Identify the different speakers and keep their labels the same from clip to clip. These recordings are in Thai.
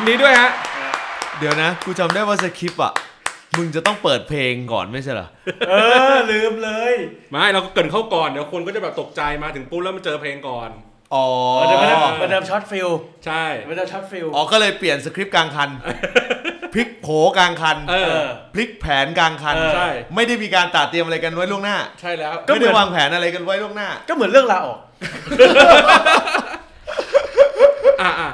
Speaker 1: นดีด้วยฮะ
Speaker 2: เดี๋ยวนะ กูจำได้ว่าสคริปต์อ่ะ มึงจะต้องเปิดเพลงก่อนไม่ใช่เหรอ
Speaker 3: เออ ลืมเลย
Speaker 1: ไม่เราก็เกรินเข้าก่อนเดี๋ยวคนก็จะแบบตกใจมาถึงปุ๊บแล้วมันเจอเพลงก่อน
Speaker 2: อ๋อ
Speaker 3: มันจะมันจะมันจะช็อตฟิล
Speaker 1: ใช่
Speaker 3: มันจะช็อตฟิล
Speaker 2: อ๋อ ก็เลยเปลี่ยนสคริปต์กลางคัน พลิกโผกลางคัน
Speaker 1: เออ
Speaker 3: เออ
Speaker 2: พลิกแผนกลางคัน
Speaker 3: เออ
Speaker 1: ใช่
Speaker 2: ไม่ได้มีการตัดเตรียมอะไรกันไว้ล่วงหน้า
Speaker 1: ใช่แล้ว
Speaker 3: ก็
Speaker 2: ไม่
Speaker 3: เหมื
Speaker 2: ได้
Speaker 3: อน
Speaker 2: วางแผนอะไรกันไว้ล่วงหน้า
Speaker 3: ก็เหมือนเรื่องลาออก
Speaker 1: อ่ะอ่ะ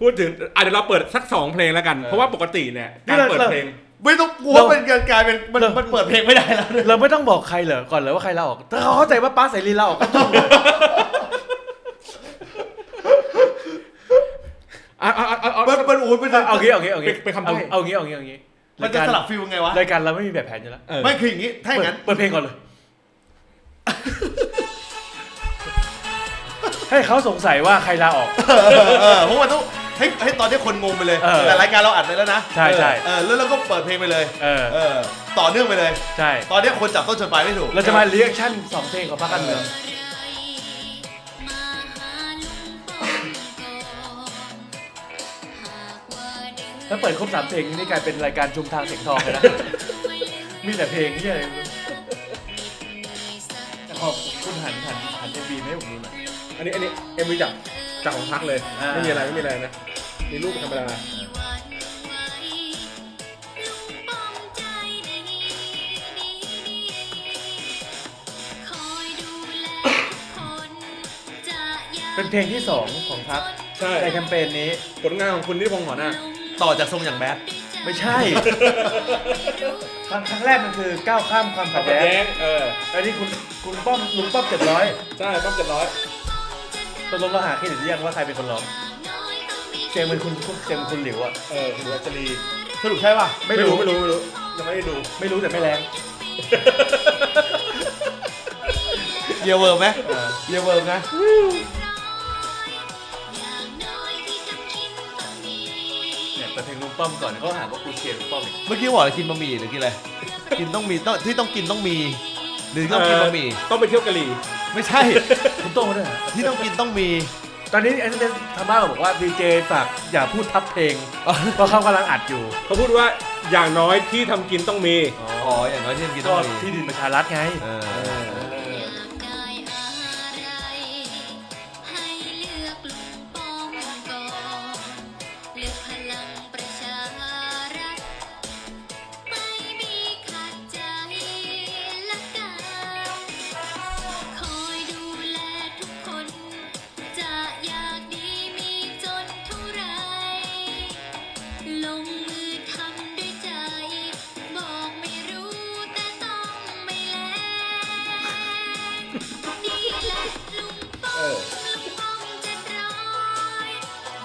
Speaker 1: พูดถึงอ่ะเดี๋ยวเราเปิดสักสองเพลงแล้วกัน เพราะว่าปกติเนี่ยการเปิดเพลง
Speaker 2: ไม่ต้องกลัว
Speaker 3: เรามั
Speaker 2: มันกลายเป็นมัน
Speaker 3: เรามั
Speaker 2: มันเปิดเพลงไม่ได้แล้วเนี่ย
Speaker 3: เราไม่ต้องบอกใครเหรอก่อนเลยว่าใครลาออกถ้าเขาเข้าใจว่าป้าเสรีลาออกก็ต้อง
Speaker 1: อ่ะอ่ะอ่ะอ่ะอ่ะ
Speaker 2: มันมันโอ้ยมันจะ
Speaker 3: เอางี้เอางี้เอางี้
Speaker 1: เป็นคำใบ้
Speaker 3: เอาเอางี้เอางี้เอางี้
Speaker 2: มันจะสลับฟิลไงวะ
Speaker 3: รายการเราไม่มีแบบแผนอยู่แล้ว
Speaker 1: เออ
Speaker 2: ไม่คืออย่างนี้ ถ้าอย่างนั้น
Speaker 3: เปิดเพลงก่อนเลย ให้เขาสงสัยว่าใครลาออก
Speaker 2: เออเออเพราะว่าต้องให้ให้ตอนนี้คนงงไปเลย
Speaker 3: เออ
Speaker 2: แต่รายการเราอัดไปแล้วนะ
Speaker 3: ใช่ใช่
Speaker 2: เออแล้วเราก็เปิดเพลงไปเลย
Speaker 3: เออ
Speaker 2: เออ ต่อเนื่องไปเลย
Speaker 3: ใช่
Speaker 2: ตอนนี้คนจับต้นชนปลายไม่ถูก
Speaker 3: เราจะมาเรีแอคชั่นสองเพลงของพรรคการเมือง ถ้า
Speaker 4: ถ้า
Speaker 3: เปิ
Speaker 4: เปิ
Speaker 3: ดค
Speaker 4: ด
Speaker 3: ร
Speaker 4: คร
Speaker 3: บบ สา
Speaker 4: สาม ม
Speaker 3: เพ
Speaker 4: เพ
Speaker 3: ล
Speaker 4: ล
Speaker 3: ง
Speaker 4: ง
Speaker 3: นี่กลายเป็นรายการชุมทางเสียงทองเลยนะ มีแต่เพลงที่อะไรไม่รู้แต่ขอบคุณหันหันหันเอ็มบีให้ผมดูหน่อย
Speaker 1: อันนี้อันนี้เอ็มวีจากจากของพักเลย
Speaker 3: อ่า
Speaker 1: ไม่มีอะไรไม่มีอะไรนะมีรูปธรรมดา
Speaker 3: เป็นเพลงที่สองของพัก
Speaker 1: ใช่
Speaker 3: ในแคมเปญนี้
Speaker 1: ผลงานของคุณนิพงศ์หอหน้า
Speaker 2: ต่อจากทรงอย่างแบด
Speaker 3: ไม่ใช่ ครั้งครั้งแรกมันคือก้าวข้ามความ
Speaker 1: ขั
Speaker 3: ขั
Speaker 1: บ
Speaker 3: ด
Speaker 1: แย้
Speaker 3: แย้ง
Speaker 1: งเออ
Speaker 3: อันนี้คุณคุณป้อมลุงป้อมเจ็ดร้อย
Speaker 1: ใช่ต้องเจ็ดร้อย
Speaker 3: ตกลงเราหาเครดิตหรือยังว่าใครเป็นคนร้องเจมส์เป็นคุณเจมส์เป็นคุณหลิวอ่ะ
Speaker 1: เออคุณรัชรี
Speaker 2: สรุปใช่ป่ะ
Speaker 3: ไม่รู้
Speaker 1: ไม่รู้ไม่รู้ยังไม่ได้ดู
Speaker 3: ไม่รู้แต่ไม่แรง
Speaker 2: เยียเวิร์มไหมเยียเวิร์มนะ
Speaker 3: เนี่ยแต่เพลงลุงป้อมก่อนเขาหาว่ากูเชียร์ลุงป้อมอีก
Speaker 2: เมื่อกี้บอกอะไรกินบะหมี่หรือกินอะไร กินต้องมีต้องที่ต้องกินต้องมี หรือต้องกินบะหมี่
Speaker 1: เออต้องไปเที่ยวกะหรี่
Speaker 2: ไม่ใช่
Speaker 3: คุณโต้มาด้วยเหรอ
Speaker 2: ที่ต้องกินต้องมี
Speaker 3: ตอนนี้เอสเอสทางบ้านบอกว่าดีเจฝากอย่าพูดทับเพลง เพราะเขากำลังอัดอยู่
Speaker 1: เขาพูดว่าอย่างน้อยที่ทำกินต้องมี
Speaker 2: อ๋อ อย่างน้อยที่ต้องกินต้
Speaker 3: ก็
Speaker 2: องมี
Speaker 3: ที่ดินประชารัฐไง
Speaker 2: เออ
Speaker 4: อยากดีมีจนเท่าไร ลงมือทำด้วยใจ บอกไม่รู้แต่ต้องไม่แลดีแหละลุงป้อมลุงป้อมจะร้อย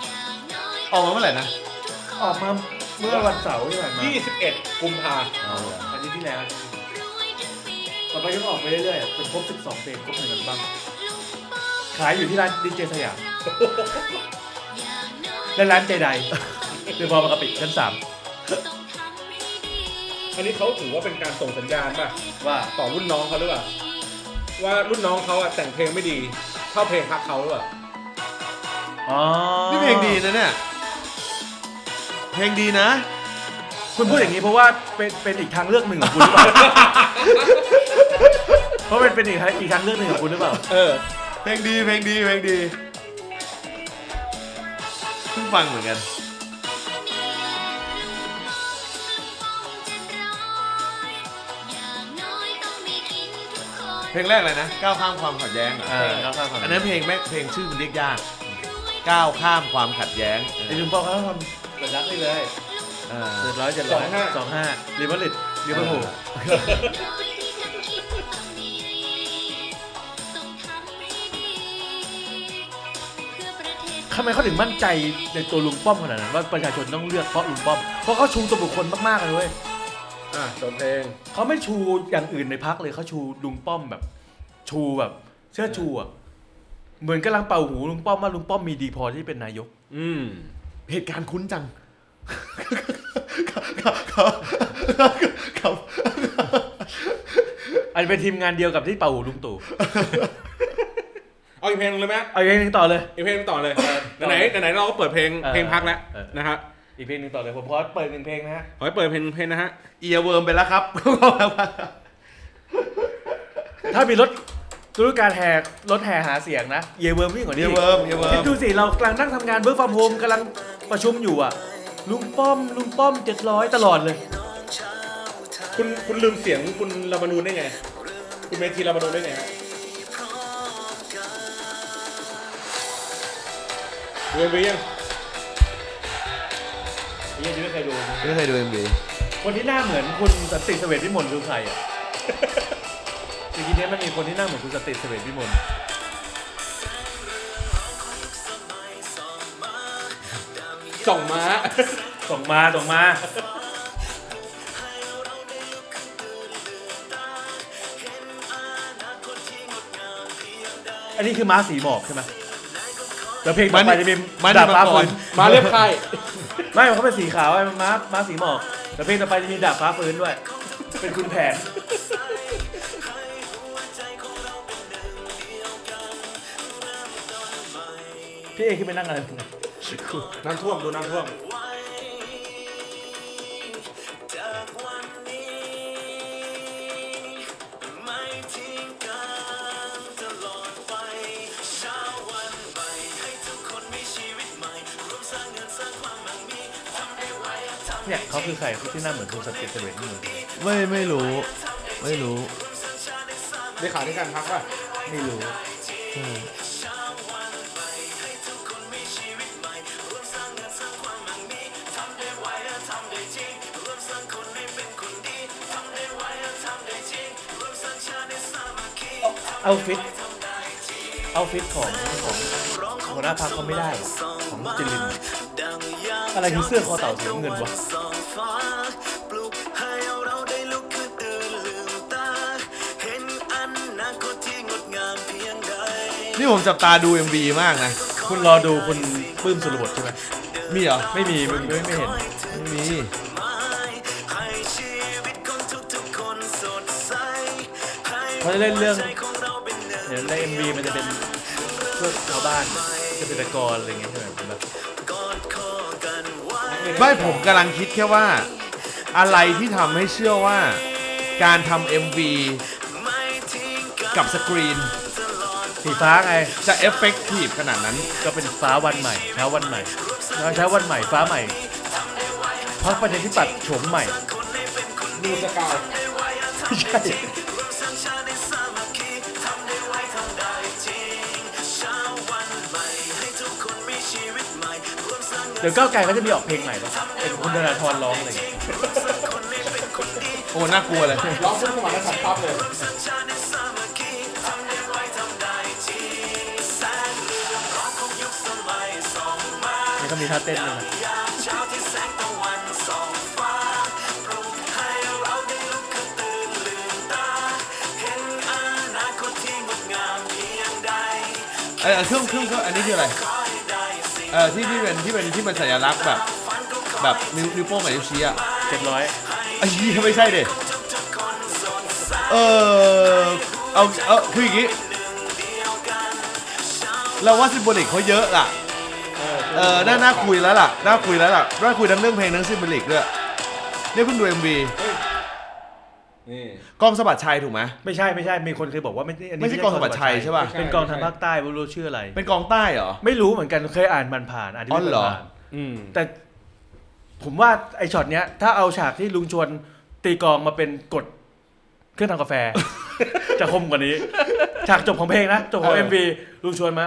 Speaker 4: อย่างน้อย
Speaker 2: ออกมาเมื่อไหร่นะ
Speaker 4: กินทุกค
Speaker 3: ออก
Speaker 4: น
Speaker 3: มาเมื่อวันเสาร์ที่ผ่านมา
Speaker 1: 21 กุมภา
Speaker 3: อาทิตย์ที่แล้ว
Speaker 4: รวยทุกปี
Speaker 3: ต่อไปก็ออกไปเรื่อยๆเป็นครบ 12 เพลงครบหนึ่งอัลบั้ม
Speaker 4: ลุงป้อม
Speaker 3: ขายอยู่ที่ร้านดีเจสยาม
Speaker 4: อย่างน้อย
Speaker 3: และร้านใจใดเดือบอลปกติชั้นสาม
Speaker 4: ต้องทำให้ดี
Speaker 1: อันนี้เขาถือว่าเป็นการส่งสัญญาณป่ะ
Speaker 3: ว่า
Speaker 1: ต่อรุ่นน้องเขาหรือเปล่า ว่ารุ่นน้องเขาอะแต่งเพลงไม่ดี เท่าเพลงพักเขาหรือเปล่า
Speaker 3: อ๋อ
Speaker 2: นี่เพลงดีนะเนี่ย เพลงดีนะ
Speaker 3: คุณพูดอย่างนี้เพราะว่าเป็นเป็นอีกทางเลือกหนึ่งของคุณหรือเปล่า เพราะเป็นเป็นอีกทางอีกทางเลือกหนึ่งของคุณหรือเปล่า
Speaker 1: เออ
Speaker 2: เพลงดี เพลงดี เพลงดีเพิ่งฟังเหมือนกัน
Speaker 4: จะร้อยอย่างน้อยต้องมีกินทุกคน
Speaker 2: เพลงแรกเลยนะ ก้าวข้ามความขัดแย้งเหรอ
Speaker 3: เออก้าวข้ามความขัดแย้ง
Speaker 2: อันนั้นเพลงแม่เพลงชื่อมันเรียกยาก ก้าวข้ามความขัดแย้ง
Speaker 3: ไอ้ลุงป้อมเขาทำแบบรักได้เลย
Speaker 2: เออ
Speaker 3: เจ็ดร้อยเจ็ดร้อย
Speaker 1: 25
Speaker 3: สองห้าลิเวอร์ลิตลิเวอร์พูลทำไมเขาถึงมั่นใจในตัวลุงป้อมขนาดนั้นว่าประชาชนต้องเลือกเพราะลุงป้อม เพราะเขาชูตัวบุคคลมากๆเลยเว้ย
Speaker 1: อ่ะจบเพลง
Speaker 3: เขาไม่ชูอย่างอื่นในพักเลยเขาชูลุงป้อมแบบ ชูแบบเชื่อชูอ่ะเหมือนกำลังเป่าหูลุงป้อมว่าลุงป้อมมีดีพอที่เป็นนายก
Speaker 1: อืม
Speaker 2: เหตุการณ์คุ้นจังครับครับครับ
Speaker 3: อันเป็นทีมงานเดียวกับที่เป่าหูลุงตู่
Speaker 1: เอาอีกเพลงหนึ่งเลยไหม
Speaker 3: เอาอย่างหนึงต่อเลย
Speaker 1: อีกเพลงหนึ่งต่อเลย ไหนๆไหนๆเราก็เปิดเพลง
Speaker 3: เออ
Speaker 1: เพลงพักแล้ว
Speaker 3: เออ
Speaker 1: นะครับ
Speaker 3: อีกเพลงหนึ่งต่อเลยผมขอเปิดหนึ่งเพลงนะฮะ
Speaker 1: ขอให้เปิดเพลงเพลงนะฮะ
Speaker 2: เอียเวิร์มไปแล้วครับ
Speaker 3: ถ้ามีรถฤดูการแห่รถแห่หาเสียงนะ เยเวิร์มวิ่งกว่านี้
Speaker 2: เยเวิร์มเยเวิร์ม
Speaker 3: คิดดูสิ เรากำลังนั่งทำงานเบิร์กฟาร์มโฮมกำลังประชุมอยู่อ่ะ ลุงป้อม ลุงป้อมเจ็ดร้อยตลอดเลย
Speaker 1: คุณคุณลืมเสียงคุณลาบานูนได้ไง คุณเมทีลาบานูนได้ไงฮะเรียนไปยัง
Speaker 3: เยี่ยมไม่เคยดู
Speaker 2: ไม่เคยดูเอ็มบี
Speaker 3: คนที่หน้าเหมือนคุณสันติเสเวตวิมลคือใครอ่ะ เมื่อกี้เนี้ยมันมีคนที่หน้าเหมือนคุณสันติเสเวตวิมล
Speaker 1: ส่องม้า
Speaker 3: ส่งมาส่งมา อันนี้คือม้าสีหมอกใช่ไหมแล้วเพลงต่อไปจะเป็น
Speaker 2: มัน
Speaker 3: ดาบฟ้าฝน
Speaker 1: ม้าเรียบใคร
Speaker 3: ไม่มันเขาเป็นสีขาวไอ้มันม้าม้าสีหมอกแล้วเพลงต่อไปจะมีดาบฟ้าฟื้นด้วย เป็นคุณแผน พี่เอขึ้นไปนั่งอะไรตรงนั้น
Speaker 1: น้ำท่วมดูน้ำท่วม
Speaker 3: เนี่ยเขาคือใครที่หน้าเหมือนคุณสติเสวตนี่เลย
Speaker 2: ไม่ไม่รู้ ไม่รู้
Speaker 1: ได้ข่าวในการพักป่ะ
Speaker 3: ไม่รู้ เอาฟิตเอาฟิตของของหัวหน้าพักเขาไม่ได้อะของจิลินอะอะไรคือเสื้อคอเต่าสีน้ำเงินวะ
Speaker 5: ส่องฟ้าปลุกให้เราได้ลุกขึ้นตื่นลืมตา เห็นอนาคตที่งดงามเพียงใด
Speaker 2: นี่ผมจับตาดู MV มากนะ
Speaker 3: คุณรอดูคุณปลื้มสุรบทใช่ไหม
Speaker 2: มีเหรอ
Speaker 3: ไม่มีไม่ไม่ไม่เห็น
Speaker 2: ไม่มี
Speaker 5: ให้ชีวิตของทุกๆคนสดใส ให้
Speaker 3: เขาจะเล่นเรื่อง
Speaker 5: ใจของเราเป็นหนึ่ง
Speaker 3: เดี๋ยวในเอ็มวีมันจะเป็นพวกชาวบ้านเกษตรกรอะไรอย่างเงี้ยใช่ไหมผมแบบ
Speaker 2: ไม่ผมกำลังคิดแค่ว่า อะไรที่ทำให้เชื่อว่า การทำ MV กับสกรีน
Speaker 3: สีฟ้าไง
Speaker 2: จะเอฟเฟกตีฟขนาดนั้น
Speaker 3: ก็เป็นฟ้าวันใหม่เช้าวันใหม่เช้าวันใหม่ฟ้าใหม่พักประชาธิปัตย์โฉมใหม่
Speaker 1: ดูสกาว
Speaker 3: ไม่ใช่เดี๋ยวก้าวไกลเขาจะมีออกเพลงใหม่ป่ะเป็นคุณธนาธรร้องอะไรอย่างเงี้ย
Speaker 2: โอ้ น่ากลัวเลย
Speaker 1: ร้องเพื่อสมัครและสันทับเลย
Speaker 3: นี่ก็มีท่าเต้นด้วยนะ
Speaker 2: เออเครื่องเครื่องเครื่องอันนี้คืออะไร เออที่ที่เป็นที่เป็นที่มันสัญลักษณ์แบบ แบบนิ้วนิ้วโป้งกับนิ้วชี้อะ
Speaker 3: เจ็ดร้อย
Speaker 2: ไอ้ยี่ไม่ใช่เด็เออเอาเอาคืออย่างงี้เราว่าซิมโบลิกเขาเยอะล่ะ เออน่าน่าคุยแล้วล่ะน่าคุยแล้วล่ะน่าคุยทั้งเรื่องเพลงทั้งซิมโบลิกด้วยเนี่ยเพิ่งดู MV
Speaker 1: นี่
Speaker 2: กล้องสะบัดชัยถูกไหม
Speaker 3: ไม่ใช่ไม่ใช่ มีคนเคยบอกว่าไม่ใช่นนี้
Speaker 2: ไม่ใช่กองสมบัติชัยใช่ป่ะ
Speaker 3: เป็นกองทางภาคใต้ไม่รู้ชื่ออะไร
Speaker 2: เป็นกองใต้เหรอ
Speaker 3: ไม่รู้เหมือนกันเคยอ่านมันผ่านอ่านที่
Speaker 2: อ๋
Speaker 3: มั
Speaker 2: อน เหรอ
Speaker 3: ผ่าน
Speaker 1: อืม
Speaker 3: แต่ผมว่าไอช็อตเนี้ย ถ้าเอาฉากที่ลุงชวนตีกลองมาเป็นกดเครื่องทำกาแฟ จะคมกว่านี้ ฉากจบของเพลงนะจบของ
Speaker 2: เอ
Speaker 3: เอ็
Speaker 2: อ
Speaker 3: มวีลุงชวนมา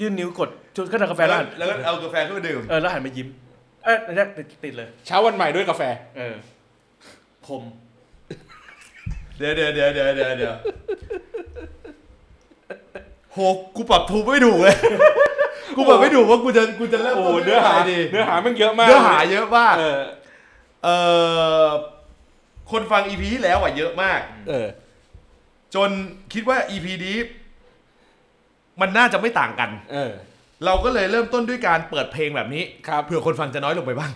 Speaker 3: ยื่นนิ้วกดชุดเครื่องทำกาแฟแล้วหัน
Speaker 2: แล้วก็เอากาแฟขึ้นมาดื่ม
Speaker 3: เออแล้วหันมายิ้ม เออเนี่ยติดเลย
Speaker 1: เช้าวันใหม่ด้วยกาแฟ
Speaker 3: เออคม
Speaker 2: เดี๋ยวเดี๋ยวเดี๋ยวเดี๋ยวเดี๋ยวเดี๋ยวโหกูปรับทูไม่ถูกเลย กูปรับไม่ถูกว่ากูจะกูจะเริ่ม
Speaker 1: โอ้
Speaker 2: ต้
Speaker 1: เนื้อหา
Speaker 2: ะไรดี
Speaker 1: เนื้อหามันเยอะมาก
Speaker 2: เนื้อหาเยอะมาก
Speaker 1: เออ
Speaker 2: เออคนฟังอีพีที่แล้วอ่ะเยอะมาก
Speaker 1: เออ
Speaker 2: จนคิดว่าอีพีนี้มันน่าจะไม่ต่างกัน
Speaker 1: เออ
Speaker 2: เราก็เลยเริ่มต้นด้วยการเปิดเพลงแบบนี้
Speaker 1: ครับ
Speaker 2: เผื่อคนฟังจะน้อยลงไป บ้าง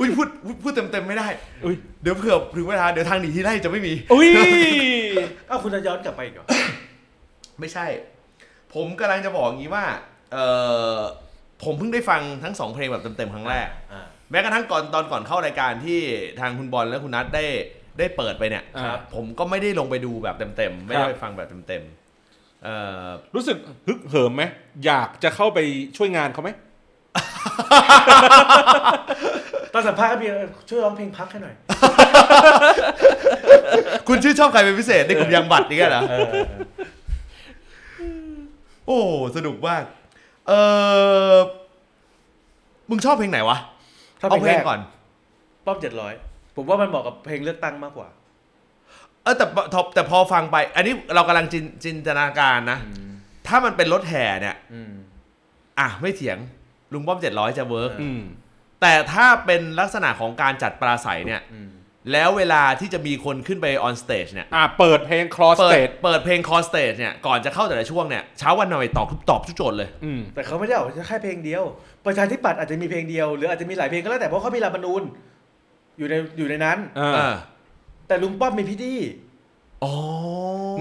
Speaker 2: อุ้ยพูดพูดเต็มเต็มๆไม่ได้
Speaker 1: อุ๊ย
Speaker 2: เดี๋ยวเผื่อถึงเวลาเดี๋ยวทางหนีที่ไล่จะไม่มี
Speaker 1: อุ้ย
Speaker 3: เอ้าคุณจะย้อนกลับไปอีกเหรอ
Speaker 2: ไม่ใช่ ผมกำลังจะบอกอย่างนี้ว่า เออ ผมเพิ่งได้ฟังทั้งสองเพลงแบบเต็มๆครั้งแรก
Speaker 3: อ่า
Speaker 2: แม้กระทั่งก่อนตอนก่อนเข้ารายการที่ทางคุณบอลและคุณนัทได้ได้เปิดไปเนี่ย
Speaker 1: ครับ
Speaker 2: ผมก็ไม่ได้ลงไปดูแบบเต็มๆไม่ได้ไปฟังแบบเต็มๆเอ่อ
Speaker 1: รู้สึกฮึกเหิมไหมอยากจะเข้าไปช่วยงานเขาไหม
Speaker 3: ตอนสัมภาษณ์ก็มีช่วยร้องเพลงพักให้หน่อย
Speaker 2: คุณชื่นชอบใครเป็นพิเศษในกลุ่มยางบัตรนี่กันเหรอ โอ้สนุกมากเออมึงชอบเพลงไหนวะ
Speaker 3: ชอบ
Speaker 2: เอา
Speaker 3: เพ
Speaker 2: เพ
Speaker 3: ล
Speaker 2: ล
Speaker 3: ง
Speaker 2: ง
Speaker 3: แรก
Speaker 2: ก่อน
Speaker 3: ป้อมเจ็ดร้อยผมว่ามันเหมาะกับเพลงเลือกตั้งมากกว่า
Speaker 2: เออแต่พอแต่แต่พอฟังไป อันนี้เรากำลังจินจินตนาการนะ ถ้ามันเป็นรถแห่เนี่ย
Speaker 3: อืม
Speaker 2: อ่ะ ไม่เถียง ลุงป้อมเจ็ดร้อยจะเวิร์ก
Speaker 3: เ
Speaker 1: อืม
Speaker 2: แต่ถ้าเป็นลักษณะของการจัดปราศัยเนี่ย
Speaker 3: อืม
Speaker 2: แล้วเวลาที่จะมีคนขึ้นไปออนสเตจเนี่ย
Speaker 1: อ่าเปิดเพลง cross
Speaker 2: เปิด
Speaker 1: state
Speaker 2: เปิดเพลงคอสเตจเนี่ย ก่อนจะเข้าแต่ละช่วงเนี่ย เช้าวันหน่อยตอบทุกตอบทุกโจทย์เลย
Speaker 1: อืม
Speaker 3: แต่เขาไม่ได้ออกแค่เพลงเดียว ประชาธิปัตย์อาจจะมีเพลงเดียว หรืออาจจะมีหลายเพลงก็แล้วแต่เพราะเขามีรัฐธรรมนูญอยู่ในอยู่ในนั้น
Speaker 1: อ่า
Speaker 2: เออ
Speaker 3: แต่ลุงป้อมมีพี่ดี้
Speaker 2: อ๋อ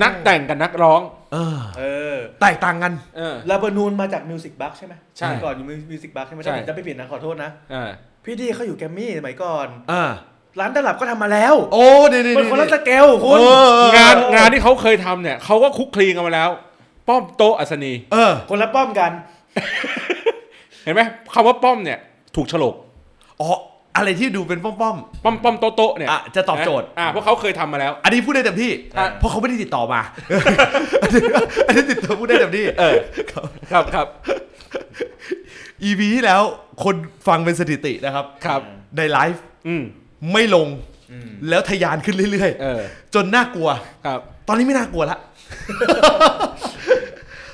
Speaker 1: นักแต่งกับนักร้อง
Speaker 2: เออ
Speaker 3: เออ
Speaker 2: แตกต่างกัน
Speaker 1: เออ
Speaker 3: รัฐธรรมนูญมาจากมิวสิกบัคใช่ไหม
Speaker 1: ใช่
Speaker 3: ก่อนอยู่มิวสิกบัคใช่ไหม
Speaker 1: ใช่
Speaker 3: ถ้าผมจะไม่ผิดนะขอโทษนะ
Speaker 1: อ่า
Speaker 3: พี่ดี้เขาอยู่แกรมมี่สมัยก่อน
Speaker 2: เออ
Speaker 3: ร้านตลับก็ทำมาแล้ว
Speaker 2: โอ้นี่นี่
Speaker 3: มันคนละสเกลคุณ
Speaker 2: เออเออเออง
Speaker 1: านงานที่เขาเคยทำเนี่ยเขาก็คุกคลีกันมาแล้ว ป้อมโตะอัศนี
Speaker 2: เออ
Speaker 3: คนละป้อมกัน
Speaker 1: เห็นไหมคำว่าป้อมเนี่ย ถูกฉลก
Speaker 2: อ๋อ อะไรที่ดูเป็นป้อม
Speaker 1: ป้อมป้อมโตะโตะเนี่ย
Speaker 2: อ่ะจะตอบโจทย์
Speaker 1: อ่าเพราะเขาเคยทำมาแล้ว
Speaker 2: ๆ อันนี้พูดได้เต็มที่
Speaker 3: อ่ะ
Speaker 2: เพราะเขาไม่ได้ติดต่อมา อันนี้อันนี้ติดต่อพูดได้เต็มที่
Speaker 1: เออ ครับครับ
Speaker 2: EP ที่แล้วคนฟังเป็นสถิตินะครับ
Speaker 1: ครับ
Speaker 2: ในไลฟ์
Speaker 1: อืม
Speaker 2: ไม่ลง แล้วทะยานขึ้นเรื่อย
Speaker 1: เออ
Speaker 2: ๆ จนน่ากลัว
Speaker 1: ครับ
Speaker 2: ตอนนี้ไม่น่ากลัวละ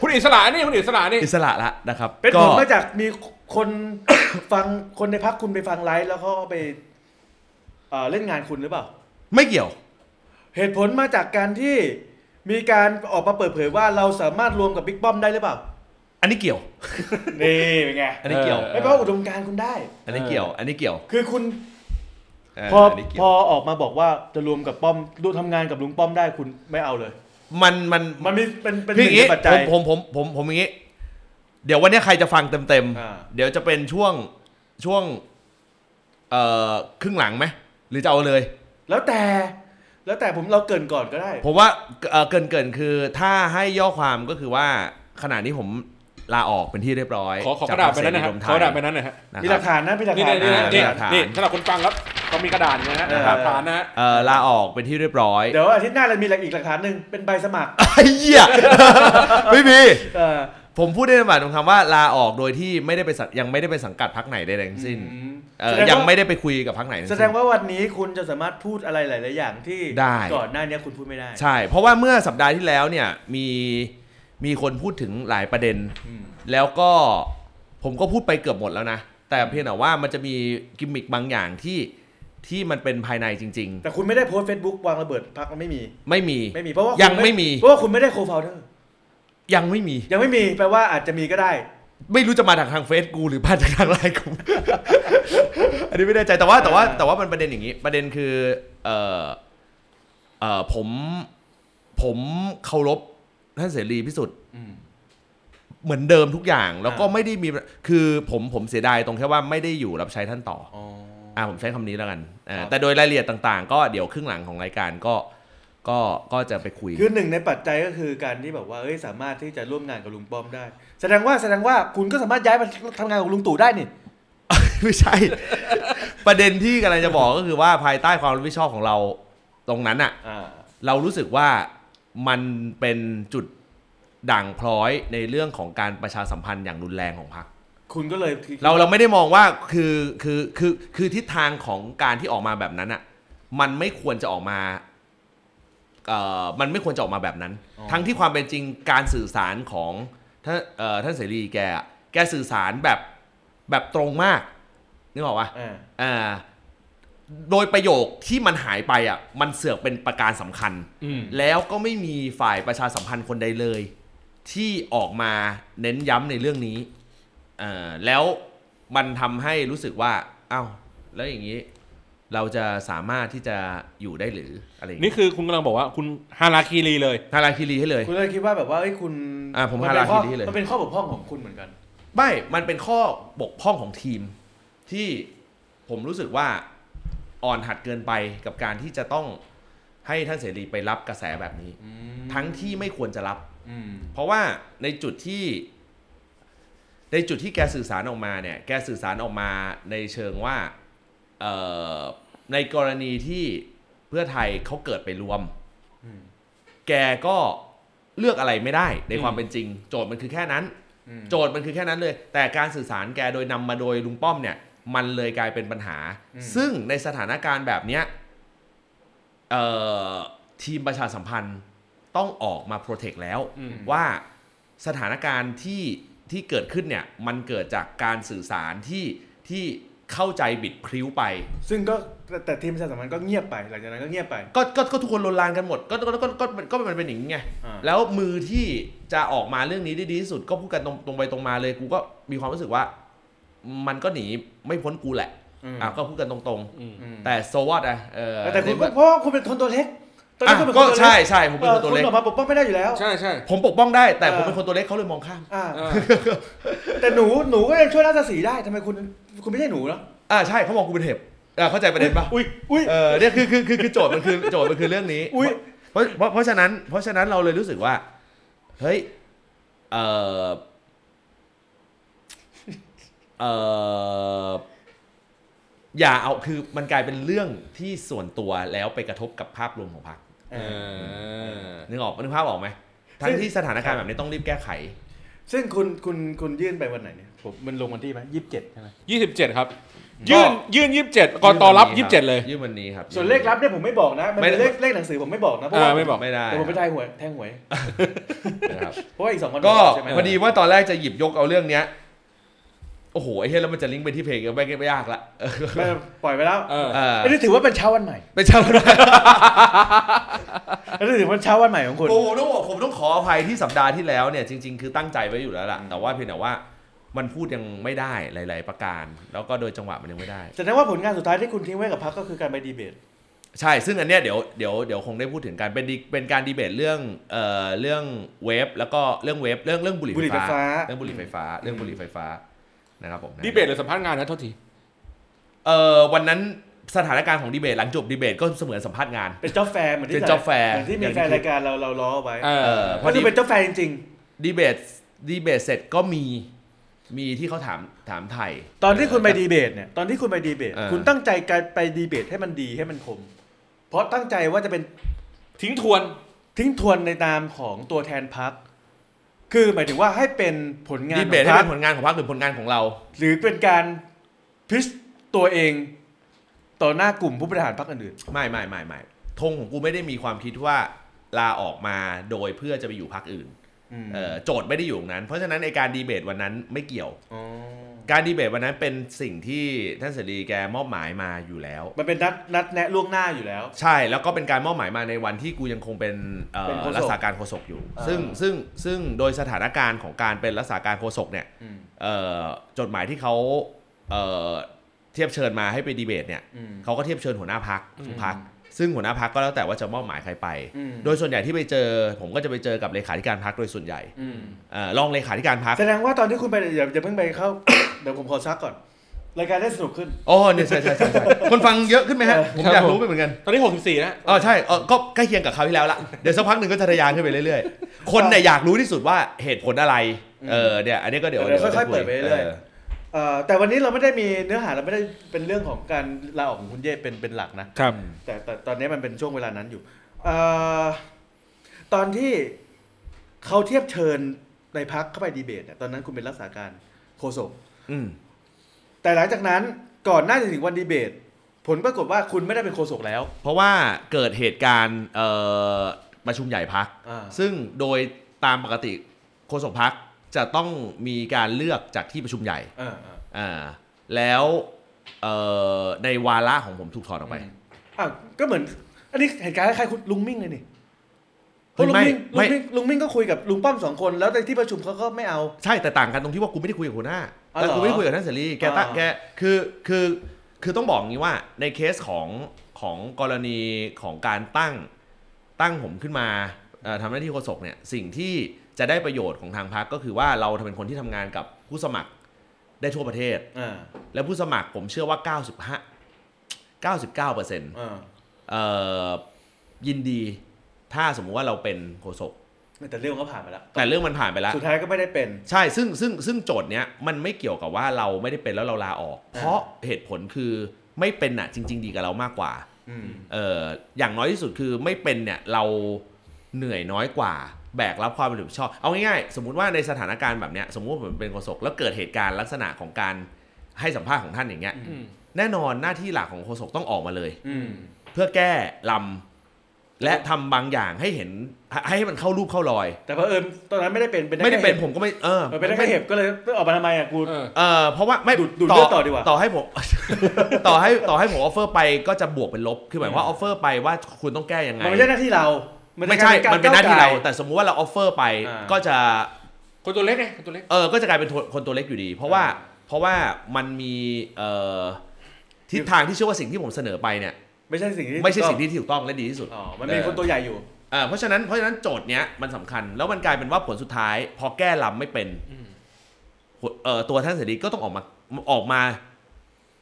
Speaker 1: คุณอิสระนี่คุณอิสระนี่
Speaker 2: อิสระละนะครับ
Speaker 3: เป็น
Speaker 2: ก็
Speaker 3: ผลมาจากมีคน ฟังคนในพักคุณไปฟังไลฟ์แล้วเขาเอาไปเอ่อเล่นงานคุณหรือเปล่า
Speaker 2: ไม่เกี่ยว
Speaker 3: เหตุผลมาจากการที่มีการออกมาเปิดเผยว่าเราสามารถรวมกับบิ๊กป้อมได้หรือเปล่า
Speaker 2: อันนี้เกี่ยว
Speaker 3: นี่เป็นไง
Speaker 2: อันนี้เกี่ยว
Speaker 1: เออ
Speaker 3: ไม่เพราะอุดมการณ์คุณได้
Speaker 2: อันนี้เกี่ยว อันนี้เกี่ยว
Speaker 3: คือคุณ
Speaker 2: เพ
Speaker 3: อ
Speaker 2: นี้เกี่ยว
Speaker 3: พอออกมาบอกว่าจะรวมกับป้อมดูทำงานกับลุงป้อมได้คุณไม่เอาเลย
Speaker 2: มันมัน
Speaker 3: มันมีเป็นเป็นห
Speaker 2: พี่อ
Speaker 3: นึ่
Speaker 2: ย่าง งงี้
Speaker 3: ในปัจจัย
Speaker 2: ผมผมผมผมผมอย่างงี้ เดี๋ยววันเนี้ยใครจะฟังเต็ม
Speaker 3: อ่า
Speaker 2: ๆ เดี๋ยวจะเป็นช่วงช่วงเอ่อครึ่งหลังไหมหรือจะเอาเลย
Speaker 3: แล้วแต่ แล้วแต่ผมเราเกรินก่อนก็ได้
Speaker 2: ผมว่าเอ่อเกินเกินคือถ้าให้ย่อความก็คือว่าขณะนี้ผมลาออกเป็นที่เรียบร้อย
Speaker 1: ขอขอกระดาษไปนั้นนะ
Speaker 2: จ
Speaker 1: ฮะ
Speaker 2: ก
Speaker 1: ข
Speaker 2: พ
Speaker 1: อก
Speaker 2: ค
Speaker 1: ระ
Speaker 2: เส
Speaker 1: ดาษ
Speaker 2: รี
Speaker 1: ไปนั้นหนะฮะ
Speaker 2: นะ
Speaker 3: มี
Speaker 2: ค
Speaker 3: ห
Speaker 2: รั
Speaker 3: ลั
Speaker 2: บ
Speaker 3: กฐานนะมีหลัก
Speaker 1: นี่
Speaker 3: ฐาน
Speaker 1: นี่
Speaker 3: นะ
Speaker 1: นี่
Speaker 2: มีหลักฐาน
Speaker 1: นี่สำหรับคนฟังครับต้องมีกระดาษอย่างเงี้ยนะฮะ
Speaker 3: เออ
Speaker 1: หลักฐานนะฮะ
Speaker 2: เอ่อลาออกเป็นที่เรียบร้อย
Speaker 3: เดี๋ยวอาทิตย์หน้าเรามีอะไรอีกหลักฐานหนึ่งเป็นใบสมัคร
Speaker 2: ไอ้เหี้ย ไม่มี
Speaker 3: เออ
Speaker 2: ผมพูดได้ในหมายของคำว่าลาออกโดยที่ไม่ได้ไปสังยังไม่ได้ไปสังกัดพักไหนใดๆทั้งสิ้นเอ่อ
Speaker 3: แสดว่า
Speaker 2: ยังไม่ได้ไปคุยกับพักไหนทั้
Speaker 3: แส
Speaker 2: สิ้น
Speaker 3: ดงว่าวันนี้คุณจะสามารถพูดอะไรหลาย ๆ อย่างที่
Speaker 2: ได้
Speaker 3: ก่อนหน้านี้คุณพูดไม่ได้
Speaker 2: ใช่ เพราะว่าเมื่อสัปดาห์ที่แล้วเนี่ยมีมีคนพูดถึงหลายประเด็น
Speaker 3: อืม
Speaker 2: แล้วก็ผมก็พูดไปเกือบหมดแล้วนะ แต่เพียงแต่ว่ามันจะมีกิมมิคบางอย่างที่ที่มันเป็นภายในจริง
Speaker 3: แต่คุณไม่ได้โพสเฟซบุ๊กวางระเบิดพักมันไม่มี
Speaker 2: ๆ ไม่มี
Speaker 3: ไม่มีเพราะว่า
Speaker 2: ยั
Speaker 3: ยัง
Speaker 2: ไม่มี
Speaker 3: เพราะว่าคุณไม่ได้โคฟาวเดอร์
Speaker 2: ยังไม่มี
Speaker 3: ยังไม่มีแปลว่าอาจจะมีก็ได้
Speaker 2: ไม่รู้จะมาทางทางเฟซกูหรือผ่านจากทางไล น์กู อันนี้ไม่แน่ใจแต่ว่าแต่ว่า
Speaker 3: อ่า
Speaker 2: แต่ว่ามันประเด็นอย่างนี้ ประเด็นคือเออเออผมผมเคารพท่านเสรีพิสุทธิ์ เหมือนเดิมทุกอย่างแล้วก็
Speaker 3: อ่า
Speaker 2: ไม่ได้มีคือผมผมเสียดายตรงแค่ว่าไม่ได้อยู่รับใช้ท่านต่อ
Speaker 3: อ๋อ
Speaker 2: อ่าผมใช้คำนี้แล้วกันเออ
Speaker 3: ครับ
Speaker 2: แต่โดยรายละเอียดต่างๆ ก็เดี๋ยวครึ่งหลังของรายการก็ก็ก็จะไปคุย
Speaker 3: คือหนึ่งในปัจจัยก็คือการที่แบบว่าเอ้ยสามารถที่จะร่วมงานกับลุงป้อมได้ แสดงว่าแสดงว่าคุณก็สามารถย้ายมาทำงานกับลุงตู่ ได้นี่
Speaker 2: ไม่ใช่ ประเด็นที่กำลังจะบอกก็คือว่าภายใต้ความรับผิดชอบของเราตรงนั้นอะ
Speaker 3: อ่า
Speaker 2: เรารู้สึกว่ามันเป็นจุดด่างพร้อยในเรื่องของการประชาสัมพันธ์อย่างรุนแรงของพรรค
Speaker 3: คุณก็เลยคิด
Speaker 2: เราเราไม่ได้มองว่าคือคือคือคือทิศทางของการที่ออกมาแบบนั้นอ่ะมันไม่ควรจะออกมาเอ่อมันไม่ควรจะออกมาแบบนั้น ทั้งที่ความเป็นจริงการสื่อสารของท่านเอ่อท่านเสรีแกอะแกสื่อสารแบบแบบตรงมากนึกออกปะ
Speaker 3: อ่า
Speaker 2: เอ่อโดยประโยคที่มันหายไปอ่ะมันเสือกเป็นประการสำคัญ
Speaker 1: อืม
Speaker 2: แล้วก็ไม่มีฝ่ายประชาสัมพันธ์คนใดเลย ที่ออกมาเน้นย้ำในเรื่องนี้เอ่อแล้วมันทำให้รู้สึกว่าอ้าวแล้วอย่างนี้เราจะสามารถที่จะอยู่ได้หรืออะไรอย่าง
Speaker 1: นี่
Speaker 2: งี้
Speaker 1: คือคุณกำลังบอกว่าคุณฮาราคีรีเลย
Speaker 2: ฮาราคิรีให้เลย
Speaker 3: คุณเลยคิดว่าแบบว่าเอ้ยคุณ
Speaker 2: อ่าผม
Speaker 3: นเป็น
Speaker 2: ฮาราคิดที่เลย
Speaker 3: มันเป็นข้อบกพร่องของคุณเหมือนกัน
Speaker 2: ไม่มันเป็นข้อบกพร่องของทีม ที่ผมรู้สึกว่าอ่อนหัดเกินไปกับการที่จะต้องให้ท่านเสรีไปรับกระแสแบบนี้ ทั้งที่ไม่ควรจะรับ
Speaker 1: อืม
Speaker 2: เพราะว่าในจุดที่ ในจุดที่แกสื่อสารออกมาเนี่ย แกสื่อสารออกมาในเชิงว่าเอ่อในกรณีที่เพื่อไทยเขาเกิดไปรวม
Speaker 1: อืม
Speaker 2: แกก็เลือกอะไรไม่ได้ในความเป็นจริง โจทย์มันคือแค่นั้น
Speaker 1: อืม
Speaker 2: โจทย์มันคือแค่นั้นเลย แต่การสื่อสารแกโดยนำมาโดยลุงป้อมเนี่ย มันเลยกลายเป็นปัญหา
Speaker 1: อืม
Speaker 2: ซึ่งในสถานการณ์แบบเนี้ยเอ่อทีมประชาสัมพันธ์ต้องออกมาโปรเทคแล้ว
Speaker 1: อืม
Speaker 2: ว่าสถานการณ์ที่ที่เกิดขึ้นเนี่ย มันเกิดจากการสื่อสารที่ที่เข้าใจบิดพริ้วไป
Speaker 3: ซึ่งก็แต่แต่ทีมประชาสัมพันธ์ก็เงียบไป หลังจากนั้นก็เงียบไป
Speaker 2: ก็ก็ก็ทุกคนลนลานกันหมด ก็ก็ก็ก็ก็ก็มันเป็นอย่างนี้ไง
Speaker 3: อ่า
Speaker 2: แล้วมือที่จะออกมาเรื่องนี้ได้ดีที่สุด ก็พูดกันตรงตรงไปตรงมาเลยกูก็มีความรู้สึกว่า มันก็หนีไม่พ้นกูแหละ
Speaker 3: อืม
Speaker 2: อ่ะก็พูดกันตรง
Speaker 1: อืม
Speaker 3: อืม
Speaker 2: ๆ แต่โซวอตอ่ะเออ
Speaker 3: แต่คุณก็
Speaker 2: ใน
Speaker 3: เพราะว่าคุณเป็นคนตัวเล็ก ตอน
Speaker 2: อ่ะ
Speaker 3: นี้คุณเป็นค
Speaker 2: ก็
Speaker 3: นตัวเล็ก
Speaker 2: ใช่ใช่ผมเป็นคนตัวเล็ก
Speaker 3: ออคุณออกมาปกป้องไม่ได้อยู่แล้ว
Speaker 1: ใช่ใช่
Speaker 2: ผมปกป้องได้ แต่
Speaker 3: เออ
Speaker 2: ผมเป็นคนตัวเล็กเขาเลยมองข้าม
Speaker 3: อ่า
Speaker 1: เออ
Speaker 3: แต่หนูหนูก็ยังช่วยราชสีห์ได้ทำไมคุณคุณไม่ใช่หนูเนาะ
Speaker 2: อ่าใช่เขามองกูเป็นเห็บอ่ะเข้าใจประเด็นปะ
Speaker 3: อุ้ยอุ้ย
Speaker 2: เออเนี่ยคือคือคือคือโจทย์มันคือโจทย์มันคือเรื่องนี้
Speaker 3: อุ๊ย
Speaker 2: เพราะเพราะเพราะฉะนั้น เพราะฉะนั้นเราเลยรู้สึกว่า เฮ้ยเออเอออย่าเอาคือมันกลายเป็นเรื่องที่ส่วนตัวแล้วไปกระทบกับภาพรวมของพรรค
Speaker 1: เออ
Speaker 2: นึกออกนึกภาพออกไหมทั้งที่สถานการณ์แบบนี้ต้องรีบแก้ไข
Speaker 3: ซึ่งคุณคุณคุณยื่นไปวันไหนเนี่ยผมมันลงวันที่ไหมยี่สิบเจ็ดใช่ไหม
Speaker 1: ยี่สิบเจ็ดครับ ยื่นยื่นยี่สิบเจ็ดกตรับยี่สิบเจ็ดเลย
Speaker 2: ยื่นวันนี้ครับ
Speaker 3: ส่วนเลขลับเนี่ยผมไม่บอกนะ มัน
Speaker 2: ไม่
Speaker 3: เป็
Speaker 2: ได้
Speaker 3: นเลขเลขหนังสือผมไม่บอกนะเพราะ
Speaker 1: เอ
Speaker 3: ว่า
Speaker 1: อไม่บอก
Speaker 2: ไม่ได้
Speaker 3: เดี๋ยวผมไปทายหวยแทงหวย
Speaker 2: นะครับ
Speaker 3: เพราะว่าอีกสองวัน
Speaker 2: ก็
Speaker 3: ใช่ไหม
Speaker 2: พอดีว่าตอนแรกจะหยิบยกเอาเรื่องเนี้ย โอ้โหไอ้เหี้ยแล้วมันจะลิงก์ไปที่เพลงก็ไม่ไม่ยากละเออ
Speaker 3: ไม่ปล่อยไปแล้ว
Speaker 1: เออ
Speaker 2: เออ
Speaker 3: อันนี้ถือว่าเป็นเช้าวันใหม่
Speaker 2: ไม่ใช่ไม่ได้
Speaker 3: อันนี้ถือว่าเป็นเช้าวันใหม่ของคุณ
Speaker 2: โอ้ผมต้องบอกผมต้องขออภัยที่สัปดาห์ที่แล้วเนี่ยจริง ๆ คือตั้งใจไว้อยู่แล้วล่ะแต่ว่าเพียงแต่ว่ามันพูดยังไม่ได้หลาย ๆ ประการ แล้วก็โดยจังหวะมันยังไม่ได้
Speaker 3: แสดงว่าผลงานสุดท้ายที่คุณทิ้งไว้กับพรรคก็คือการไปดีเบต
Speaker 2: ใช่ซึ่งอันเนี้ยเดี๋ยวเดี๋ยวเดี๋ยวคงได้พูดถึงกันเป็นดีเป็นการดีเบตเรื่องเอ่อเรื่องเวฟแล้วก็เรื่องเวฟเรื่องเรื่องบุหรี่
Speaker 3: บุหรี่ไฟฟ้า
Speaker 2: เรื่องบุหรี่ไฟฟ้าเรื่องบุหรี่ไฟฟ้านะครับผมนะ
Speaker 1: ดีเบตหรือสัมภาษณ์งานนะโทษที
Speaker 2: เออวันนั้นสถานการณ์ของดีเบตหลังจบดีเบตก็เสมือนสัมภาษณ์งาน
Speaker 3: เป็นเจ้าแฟร์เหมือนที่
Speaker 2: เป็นจ๊อบแฟร์
Speaker 3: เหมือนที่มี
Speaker 2: อย่างที่
Speaker 3: แฟนรายการเราเราล้อเอาไว้
Speaker 1: เออ
Speaker 2: เพ
Speaker 3: เพราะ
Speaker 2: ราะ
Speaker 3: ดูเป็นเจ้าแฟร์จริง
Speaker 2: ดีเบตดีเบตเสร็จก็มีมีที่เขาถามถามไทย
Speaker 3: ๆ ตอนที่คุณไปดีเบตเนี่ยตอนที่คุณไปดีเบต
Speaker 2: เออ
Speaker 3: คุณตั้งใจการไปดีเบตให้มันดีให้มันคม เพราะตั้งใจว่าจะเป็น
Speaker 1: ทิ้งทวน
Speaker 3: ทิ้งทวนในนามของตัวแทนพัก คือหมายถึงว่าให้เป็นผลงาน
Speaker 2: ดีเบต
Speaker 3: ข
Speaker 2: ให้
Speaker 3: องพร
Speaker 2: เป็นผ
Speaker 3: รค
Speaker 2: ลงานของพรรคหรือผลงานของเรา
Speaker 3: หรือเป็นการพิชตัวเองต่อหน้ากลุ่มผู้บริหารพรรคอื่น
Speaker 2: ไม่ไม่ไม่ไม่ธงของกูไม่ได้มีความคิดว่าลาออกมาโดยเพื่อจะไปอยู่พรรคอื่น
Speaker 3: ๆอืม
Speaker 2: เออโจทย์ไม่ได้อยู่ตรงนั้น เพราะฉะนั้นในการดีเบตวันนั้นไม่เกี่ยว
Speaker 3: อ
Speaker 2: การดีเบตวันนั้นเป็นสิ่งที่ท่านเสรีแกมอบหมายมาอยู่แล้ว
Speaker 3: มันเป็นนัดนัดแนะล่วงหน้าอยู่แล้ว
Speaker 2: ใช่แล้วก็เป็นการมอบหมายมาในวันที่กูยังคงเป็นเอ่อ
Speaker 3: เป็นโฆษก
Speaker 2: รักษาการโฆษกอยู่
Speaker 3: อ่า
Speaker 2: ซึ่งซึ่งซึ่งโดยสถานการณ์ของการเป็นรักษาการโฆษกเนี่ย
Speaker 3: อืม
Speaker 2: เอ่อจดหมายที่เขาเอ่อเทียบเชิญมาให้ไปดีเบตเนี่ย
Speaker 3: อืม
Speaker 2: เขาก็เทียบเชิญหัวหน้าพัก
Speaker 1: อืม
Speaker 2: ทุกพักซึ่งหัวหน้าพักก็แล้วแต่ว่าจะมอบหมายใครไป
Speaker 3: อืม
Speaker 2: โดยส่วนใหญ่ที่ไปเจอ ผมก็จะไปเจอกับเลขาธิการพักโดยส่วนใหญ่
Speaker 3: อืม
Speaker 2: เอ่อรองเลขาธิการพัก
Speaker 3: แสดงว่าตอนที่คุณไปอย่าอย่าเพิ่งไปเข้า เดี๋ยวผมขอซักก่อน รายการได้สนุกขึ้น
Speaker 2: อ๋อเนี่ยใช่ใช่ใช่ใช่คนฟังเยอะขึ้นไหมฮะผมอยากรู้ไปเหมือนกัน
Speaker 1: ตอนนี้หกสิบสี่แล้ว
Speaker 2: อ๋อใช่เออก็ใกล้เคียงกับคราวที่แล้วละ เดี๋ยวสักพักหนึ่งก็จะทะยานขึ้นไปเรื่อยๆ คนเนี่ยอยากรู้ที่สุดว่าเหตุผลอะไร เออเนี่ยอันนี้ก็เดี๋ยว
Speaker 3: เดี๋ยวค่อยๆเปิดไปเรื่อย เอ่อแต่วันนี้เราไม่ได้มีเนื้อหาเราไม่ได้เป็นเรื่องของการลาออกของคุณเย่เป็นเป็นหลักนะ
Speaker 1: ครับ
Speaker 3: แต่แต่ตอนนี้มันเป็นช่วงเวลานั้นอยู่เออตอนที่เขาเทียบเชิญในพักเข้าไปดีเบตเนี่ยตอนนั้นคุณเป็นรักษาการโฆษก
Speaker 2: อืม
Speaker 3: แต่หลังจากนั้นก่อนหน้าจะถึงวันดีเบต ผลปรากฏว่าคุณไม่ได้เป็นโฆษกแล้ว
Speaker 2: เพราะว่าเกิดเหตุการณ์เอ่อประชุมใหญ่พัก
Speaker 3: อ่า
Speaker 2: ซึ่งโดยตามปกติโฆษกพักจะต้องมีการเลือกจากที่ประชุมใหญ่
Speaker 3: เออเออ
Speaker 2: อ่าแล้วเอ่อในวาระของผมถูกถอดออกไป
Speaker 3: อ่ะก็เหมือน อันนี้เหตุการณ์คล้ายๆคุณลุงมิ่งเลยนี่เพ
Speaker 2: เฮ้ย
Speaker 3: ราะลุงมิ่งลุ
Speaker 2: ไม่
Speaker 3: งมิ่งลุงมิ่งก็คุยกับลุงป้อมสองคนแล้วในที่ประชุมเขาก็ไม่เอา
Speaker 2: ใช่แต่ต่างกันตรงที่ว่ากูไม่ได้คุยกับหัวหน้า
Speaker 3: อ๋อเหรอ
Speaker 2: แต่กูไม่ได้คุยกับท่านเสรีแกตะ
Speaker 3: อ่า
Speaker 2: แกคือคือคือต้องบอกอย่างงี้ว่าในเคสของของกรณีของการตั้งตั้งผมขึ้นมาเอ่อทำหน้าที่โฆษกเนี่ยสิ่งที่ จะได้ประโยชน์ของทางพักก็คือว่าเราเป็นคนที่ทำงานกับผู้สมัครได้ทั่วประเทศ
Speaker 3: อ่า
Speaker 2: และผู้สมัครผมเชื่อว่า 95 99เปอร์เซ็นต์
Speaker 3: อ่า
Speaker 2: ยินดีถ้าสมมุติว่าเราเป็นโฆษก
Speaker 3: แต่เรื่องก็ผ่านไปแล้ว
Speaker 2: แต่เรื่องมันผ่านไปแล้ว
Speaker 3: สุดท้ายก็ไม่ได้เป็น
Speaker 2: ใช่ ซึ่งซึ่งซึ่งโจทย์เนี้ยมันไม่เกี่ยวกับว่าเราไม่ได้เป็นแล้วเราลาออก เพราะเหตุผลคือไม่เป็นน่ะจริง ๆ ดีกับเรามากกว่า
Speaker 3: อืม
Speaker 2: เอออย่างน้อยที่สุดคือไม่เป็นเนี่ยเราเหนื่อยน้อยกว่า แบกรับความรับผิดชอบเอาง่ายๆ สมมุติว่าในสถานการณ์แบบเนี้ยสมมุติว่าผมเป็นโฆษกแล้วเกิดเหตุการณ์ลักษณะของการให้สัมภาษณ์ของท่านอย่างเงี้ย
Speaker 1: อืม
Speaker 2: แน่นอนหน้าที่หลักของโฆษกต้องออกมาเลย
Speaker 3: อืม
Speaker 2: เพื่อแก้ลำและทำบางอย่างให้เห็นให้ให้มันเข้ารูปเข้ารอย
Speaker 3: แต่เพอเอิญตอนนั้นไม่ได้เป็นเป็น
Speaker 2: ไม่ได้เป็น
Speaker 3: แค่
Speaker 2: ผมก็ไม่เออ
Speaker 3: เห็บเออเป็นได้แค่เห็บก็เลยไม่ออกมาทำไมอ่ะกู
Speaker 1: เออ
Speaker 2: เออเพราะว่าไม่
Speaker 3: ดูดดูดเลือดต่อดีกว่า
Speaker 2: ต่อให้ผม ต่อให้ต่อให้ผมออฟเฟอร์ไปก็จะบวกเป็นลบคือหมายความว่าออฟเฟอร์ไปว่าคุณต้องแก้ยังไง
Speaker 3: มันไม่ใช่หน้าที่เราน
Speaker 2: ไม่ใช่
Speaker 3: กร
Speaker 2: มันเป็นหน้าที่
Speaker 3: ก้
Speaker 2: เรา
Speaker 3: วไกล
Speaker 2: แต่สมมุติว่าเราออฟเฟอร์ไป
Speaker 3: อ่า
Speaker 2: ก็จะ
Speaker 1: คนตัวเล็กไงคนตัวเล็ก
Speaker 2: เออ ก็จะกลายเป็นคนตัวเล็กอยู่ดี เพราะว่า เพราะว่ามันมี เอ่อ ทิศทางที่เชื่อว่าสิ่งที่ผมเสนอไปเนี่ย
Speaker 3: ไม่ใช่สิ่งที่
Speaker 2: ไม่ใช่สิ่ง
Speaker 3: ถูก
Speaker 2: ที่ถูกต้องและดีที่สุด
Speaker 3: ต้องอ๋อมันเป็นคนตัวใหญ่อยู่
Speaker 2: เอ่อเพราะฉะนั้น เพราะฉะนั้นโจทย์เนี้ยมันสำคัญ แล้วมันกลายเป็นว่าผลสุดท้าย พอแก้ลำไม่เป็น
Speaker 1: อืม
Speaker 2: หัวเอ่อตัวท่านเสรีก็ต้องออกมา ออกมา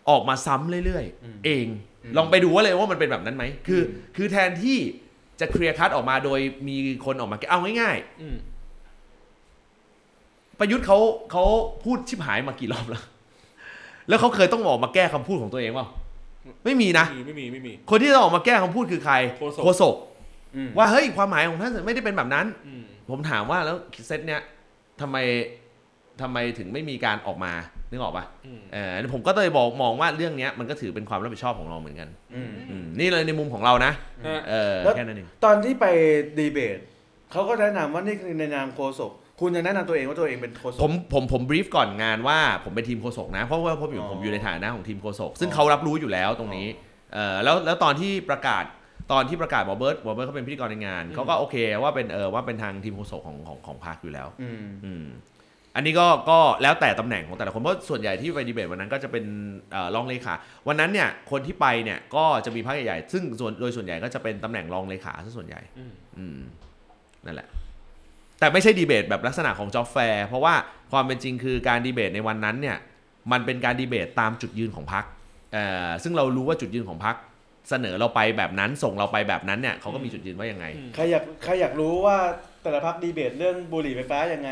Speaker 2: ออกมาซ้ำเรื่อย
Speaker 3: อืม
Speaker 2: ๆ เอง
Speaker 3: อืม
Speaker 2: ลองไปดูว่าเลยว่ามันเป็นแบบนั้นไหม คืออ
Speaker 3: ม
Speaker 2: คือแทนที่จะเคลียร์คัดออกมาโดยมีคนออกมาแก้เอาง่ายๆ
Speaker 1: อืม
Speaker 2: ประยุทธ์เขาเขาพูดชิบหายมากี่รอบแล้ว แล้วเขาเคยต้องออกมาแก้คำพูดของตัวเองเปล่าไม่มีนะ
Speaker 1: มีไม่มีไม่มี
Speaker 2: คนที่จะออกมาแก้คำพูดคือใคร
Speaker 1: โฆษก
Speaker 2: โฆษก
Speaker 3: อืม
Speaker 2: ว่าเฮ้ยความหมายของท่านไม่ได้เป็นแบบนั้น
Speaker 1: อืม
Speaker 2: ผมถามว่าแล้วเซตเนี้ยทำไมทำไมถึงไม่มีการออกมานึกออกปะ
Speaker 1: อืม
Speaker 2: เออผมก็เลยบอกมองว่าเรื่องเนี้ยมันก็ถือเป็นความรับผิดชอบของเราเหมือนกัน
Speaker 3: อืม
Speaker 2: อืมนี่เลยในมุมของเรานะ
Speaker 1: อ่ะ
Speaker 2: เออ
Speaker 3: แล้ว
Speaker 2: แค่นั้นเอง
Speaker 3: ตอนที่ไปดีเบตเขาก็แนะนำว่านี่คือในนามโคศกคุณจะแนะนำตัวเองว่าตัวเองเป็นโคศ
Speaker 2: ผ
Speaker 3: ก
Speaker 2: มผมผมบรีฟก่อนงานว่าผมเป็นทีมโฆษกนะ เพราะว่าผมอยู่
Speaker 3: อ๋อ
Speaker 2: ผมอยู่ในฐานะของทีมโฆษกซึ่งเขารับรู้อยู่แล้วตรงนี้ เออแล้วแล้วตอนที่ประกาศตอนที่ประกาศหมอเบิร์ตหมอเบิร์ตเขาเป็นพิธีกรในงานเขาก็โอเคว่าเป็นเออว่าเป็นทางทีมโฆษกของของของพรรคอยู่แล้ว
Speaker 3: อืม
Speaker 2: อืมอันนี้ก็ก็แล้วแต่ตำแหน่งของแต่ละคนเพราะส่วนใหญ่ที่ไปดีเบตวันนั้นก็จะเป็นเอ่อรองเลขาวันนั้นเนี่ยคนที่ไปเนี่ยก็จะมีพรรคใหญ่ๆซึ่งส่วนโดยส่วนใหญ่ก็จะเป็นตำแหน่งรองเลขาซะส่วนใหญ่
Speaker 1: อืม
Speaker 2: อืมนั่นแหละ แต่ไม่ใช่ดีเบตแบบลักษณะของจอบแฟร์เพราะว่าความเป็นจริงคือการดีเบตในวันนั้นเนี่ย มันเป็นการดีเบตตามจุดยืนของพรรคเอ่อซึ่งเรารู้ว่าจุดยืนของพรรคเสนอเราไปแบบนั้นส่งเราไปแบบนั้นเนี่ยเขาก็มีจุดยืนว่ายังไง
Speaker 3: ใครอยากใครอยากรู้ว่าแต่ละพักดีเบตเรื่องบุหรี่ไฟฟ้ายังไง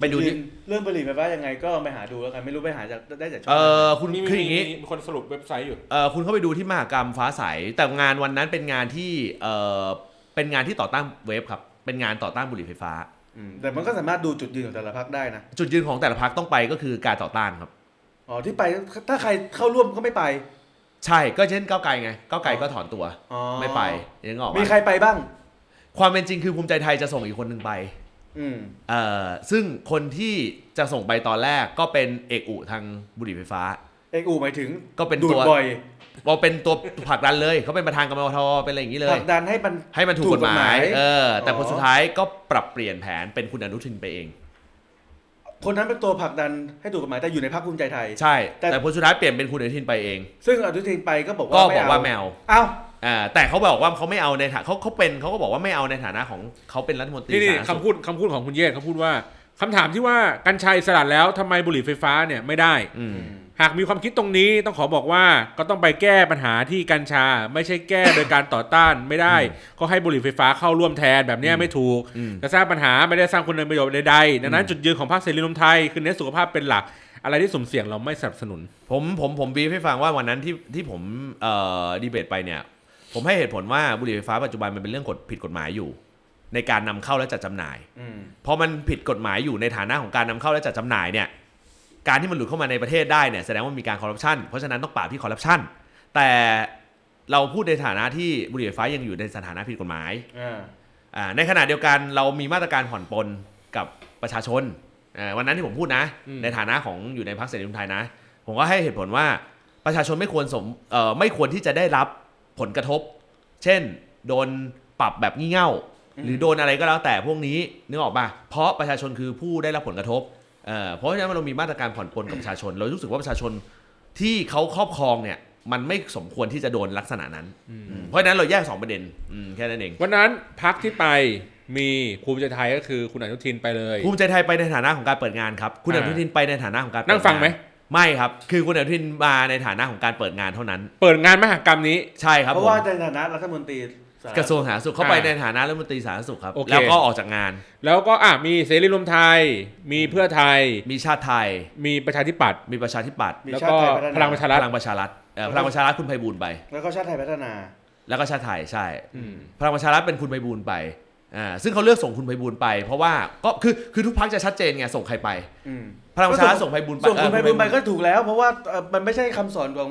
Speaker 2: ไปดูดิ
Speaker 3: ยืนเรื่องบุหรี่ไฟฟ้ายังไงก็ลองไปหาดูแล้วกันไม่รู้ไปหาจากได้จากช่
Speaker 2: เอ
Speaker 3: อง
Speaker 2: อ
Speaker 3: ไหน
Speaker 2: คุณ
Speaker 1: มี
Speaker 2: คือ
Speaker 1: มี
Speaker 2: อย่างนี้
Speaker 1: มีคนสรุปเว็บไซต์อยู่
Speaker 2: เอ่อคุณเข้าไปดูที่มหากรรมฟ้าใส แต่งานวันนั้นเป็นงานที่เอ่อเป็นงานที่ต่อต้านเวฟครับ เป็นงานต่อต้านบุหรี่ไฟฟ้า
Speaker 3: อืมแต่มันก็สามารถดูจุดยืนของแต่ละพักได้นะ
Speaker 2: จุดยืนของแต่ละพักต้องไปก็คือการต่อต้านครับ
Speaker 3: อ๋อที่ไปถ้าใครเข้าร่วมก็ไม่ไป
Speaker 2: ใช่ก็เช่นก้าวไกลไงก้าวไกล
Speaker 3: อ๋อ
Speaker 2: ก็ถอนตัว
Speaker 3: อ๋อ
Speaker 2: ไม่ไปยังออก
Speaker 3: มี
Speaker 2: มา
Speaker 3: ใครไปบ้าง
Speaker 2: ความเป็นจริงคือภูมิใจไทยจะส่งอีกคนหนึ่งไป
Speaker 3: อืม
Speaker 2: เอ่อซึ่งคนที่จะส่งไปตอนแรกก็เป็นเอกอุทางบุหรี่ไฟฟ้า
Speaker 3: เอกอูหมายถึง
Speaker 2: ก็เป็น
Speaker 3: ดูด
Speaker 2: ตัว
Speaker 3: บ่อย
Speaker 2: เราเป็นตัวผลักดันเลยเขาเป็นประธานกรรมทเป็นอะไรอย่างนี้เล
Speaker 3: ผลั
Speaker 2: ย
Speaker 3: กดันให้มัน
Speaker 2: ให้มันถูกกฎหมายเออแต่ผล
Speaker 3: อ๋อ
Speaker 2: สุดท้ายก็ปรับเปลี่ยนแผนเป็นคุณอนุทินไปเอง
Speaker 3: คนนั้นเป็นตัวผลักดันให้ถูกกฎหมายแต่อยู่ในพรรคภูมิใจไทย
Speaker 2: ใช่
Speaker 3: แต่
Speaker 2: แต่ผลสุดท้ายเปลี่ยนเป็นคุณอนุทินไปเอง
Speaker 3: ซึ่งอนุทินไปก็บอกว่า
Speaker 2: ก็
Speaker 3: ไม่
Speaker 2: บอกว่าแมว
Speaker 3: เอ้าว
Speaker 2: อ่าแต่เขาบอกว่าเขาไม่เอาในฐานะเขาเขาเป็นเขาก็บอกว่าไม่เอาในฐานะของเขาเป็นรัฐมนตรี
Speaker 1: นี่นี่
Speaker 2: สาธารณสุข
Speaker 1: คำพูดคำพูดของคุณเยศเขาพูดว่าคำถามที่ว่ากัญชัยสลัดแล้วทำไมบุหรี่ไฟฟ้าเนี่ยไม่ได้
Speaker 2: อืม
Speaker 1: หากมีความคิดตรงนี้ต้องขอบอกว่าก็ต้องไปแก้ปัญหาที่กัญชา ไม่ใช่แก้โดยการต่อต้านไม่ได้ ก็ให้บุหรี่ไฟฟ้าเข้าร่วมแทนแบบเนี้ยไม่ถูก จะสร้างปัญหาไม่ได้สร้างคุณประโยชน์ใดๆดังนั้นจุดยืนของพรรคเสรีรวมไทยคือเน้นสุขภาพเป็นหลัก อะไรที่สุ่มเสี่ยงเราไม่สนับสนุน
Speaker 2: ผมผมผมบีฟให้ฟังว่าวันนั้นที่ที่ผมเอ่อดีเบตไปเนี่ย ผมให้เหตุผลว่าบุหรี่ไฟฟ้าปัจจุบันมันเป็นเรื่องกฎผิดกฎหมายอยู่ ในการนำเข้าและจัดจำหน่าย
Speaker 3: อืม
Speaker 2: พอมันผิดกฎหมายอยู่ในฐานะของการนำเข้าและจัดจำหน่ายเนี่ยการที่มันหลุดเข้ามาในประเทศได้เนี่ยแสดงว่ามีการคอร์รัปชันเพราะฉะนั้นต้องปราบที่คอร์รัปชันแต่เราพูดในฐานะที่บุหรี่ไฟฟ้ายังอยู่ในสถานะผิดกฎหมาย
Speaker 3: อ่า
Speaker 2: อ่าในขณะเดียวกันเรามีมาตรการผ่อนปลนกับประชาชนอ่าวันนั้นที่ผมพูดนะ
Speaker 1: อืม
Speaker 2: ในฐานะของอยู่ในพรรคเสรีรวมไทยนะ ผมก็ให้เหตุผลว่าประชาชนไม่ควรสมเอ่อไม่ควรที่จะได้รับผลกระทบ เช่น โดนปรับแบบงี่เง่า หรือโดนอะไรก็แล้วแต่พวกนี้นึกออกป่ะเพราะประชาชนคือผู้ได้รับผลกระทบเอ่อเพราะฉะนั้นเรามีมาตรการผ่อนปลนกับประชาชน เรารู้สึกว่าประชาชนที่เขาครอบครองเนี่ยมันไม่สมควรที่จะโดนลักษณะนั้นอืมเพราะฉะนั้นเราแยกสองประเด็นอืมแค่นั้นเอง
Speaker 1: วันนั้นพักที่ไป มีภูมิใจไทยก็คือคุณอนุทินไปเลย
Speaker 2: ภูมิใจไทยไปในฐานะของการเปิดงานครับ คุณอ
Speaker 1: อ่า
Speaker 2: นุทินไปในฐานะของการเปิด
Speaker 1: นั่งฟังไหม
Speaker 2: าไม่ครับ คือคุณอนุทินมาในฐานะของการเปิดงานเท่านั้น
Speaker 1: เปิดงานมหกรรมนี้
Speaker 2: ใช่ครับ
Speaker 3: เพราะ
Speaker 2: ผม
Speaker 3: ว่าในฐานะรัฐมนตรีสาธาณ
Speaker 2: กระทรวงสาธารณสุขเข้าไป
Speaker 1: อ่า
Speaker 2: ในฐานะรัฐมนตรีสาธารณสุขครับ
Speaker 1: โอเค
Speaker 2: แล้วก็ออกจากงาน
Speaker 1: แล้วก็อ่ะมีเสรีรวมไทย มีเพื่อไทย
Speaker 2: มีชาติไทย
Speaker 1: มีประชาธิปัตย์
Speaker 2: มีประชาธิปัตย์
Speaker 3: มี
Speaker 1: แล้ว
Speaker 3: ชา
Speaker 1: ก็
Speaker 3: ติไทย
Speaker 1: พ
Speaker 3: พั
Speaker 1: ลัง
Speaker 3: ฒ
Speaker 1: ประ
Speaker 3: นา
Speaker 1: ชารั
Speaker 2: พ
Speaker 1: ฐ
Speaker 2: ลังประชารัฐเอ่อพลังประชารัฐคุณไพบูลย์ไป
Speaker 3: แล้วก็ชาติไทยพัฒนา
Speaker 2: แล้วก็ชาติไทยใช่
Speaker 1: อืม
Speaker 2: พลังประชารัฐเป็นคุณไพบูลย์ไปอ่าซึ่งเขาเลือกส่งคุณไพบูลย์ไป เพราะว่าก็คือคือทุกพักจะชัดเจนไงส่งใครไป
Speaker 3: อืม
Speaker 2: พลังประชารัฐส่งไพบูลย์ไป
Speaker 3: ส่งคุณ
Speaker 2: เออ
Speaker 3: ไปบุญไปก็ถูกแล้ว เพราะว่าเอ่อมันไม่ใช่คำสอนของ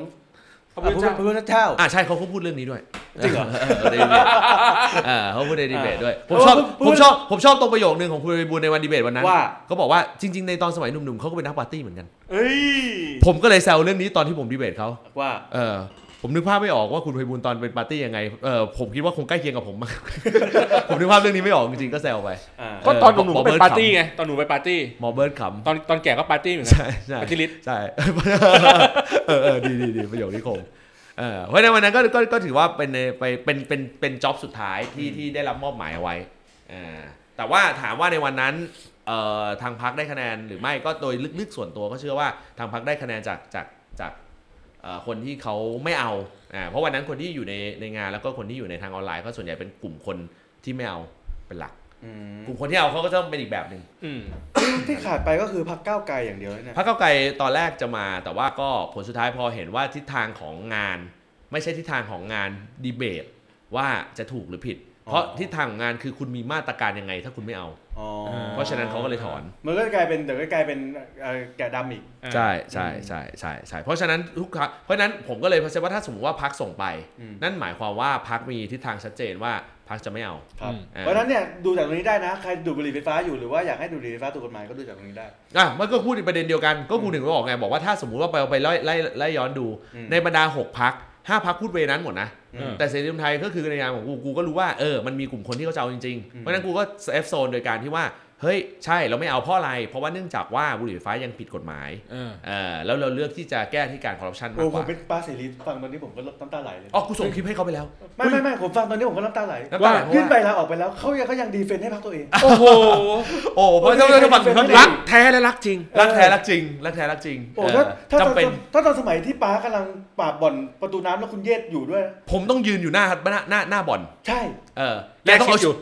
Speaker 1: พระพุทธเจ้า
Speaker 3: พระพุทธเจ้า
Speaker 2: อ่าใช่เขาเขาพูดเรื่องนี้ด้วย
Speaker 3: จริงเหรอ
Speaker 2: ในดีเบตเออเขาพูดในดีเบตด้วย ผม
Speaker 3: เออ
Speaker 2: ชอบ
Speaker 3: พูด
Speaker 2: ผมชอบผมชอบตรงประโยคนึงของคุณไพบูลย์ในวันดีเบตวันนั้น
Speaker 3: ว่า
Speaker 2: เขาบอกว่าจริง ๆ ในตอนสมัยหนุ่มๆเขาก็เป็นนักปาร์ตี้เหมือนกัน
Speaker 3: เอ้ย
Speaker 2: ผมก็เลยแซวเรื่องนี้ตอนที่ผมดีเบตเขา
Speaker 3: ว่า
Speaker 2: เออผมนึกภาพไม่ออกว่าคุณไพบูลย์ตอนเป็นปาร์ตี้ยังไงเออผมคิดว่าคงใกล้เคียงกับผมมาก ผมนึกภาพเรื่องนี้ไม่ออกจริงๆก็แซวไป
Speaker 3: อ่า
Speaker 1: ก็ตอนหนุ่มๆ
Speaker 2: เออ
Speaker 1: ก็เป็น
Speaker 2: บอกเบิร์ด
Speaker 1: ปาร์ตี้ไงตอนหนุ่มไปปาร์ตี้
Speaker 2: หมอเบิร์ดขำ
Speaker 1: ตอนตอนแก่ก็ปาร์ตี้เหมือนกั
Speaker 2: ใช่
Speaker 1: น
Speaker 2: ใช่
Speaker 1: ปฏิริษี
Speaker 2: ใช่ เออเออดีดีดีประโยคนี้คมเออเพราะฉะนั้นวันนั้นก็ก็ก็ถือว่าเป็นในไปเป็นเป็นเป็นจ็อบสุดท้ายที่ที่ได้รับมอบหมายเอาไว้เออแต่ว่าถามว่าในวันนั้นเอ่อทางพักได้คะแนนหรือไม่ก็โดยลึกๆส่วนตัวก็เชื่อว่าทางพักได้คะแนนจากจากจากเอ่อคนที่เขาไม่เอาอ่าเพราะวันนั้นคนที่อยู่ในในงานแล้วก็คนที่อยู่ในทางออนไลน์ก็ส่วนใหญ่เป็นกลุ่มคนที่ไม่เอาเป็นหลัก กลุ่มคนที่เอาเขาก็ต้องเป็นอีกแบบหนึ่ง
Speaker 1: อืม
Speaker 3: ที่ขาดไปก็คือพักก้าวไกลอย่างเดียวเลยนะ
Speaker 2: พรรคเก้าวไกลตอนแรกจะมาแต่ว่าก็ผลสุดท้ายพอเห็นว่าทิศทางของงาน ไม่ใช่ทิศทางของงานดีเบต ว่าจะถูกหรือผิด เพราะ
Speaker 3: อ๋อ
Speaker 2: ทิศทางของงานคือคุณมีมาตรการยังไง ถ้าคุณไม่เอา
Speaker 3: อ๋อ
Speaker 2: เพราะฉะนั้นเขาก็เลยถอน
Speaker 3: มันก็กลายเป็นเดี๋ยวก็กลายเป็นเอ่อแกะดำอีก
Speaker 1: อ่า
Speaker 2: ใช่ใช่ใช่ใช่ใช่เพราะฉะนั้นทุกครั้งเพราะฉะนั้นผมก็เลยเพราะฉะนั้นว่าถ้าสมมติว่าพักส่งไป
Speaker 3: อืม
Speaker 2: นั่นหมายความว่าพักมีทิศทางชัดเจนว่าพักจะไม่เอา
Speaker 3: ครับ
Speaker 1: อืม
Speaker 2: อ่า
Speaker 3: เพราะฉะนั้นเนี่ยดูจากตรงนี้ได้นะ ใครดูดบุหรี่ไฟฟ้าอยู่หรือว่าอยากให้ดูดบุหรี่ไฟฟ้าถูกกฎหมายก็ดูจากตรงนี้ได้
Speaker 2: อ่ะมันก็พูดในประเด็นเดียวกันก็กูถึงบอกไงบอกว่าถ้าสมมุติว่าไปเอาไปไล่ไล่ไล่ย้อนดู
Speaker 3: อืม
Speaker 2: ในบรรดาหกพักห้าพักพูดเวนั้นหมดนะ
Speaker 1: อืม
Speaker 2: แต่เสรีรวมไทยก็คือในงานของกูกูก็รู้ว่าเออมันมีกลุ่มคนที่เขาจะเอาจริงๆ
Speaker 3: อืม
Speaker 2: เพราะฉะนั้นกูก็เซฟโซนโดยการที่ว่า เฮ้ย ใช่เราไม่เอาเพราะอะไร เพราะว่าเนื่องจากว่าบุหรี่ไฟฟ้ายังผิดกฎหมาย
Speaker 1: เออ
Speaker 2: เออแล้วเราเลือกที่จะแก้ที่การคอร์รัปชัน
Speaker 3: โอ้
Speaker 2: มากก
Speaker 3: ผม
Speaker 2: ว่า
Speaker 3: เป็นป้าเสรีฟังตอนนี้ผมก็น้ำตาไหลเลย
Speaker 2: อ๋อกูส่งคลิปให้เขาไปแล้ว
Speaker 3: ไม่ไม่ไม่ผมฟังตอนนี้ผมก็น้ำตาไหล
Speaker 2: น้ำตาไหลเพ
Speaker 3: ยื่น
Speaker 2: ราะ
Speaker 3: ไป
Speaker 2: ว่า
Speaker 3: ลาออกไปแล้วเขายังก็ยังดีเฟนต์ให้พรรคตัวเอง
Speaker 1: โอ้โห
Speaker 2: โอ้เพราะต้องต้องฟังถึงเขา
Speaker 1: รั
Speaker 2: รัก
Speaker 1: กแท้และรักจริง
Speaker 2: รักแท้รักจริงรักแท้รักจริง
Speaker 3: โอ้ถ้า
Speaker 2: เออ
Speaker 3: ถ้าตอน
Speaker 2: จำเป็น
Speaker 3: ถ้าตอนสมัยที่ป้ากำลังปราบบ่อนประตูน้ำแล้วคุณเยศอยู่ด้วย
Speaker 2: ผมต้องยืนอยู่หน้าหน้าหน้าหน้าบ่อน
Speaker 3: ใช่
Speaker 2: เออ
Speaker 1: แลก
Speaker 2: ต้องเอา
Speaker 1: ชิปอยู่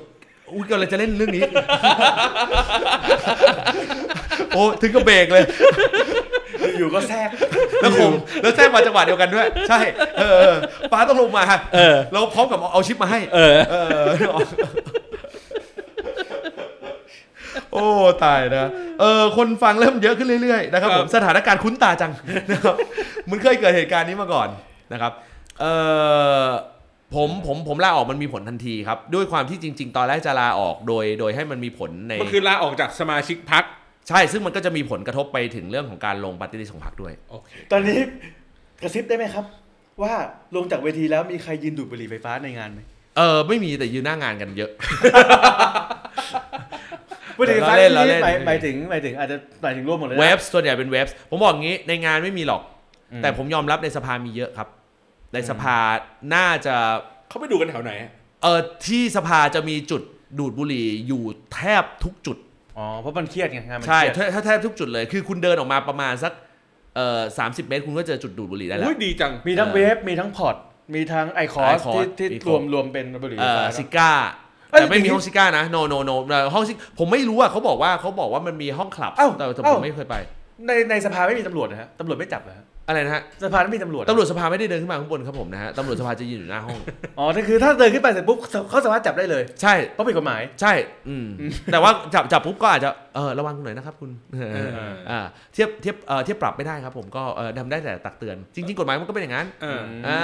Speaker 2: อุ้ยกำลังจะเล่นเรื่องนี้ โอ้ถึงกับเบรกเลย
Speaker 3: อยู่ๆก็แทรก
Speaker 2: แล้วคมแล้วแทรกมาจังหวะเดียวกันด้วย ใช่ เออเออป้าต้องลงมา
Speaker 1: เออ
Speaker 2: แล้วพร้อมกับเอาเอาชิปมาให้
Speaker 1: เออ
Speaker 2: เออ โอ้ ตายนะ เออ คนฟังเริ่มเยอะขึ้นเรื่อยๆนะครับ
Speaker 1: ครับ
Speaker 2: ผม สถานการณ์คุ้นตาจัง นะครับ มันเคยเกิดเหตุการณ์นี้มาก่อนนะครับ เออผมผมผมลาออกมันมีผลทันทีครับ ด้วยความที่จริง ๆ ตอนแรกจะลาออกโดยโดยให้มันมีผลใน
Speaker 1: มันคือลาออกจากสมาชิกพัก
Speaker 2: ใช่ ซึ่งมันก็จะมีผลกระทบไปถึงเรื่องของการลงปฏิริษีของพรรคด้วย
Speaker 1: โอเค
Speaker 3: ตอนนี้กระซิบได้ไหมครับ ว่าลงจากเวทีแล้วมีใครยืนดูดบุหรี่ไฟฟ้าในงานไหม
Speaker 2: เออ ไม่มีแต่ยืนหน้างานกันเยอะ
Speaker 3: บุหรี่ไฟฟ้า
Speaker 2: เราเล่นเราเล่น
Speaker 3: ที่หมายหมายถึงหมายถึงอาจจะหมายถึงร่วมหมดเลยนะ
Speaker 2: เวฟส่วนใหญ่เป็นเวฟผมบอกงี้ในงานไม่มีหรอก
Speaker 3: อืม
Speaker 2: แต่ผมยอมรับในสภามีเยอะครับ ในสภาน่าจะ
Speaker 1: เขาไปดูกันแถวไหนอะ
Speaker 2: เออที่สภาจะมีจุดดูดบุหรี่อยู่แทบทุกจุด
Speaker 3: อ๋อเพราะมันเครียดไงงานมัน
Speaker 2: ใช่
Speaker 3: เครียด
Speaker 2: ถ้าถ้าแทบทุกจุดเลย คือคุณเดินออกมาประมาณสักเอ่อสามสิบเมตร คุณก็เจอจุดดูดบุหรี่ได้แล้ว
Speaker 1: อุ้ยดีจัง
Speaker 3: มีทั้งเวฟมีทั้งพอร์ตมีทั้งไอคอส
Speaker 2: iCos
Speaker 3: ที่ที่
Speaker 2: มีครบ
Speaker 3: รวมรวมเป็นบุหรี่ไฟ
Speaker 2: เอ่
Speaker 3: ฟ้า
Speaker 2: อ
Speaker 3: เนอะ
Speaker 2: ซิก้า
Speaker 3: เอ้ย
Speaker 2: แต่ไม่มี
Speaker 3: จริงๆ
Speaker 2: ห้องซิก้านะโนโนโนห้องซิผมไม่รู้อ่ะเขาบอกว่าเขาบอกว่ามันมีห้องคลับ
Speaker 3: เอ้า
Speaker 2: แต่แต่ผม
Speaker 3: เอ้า
Speaker 2: ไม่เคยไป
Speaker 3: ในในสภาไม่มีตำรวจนะฮะตำรวจไม่จับนะฮะ
Speaker 2: อะไรนะฮะ
Speaker 3: สภาไม่มีตำรวจ
Speaker 2: ตำรวจสภาไม่ได้เดินขึ้นมาข้างบนครับผมนะฮะตำรวจสภาจะยืนอยู่หน้า ห้อง
Speaker 3: อ๋อนั่นคือถ้าเดินขึ้นไปเสร็จปุ๊บเขาสามารถจับได้เลย
Speaker 2: ใช่
Speaker 3: เพราะผิดกฎหมาย
Speaker 2: ใช่ อืม แต่ว่า จับจับปุ๊บก็อาจจะ เออระวังหน่อยนะครับคุณ
Speaker 1: เออ
Speaker 2: อ่าเทียบเทียบเอ่อเทียบปรับไม่ได้ครับผมก็เออทำได้แต่ตักเตือน จริง ๆ กฎหมายมันก็เป็นอย่างนั้น
Speaker 1: เออ
Speaker 2: อ่า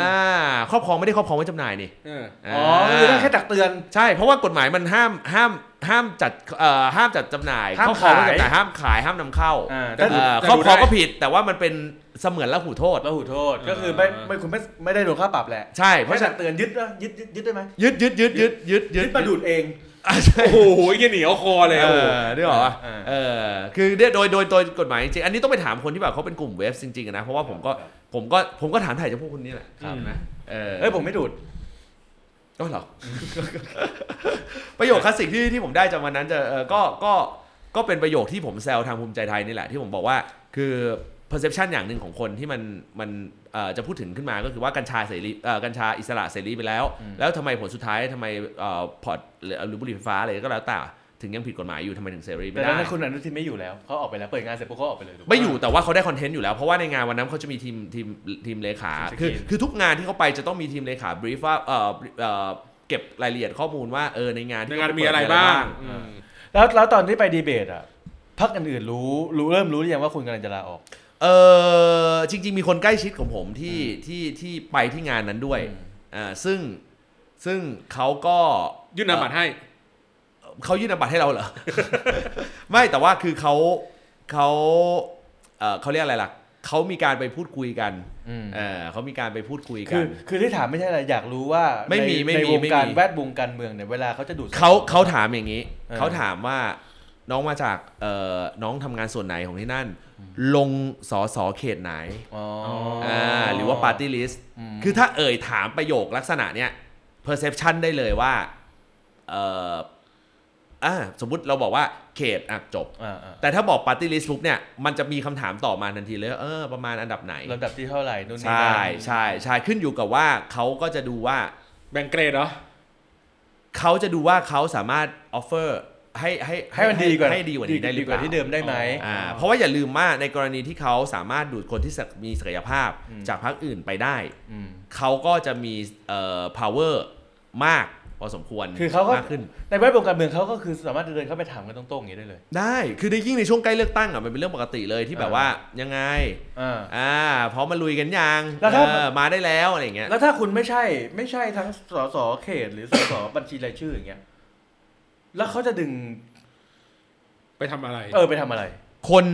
Speaker 2: ครอบครองไม่ได้ครอบครองไว้จำหน่ายนี่
Speaker 1: เออ
Speaker 3: อ๋อคือถ้าแค่ตักเตือน
Speaker 2: ใช่ เพราะว่ากฎหมายมันห้ามห้ามห้ามจัด เอ่อ ห้ามจัดจำหน่าย
Speaker 3: ห้าม
Speaker 2: ครอบครองไว้
Speaker 3: ขา
Speaker 2: จำ
Speaker 3: ย
Speaker 2: หน่ายห้ามขายห้ามนำเข้า
Speaker 3: อ่าแต่
Speaker 2: เอ่อ
Speaker 1: แต่
Speaker 2: ครอบครอง
Speaker 1: ดูได้
Speaker 2: ก็ผิด แต่ว่ามันเป็นเสมือนละหูโทษ
Speaker 3: แล้วหูโทษก็คือไม่ไม่คุณไม่ไม่ได้โดนค่าปรับแหละ
Speaker 2: ใช่ เพ
Speaker 3: เพราะ
Speaker 2: ราะ
Speaker 3: ฉะ
Speaker 2: ฉะ
Speaker 3: นั้
Speaker 2: นั้น
Speaker 3: นเตือนยึดนะยึดยึดยึดได้ไหม
Speaker 2: ยึดยึดยึดยึดยึด
Speaker 3: ยึ
Speaker 2: ยึ
Speaker 3: ดมาดูดเอง
Speaker 2: อ่าใช่
Speaker 1: โอ้โหเหี้ยเหนียวคอเลย
Speaker 2: เอ
Speaker 1: โอ้โห
Speaker 2: อได้หรอวะ
Speaker 3: เออ
Speaker 2: เออ คือเนี่ยโดย โดย โดยกฎหมายจริง อันนี้ต้องไปถามคนที่แบบเขาเป็นกลุ่มเวฟจริงๆอะนะ เพราะว่าผมก็
Speaker 3: ครับ
Speaker 2: ผมก็ ผมก็ถามถ่ายจากพวกคนนี้แหละ
Speaker 1: ครับ
Speaker 2: เห็นไหมเออ
Speaker 3: เอ้ยผมไม่ดูด
Speaker 2: ก็เหรอ ประโยคคลาสสิกที่ที่ผมได้จากวันนั้นจะเออก็ก็ก็เป็นประโยคที่ผมแซวทางภูมิใจไทยนี่แหละ ที่ผมบอกว่าคือ perception อย่างหนึ่งของคนที่มันมันเอ่อจะพูดถึงขึ้นมาก็คือว่ากัญชาเสรีเอ่อกัญชาอิสระเสรีไปแล้ว แล้วทำไมผลสุดท้ายทำไมเอ่อพอร์ตหรือหรือบุหรี่ไฟฟ้าอะไรก็แล้วแต่ถึงยังผิดกฎหมายอยู่ทำไมถึงเสรีไม่
Speaker 3: แต่ตอน
Speaker 2: ได้
Speaker 3: นั้นคุณอนุทินไม่อยู่แล้วเขาออกไปแล้วเปิดงานเสร็จปุ๊บเขาออกไปเลยถูกปะ
Speaker 2: ไม่อยู่แต่ว่าเขาได้คอนเทนต์อยู่แล้ว เพราะว่าในงานวันนั้นเขาจะมีทีมทีมทีมเลขา
Speaker 3: ทีมสกรีน
Speaker 2: คือคือทุกงานที่เขาไปจะต้องมีทีมเลขาบรีฟว่าเออเออเก็บรายละเอียดข้อมูลว่าเออในงาน
Speaker 1: ใน
Speaker 2: ที่
Speaker 1: งาน
Speaker 2: เขป
Speaker 1: มี
Speaker 2: เปิด
Speaker 1: อะไรบ้างอืม
Speaker 3: แล้วแล้วตอนที่ไปดีเบตอ่ะพักอื่นๆรู้รู้เริ่มรู้หรือยังว่าคุณกำลังจะลาออก
Speaker 2: เออจริง ๆ มีคนใกล้ชิดของผมที่ที่ที่ไปที่งานนั้นด้วย
Speaker 3: อืม
Speaker 2: อ่าซึ่งซึ่งเขาก็
Speaker 1: ยื่นนามบัตรให้
Speaker 2: เขายื่นนามบัตรให้เราเหรอ ไม่แต่ว่าคือเขาเขาเออเขาเรียกอะไรล่ะเขามีการไปพูดคุยกัน
Speaker 3: อืม
Speaker 2: เออเขามีการไปพูดคุยกั
Speaker 3: คือน คือที่ถามไม่ใช่อะไรอยากรู้ว่า
Speaker 2: ไม่มี
Speaker 3: ใน
Speaker 2: ไม่
Speaker 3: ใน
Speaker 2: มี
Speaker 3: วงการ
Speaker 2: ไม่มี
Speaker 3: แวดวงการเมืองเนี่ยเวลาเขาจะดูด
Speaker 2: เขาเขาถามอย่างนี้
Speaker 3: เออ
Speaker 2: เขาถามว่าน้องมาจากเอ่อน้องทำงานส่วนไหนของที่นั่น ลงสอสอเขตไหน
Speaker 3: อ๋ออ่
Speaker 2: าหรือว่าปาร์ตี้ลิสต์คือถ้าเอ่ยถามประโยคลักษณะเนี้ย perception ได้เลยว่าเอ่ออ่าสมมติเราบอกว่าเขตอ่ะจบ
Speaker 3: อ่าอ่า
Speaker 2: แต่ถ้าบอกปาร์ตี้ลิสต์ปุ๊บเนี่ย มันจะมีคำถามต่อมาทันทีเลยเออประมาณอันดับไหน
Speaker 3: ลำดับที่เท่าไหร่นู่นนี่
Speaker 2: ใช่
Speaker 3: นั่น
Speaker 2: ใช่ใช่ขึ้นอยู่กับว่าเขาก็จะดูว่า
Speaker 1: แบ่งเกรดเหรอ
Speaker 2: เขาจะดูว่าเขาสามารถ offer ให้ให้
Speaker 3: ให้มันดีกว่า
Speaker 2: ให้ดีกว่านี้ได้หรือเปล่า
Speaker 3: ที่เดิมได้ไหม
Speaker 2: อ่าเพราะว่าอย่าลืมว่าในกรณีที่เขาสามารถดูดคนที่ศักมีศักยภาพ
Speaker 3: อืม
Speaker 2: จากพรรคอื่นไปได้
Speaker 3: อืม
Speaker 2: เขาก็จะมีเอ่อ power มากพอสมควร
Speaker 3: คือเขาก็
Speaker 2: มากขึ้น
Speaker 3: ในแวดวงการเมืองเขาก็คือสามารถเดินเข้าไปถามกันตรงๆอย่างนี้ได้เลย
Speaker 2: ได้คือในยิ่งในช่วงใกล้เลือกตั้งอ่ะมันเป็นเรื่องปกติเลยที่แบบว่ายังไง
Speaker 3: อ่า
Speaker 2: อ่าพร้อมมาลุยกันยัง
Speaker 3: แล้วถ้า
Speaker 2: เออมาได้แล้วอะไรอย่างเงี้ย
Speaker 3: แล้วถ้าคุณไม่ใช่ไม่ใช่ทั้งสสเขตหรือ สสบัญชีรายชื่ออย่างเงี้ยแล้วเขาจะดึง
Speaker 1: ไปทำอะไร
Speaker 3: เออไปทำอะไร
Speaker 2: คน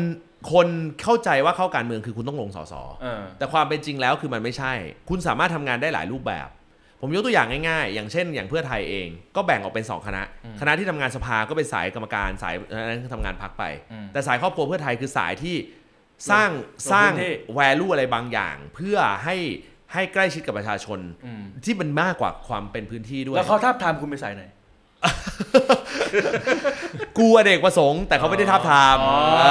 Speaker 2: คนเข้าใจว่าเข้าการเมืองคือคุณต้องลงสส
Speaker 3: เออ
Speaker 2: แต่ความเป็นจริงแล้วคือมันไม่ใช่ คุณสามารถทำงานได้หลายรูปแบบ ผมยกตัวอย่างง่ายๆ อย่างเช่น อย่างเพื่อไทยเอง ก็แบ่งออกเป็น 2 คณะ
Speaker 3: อืม
Speaker 2: คณะที่ทำงานสภาก็เป็นสายกรรมการสายอันนั้นคือทำงานพักไป
Speaker 3: อืม
Speaker 2: แต่สายครอบครัวเพื่อไทยคือสายที่สร้างสร้าง
Speaker 3: พื้นที่
Speaker 2: value อะไรบางอย่าง เพื่อให้ให้ใกล้ชิดกับประชาชน
Speaker 3: อืม
Speaker 2: ที่มันมากกว่าความเป็นพื้นที่ด้วย
Speaker 3: แล้วเขาทาบทามคุณไปสายไหน
Speaker 2: กลัวเด็กประสงค์ แต่เขาไม่ได้ทับทาม
Speaker 3: อ๋อ
Speaker 2: เอ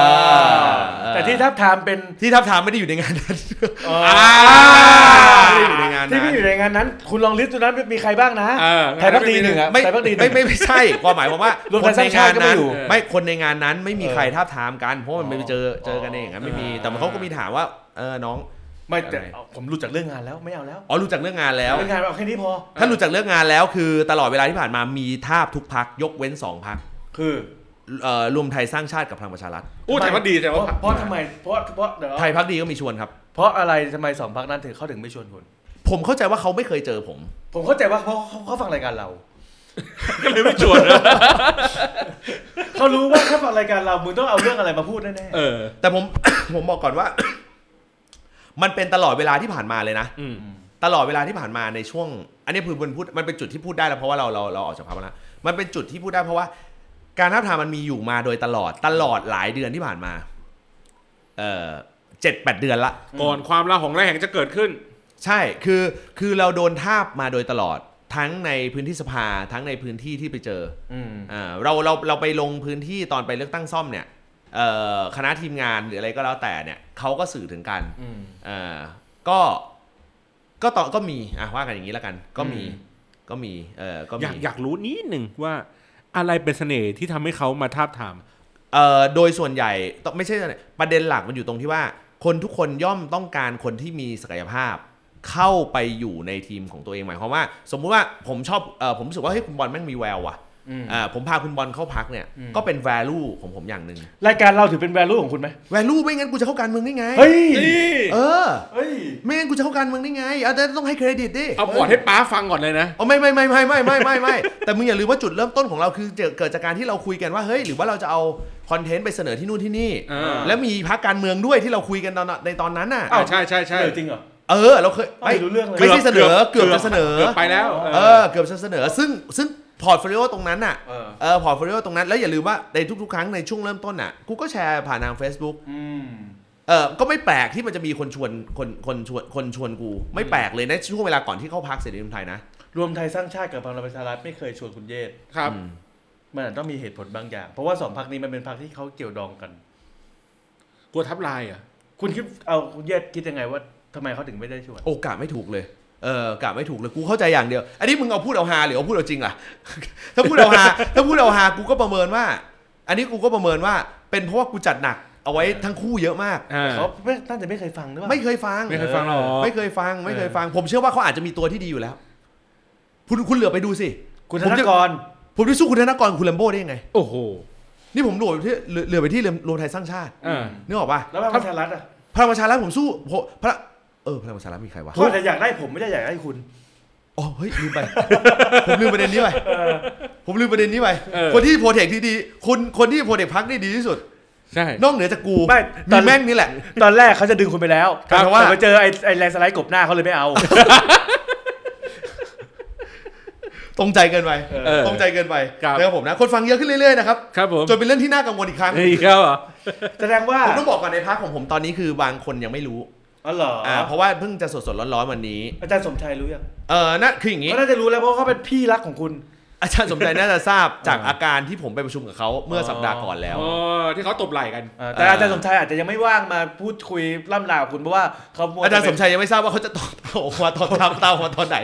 Speaker 2: อ
Speaker 3: แต่ที่ทับทามเป็น
Speaker 2: ที่ทับทามไม่ได้อยู่ในงานนั้นไม่ได้อยู่ในงานนั้น
Speaker 3: ที่ไม่อยู่ในงานนั้น คุณลองลิสต์ดูนะมีใครบ้างนะ
Speaker 1: เออ
Speaker 3: ไทยพักดีหนึ่งอะ
Speaker 2: ไม่
Speaker 3: ไทยพักดีหนึ่
Speaker 2: ไม่
Speaker 3: ง
Speaker 2: ไม่ไม่ ใช่ ความหมายความว่าร
Speaker 3: วม
Speaker 2: ค
Speaker 3: ไทย
Speaker 2: น
Speaker 3: สร้างชา
Speaker 2: ในา
Speaker 3: งติ
Speaker 2: น
Speaker 3: ก็ไม่
Speaker 2: นั้น
Speaker 3: อยู่
Speaker 2: ไม่คนในงานนั้นไม่มี
Speaker 3: เออ
Speaker 2: ใครท้าบทามกัน เพราะมัน
Speaker 3: อ๋อ
Speaker 2: ไม่เจอเจอกันเองอะไม่มี
Speaker 3: อ๋อ
Speaker 2: แต่มันเขาก็มีถามว่าเออน้อง
Speaker 3: ไม่แต่
Speaker 2: อะไร
Speaker 3: เอาผมหลุดจากเรื่องงานแล้วไม่เอาแล้ว
Speaker 2: อ๋อรู้จักเรื่องงานแล้ว
Speaker 3: เรื่องงานเอาแค่นี้พอ
Speaker 2: ถ้ารู้จักเรื่องงานแล้วคือตลอดเวลาที่ผ่านมามีทาบทุกพักยกเว้นสองพัก
Speaker 3: คือ
Speaker 2: เอ่อรวมไทยสร้างชาติกับพลังประชารัฐ
Speaker 1: อู้แต่ว่าดีแต่
Speaker 3: เพ
Speaker 1: ว่า
Speaker 3: ราะเพราะทำไมเพราะเพราะเดี๋ยว
Speaker 2: ไทยพักดีก็มีชวนครับ
Speaker 3: เพราะอะไรทำไมสองพักนั้นถึงเขาถึงไม่ชวนคุณ
Speaker 2: ผมเข้าใจว่าเขาไม่เคยเจอผม
Speaker 3: ผมเข้าใจว่าเพราะเขาเขาฟังรายการเรา
Speaker 1: ก็เลยไม่ชวนนะ
Speaker 3: เขารู้ว่าถ้าฟังรายการเรามึงต้องเอาเรื่องอะไรมาพูดแน่
Speaker 1: เออ
Speaker 2: แต่ผม ผมบอกก่อนว่า มันเป็นตลอดเวลาที่ผ่านมาเลยนะ
Speaker 1: อืม
Speaker 2: ตลอดเวลาที่ผ่านมาในช่วง อันนี้คือมันพูดมันเป็นจุดที่พูดได้แล้วเพราะว่าเราเราเราออกจากพักมาแล้วมันเป็นจุดที่พูดได้เพราะว่า การท้าบทามมันมีอยู่มาโดยตลอดตลอดหลายเดือนที่ผ่านมา เอ่อเจ็ดแปดเดือนละ
Speaker 1: ก่อนความละหองระแหงจะเกิดขึ้น
Speaker 2: ใช่คือคือเราโดนทาบมาโดยตลอดทั้งในพื้นที่สภาทั้งในพื้นที่ที่ไปเจอ
Speaker 3: ๆอืม
Speaker 2: อ่าเราเราเราไปลงพื้นที่ตอนไปเลือกตั้งซ่อมเนี่ยเอ่อคณะทีมงานหรืออะไรก็แล้วแต่เนี่ยเขาก็สื่อถึงกัน
Speaker 3: อืม
Speaker 2: เอ่อก็ก็ต่อก็มีอ่ะว่ากันอย่างนี้แล้วกัน ก็มีก็มีเออก็
Speaker 1: อ
Speaker 2: มี
Speaker 1: ยากอยากรู้นิดหนึ่งว่าอะไรเป็นเสน่ห์ที่ทำให้เขามาทาบทาม
Speaker 2: เอ่อโดยส่วนใหญ่ต้องไม่ใช่ส่วนใหญ่ประเด็นหลักมันอยู่ตรงที่ว่า คนทุกคนย่อมต้องการคนที่มีศักยภาพ เข้าไปอยู่ในทีมของตัวเองหมายความว่า สมมุติว่าผมชอบเออผมรู้สึกว่าเฮ้ยคุณบอลแม่งมีแววว่ะ
Speaker 3: อืม
Speaker 2: อ่าผมพาคุณบอลเข้าพักเนี่ย
Speaker 3: อืม
Speaker 2: ก็เป็น value ของผมอย่างหนึ่ง
Speaker 3: รายการเราถือเป็นแวลูของคุณไหม
Speaker 2: value ไม่งั้นกูจะเข้าการเมืองได้ไง
Speaker 3: เฮ้ย
Speaker 2: เออ
Speaker 3: เฮ้ย
Speaker 2: ไม่งั้นกูจะเข้าการเมืองได้ไงเอาแต่ต้องให้เครดิตดิ
Speaker 1: เอาพอร์ตให้ป้าฟังก่อนเลยนะ
Speaker 2: เอาไม่ไม่ไม่ไม่ไม่ไม่ไม่ไม่ แต่มึงอย่าลืมว่าจุดเริ่มต้นของเราคือเจอเกิดจากการที่เราคุยกันว่าเฮ้ยหรือว่าเราจะเอาคอนเทนต์ไปเสนอที่นู่นที่นี่
Speaker 1: เออ
Speaker 2: แล้วมีพักการเมืองด้วยที่เราคุยกันตอนในตอนนั้นน่ะ
Speaker 3: อ้าว
Speaker 1: ใช่ใช่ใช่
Speaker 3: เออจริงเหรอ
Speaker 2: เออ เราเคย
Speaker 3: ไม่รู้เรื่องเลย
Speaker 2: ไม่ใช่เสนอเกือบจะเสนอ
Speaker 1: เกือบไปแล้ว
Speaker 2: เออเกือบจะเสนอซึ่งซึ่งพอร์ตโฟลิโอตรงนั้นน่ะ
Speaker 3: เออ
Speaker 2: เออพอร์ตโฟลิโอตรงนั้นแล้วอย่าลืมว่าในทุกๆ ครั้งในช่วงเริ่มต้นน่ะกูก็แชร์ผ่านทาง Facebook
Speaker 3: อืม
Speaker 2: เออก็ไม่แปลกที่มันจะมีคนชวนคนคนชวนคนชวนกู ไม่แปลกเลยในะช่วงเวลาก่อนที่เข้าพักเสรีรวมไทยนะ
Speaker 3: รวมไทยสร้างชาติกับพลังประชารัฐไม่เคยชวนคุณเยศ
Speaker 1: ครับ
Speaker 2: อืม
Speaker 3: มันอาจต้องมีเหตุผลบางอย่าง เพราะว่าสองพักนี้มันเป็นพักที่เขาเกี่ยวดองกัน
Speaker 1: กลัวทับลายเหรอ่ะ
Speaker 3: คุณคิดเอาคุณเยศคิดยังไงว่าทำไมเขาถึงไม่ได้ชวน
Speaker 2: โอกาสไม่ถูกเลย เออกะไม่ถูกเลยกูเข้าใจอย่างเดียว อันนี้มึงเอาพูดเอาฮาหรือเอาพูดเอาจริงล่ะ ถ้าพูดเอาฮาถ้าพูดเอาฮากูก็ประเมินว่า อันนี้กูก็ประเมินว่า เป็นเพราะว่ากูจัดหนัก เอาไว้ทั้งคู่เยอะมาก
Speaker 3: เขาไม่น่าจะไม่เคยฟังหรือเปล่า
Speaker 2: ไม่เคยฟัง
Speaker 1: ไม่เคยฟังหรอ
Speaker 2: ไม่เคยฟังไม่เคยฟัง ผมเชื่อว่าเขาอาจจะมีตัวที่ดีอยู่แล้ว คุณคุณเหลือไปดูสิ
Speaker 3: คุณธ
Speaker 2: ผม
Speaker 3: น
Speaker 2: จะ
Speaker 3: กร
Speaker 2: ผมจะสู้คุณธนกรกับคุณแลมโบ้ได้ยังไง
Speaker 1: โอ้โห
Speaker 2: นี่ผมเหลือไปที่เหลือเหลือไปที่รวมไทยสร้างชาติ
Speaker 1: เออ
Speaker 2: นึกออกปะ
Speaker 3: แล้วพลังประชารัฐอ่ะ
Speaker 2: พลังประชารัฐผมสู้ผมพระเออพลังประชารัฐมีใครวะ
Speaker 3: เขาอาจจะอยากได้ผมไม่ได้อยากได้คุณ
Speaker 2: อ๋อเฮ้ยลืมไป ผมลืมประเด็นนี้ไปผมลืมประเด็นนี้ไป
Speaker 1: เออ
Speaker 2: คนที่โปรเทคที่ดีคนคนที่โปรเทคพักได้ดีที่สุด
Speaker 1: ใช่
Speaker 2: นอกเหนือจากกู
Speaker 3: ไม่ต
Speaker 2: มี
Speaker 3: อน
Speaker 2: แม่งนี่แหละ
Speaker 3: ตอนแรกเขาจะดึงคุณไปแล้ว
Speaker 2: ครับ
Speaker 3: แต่ว่าไปเจอไอ้ไอ้แรงสไลด์กบหน้าเขาเลยไม่เอา
Speaker 2: ตรงใจเกินไป
Speaker 1: เออ
Speaker 2: ตรงใจเกินไป
Speaker 1: ครับ
Speaker 2: นะครับผมนะคนฟังเยอะขึ้นเรื่อยๆนะครับ
Speaker 1: ครับผม
Speaker 2: จนเป็นเรื่องที่น่ากังวลอีกครั้ง
Speaker 1: เฮ้ยอีกแล้วเหรอ
Speaker 3: แสดงว่า
Speaker 2: ผมต้องบอกก่อนในพาร์ทของผมตอนนี้คือบางคนยังไม่รู้
Speaker 3: อ๋อเหรอ
Speaker 2: อ่าเพราะว่าเพิ่งจะสดๆร้อนๆวันนี้
Speaker 3: อาจารย์สมชัยรู้ยัง
Speaker 2: เออนั่นคืออย่างนี้
Speaker 3: เขาน่าจะรู้แล้วเพราะเขาเป็นพี่รักของคุณ
Speaker 2: อาจารย์สมใจน่าจะท ราบจาก
Speaker 1: เอออ
Speaker 2: อาการที่ผมไปประชุมกับเขาเมื่อสัปดาห์ก่อนแล้ว
Speaker 1: อ๋อที่เขาตบไหล่กัน
Speaker 3: อ่าแต่
Speaker 2: อ่า
Speaker 3: อาจารย์สมชายอาจจะยังไม่ว่างมาพูดคุยล่ำลากับคุณเพราะว่าเขาว
Speaker 2: อาจารย์สม
Speaker 3: ย
Speaker 2: ชัยยังไม่ทราบว่าเขาจะตอบออกมาตอนทำเตามาตอน ไหน